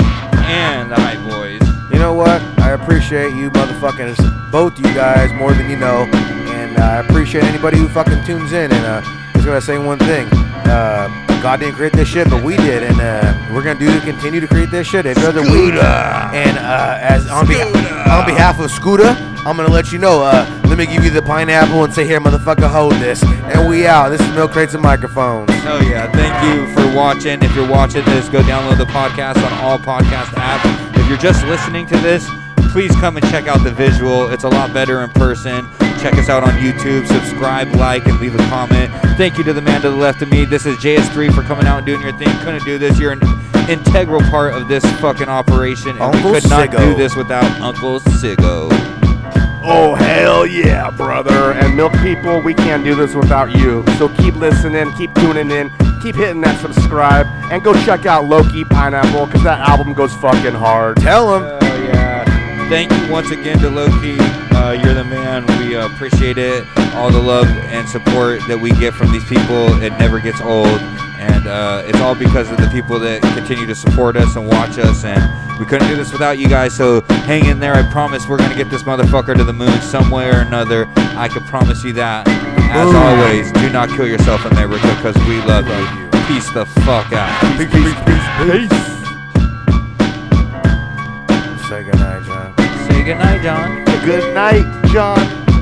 S9: and the High Boys.
S10: You know what? I appreciate you motherfuckers, both you guys, more than you know. And uh, I appreciate anybody who fucking tunes in. And uh, just gonna say one thing. Uh, God didn't create this shit, but we did, and uh, we're gonna do to continue to create this shit every other week.
S3: Scooter.
S10: And uh, as on behalf, on behalf of Scooter, I'm gonna let you know. Uh, let me give you the pineapple and say, here, motherfucker, hold this. And we out. This is Milk Crates and Microphones.
S9: Hell yeah. Thank you for watching. If you're watching this, go download the podcast on all podcast apps. If you're just listening to this, please come and check out the visual. It's a lot better in person. Check us out on YouTube. Subscribe, like, and leave a comment. Thank you to the man to the left of me. This is JS3 for coming out and doing your thing. Couldn't do this. You're an integral part of this fucking operation. And
S10: Uncle
S9: we could not
S10: Siggo.
S9: do this without Uncle Siggo.
S5: Oh, hell yeah, brother. And milk people, we can't do this without you. So keep listening, keep tuning in, keep hitting that subscribe, and go check out Loki Pineapple because that album goes fucking hard.
S10: Tell him.
S9: Hell yeah. Thank you once again to Loki. Uh, you're the man. We uh, appreciate it. All the love and support that we get from these people, it never gets old. And uh, it's all because of the people that continue to support us and watch us. And we couldn't do this without you guys. So hang in there. I promise we're going to get this motherfucker to the moon some way or another. I can promise you that. As
S10: Boom.
S9: always, do not kill yourself, America, because we love you. Peace the fuck out. Peace, peace,
S5: peace, peace.
S10: Say goodnight, John.
S9: Say goodnight, John.
S5: Good night, John.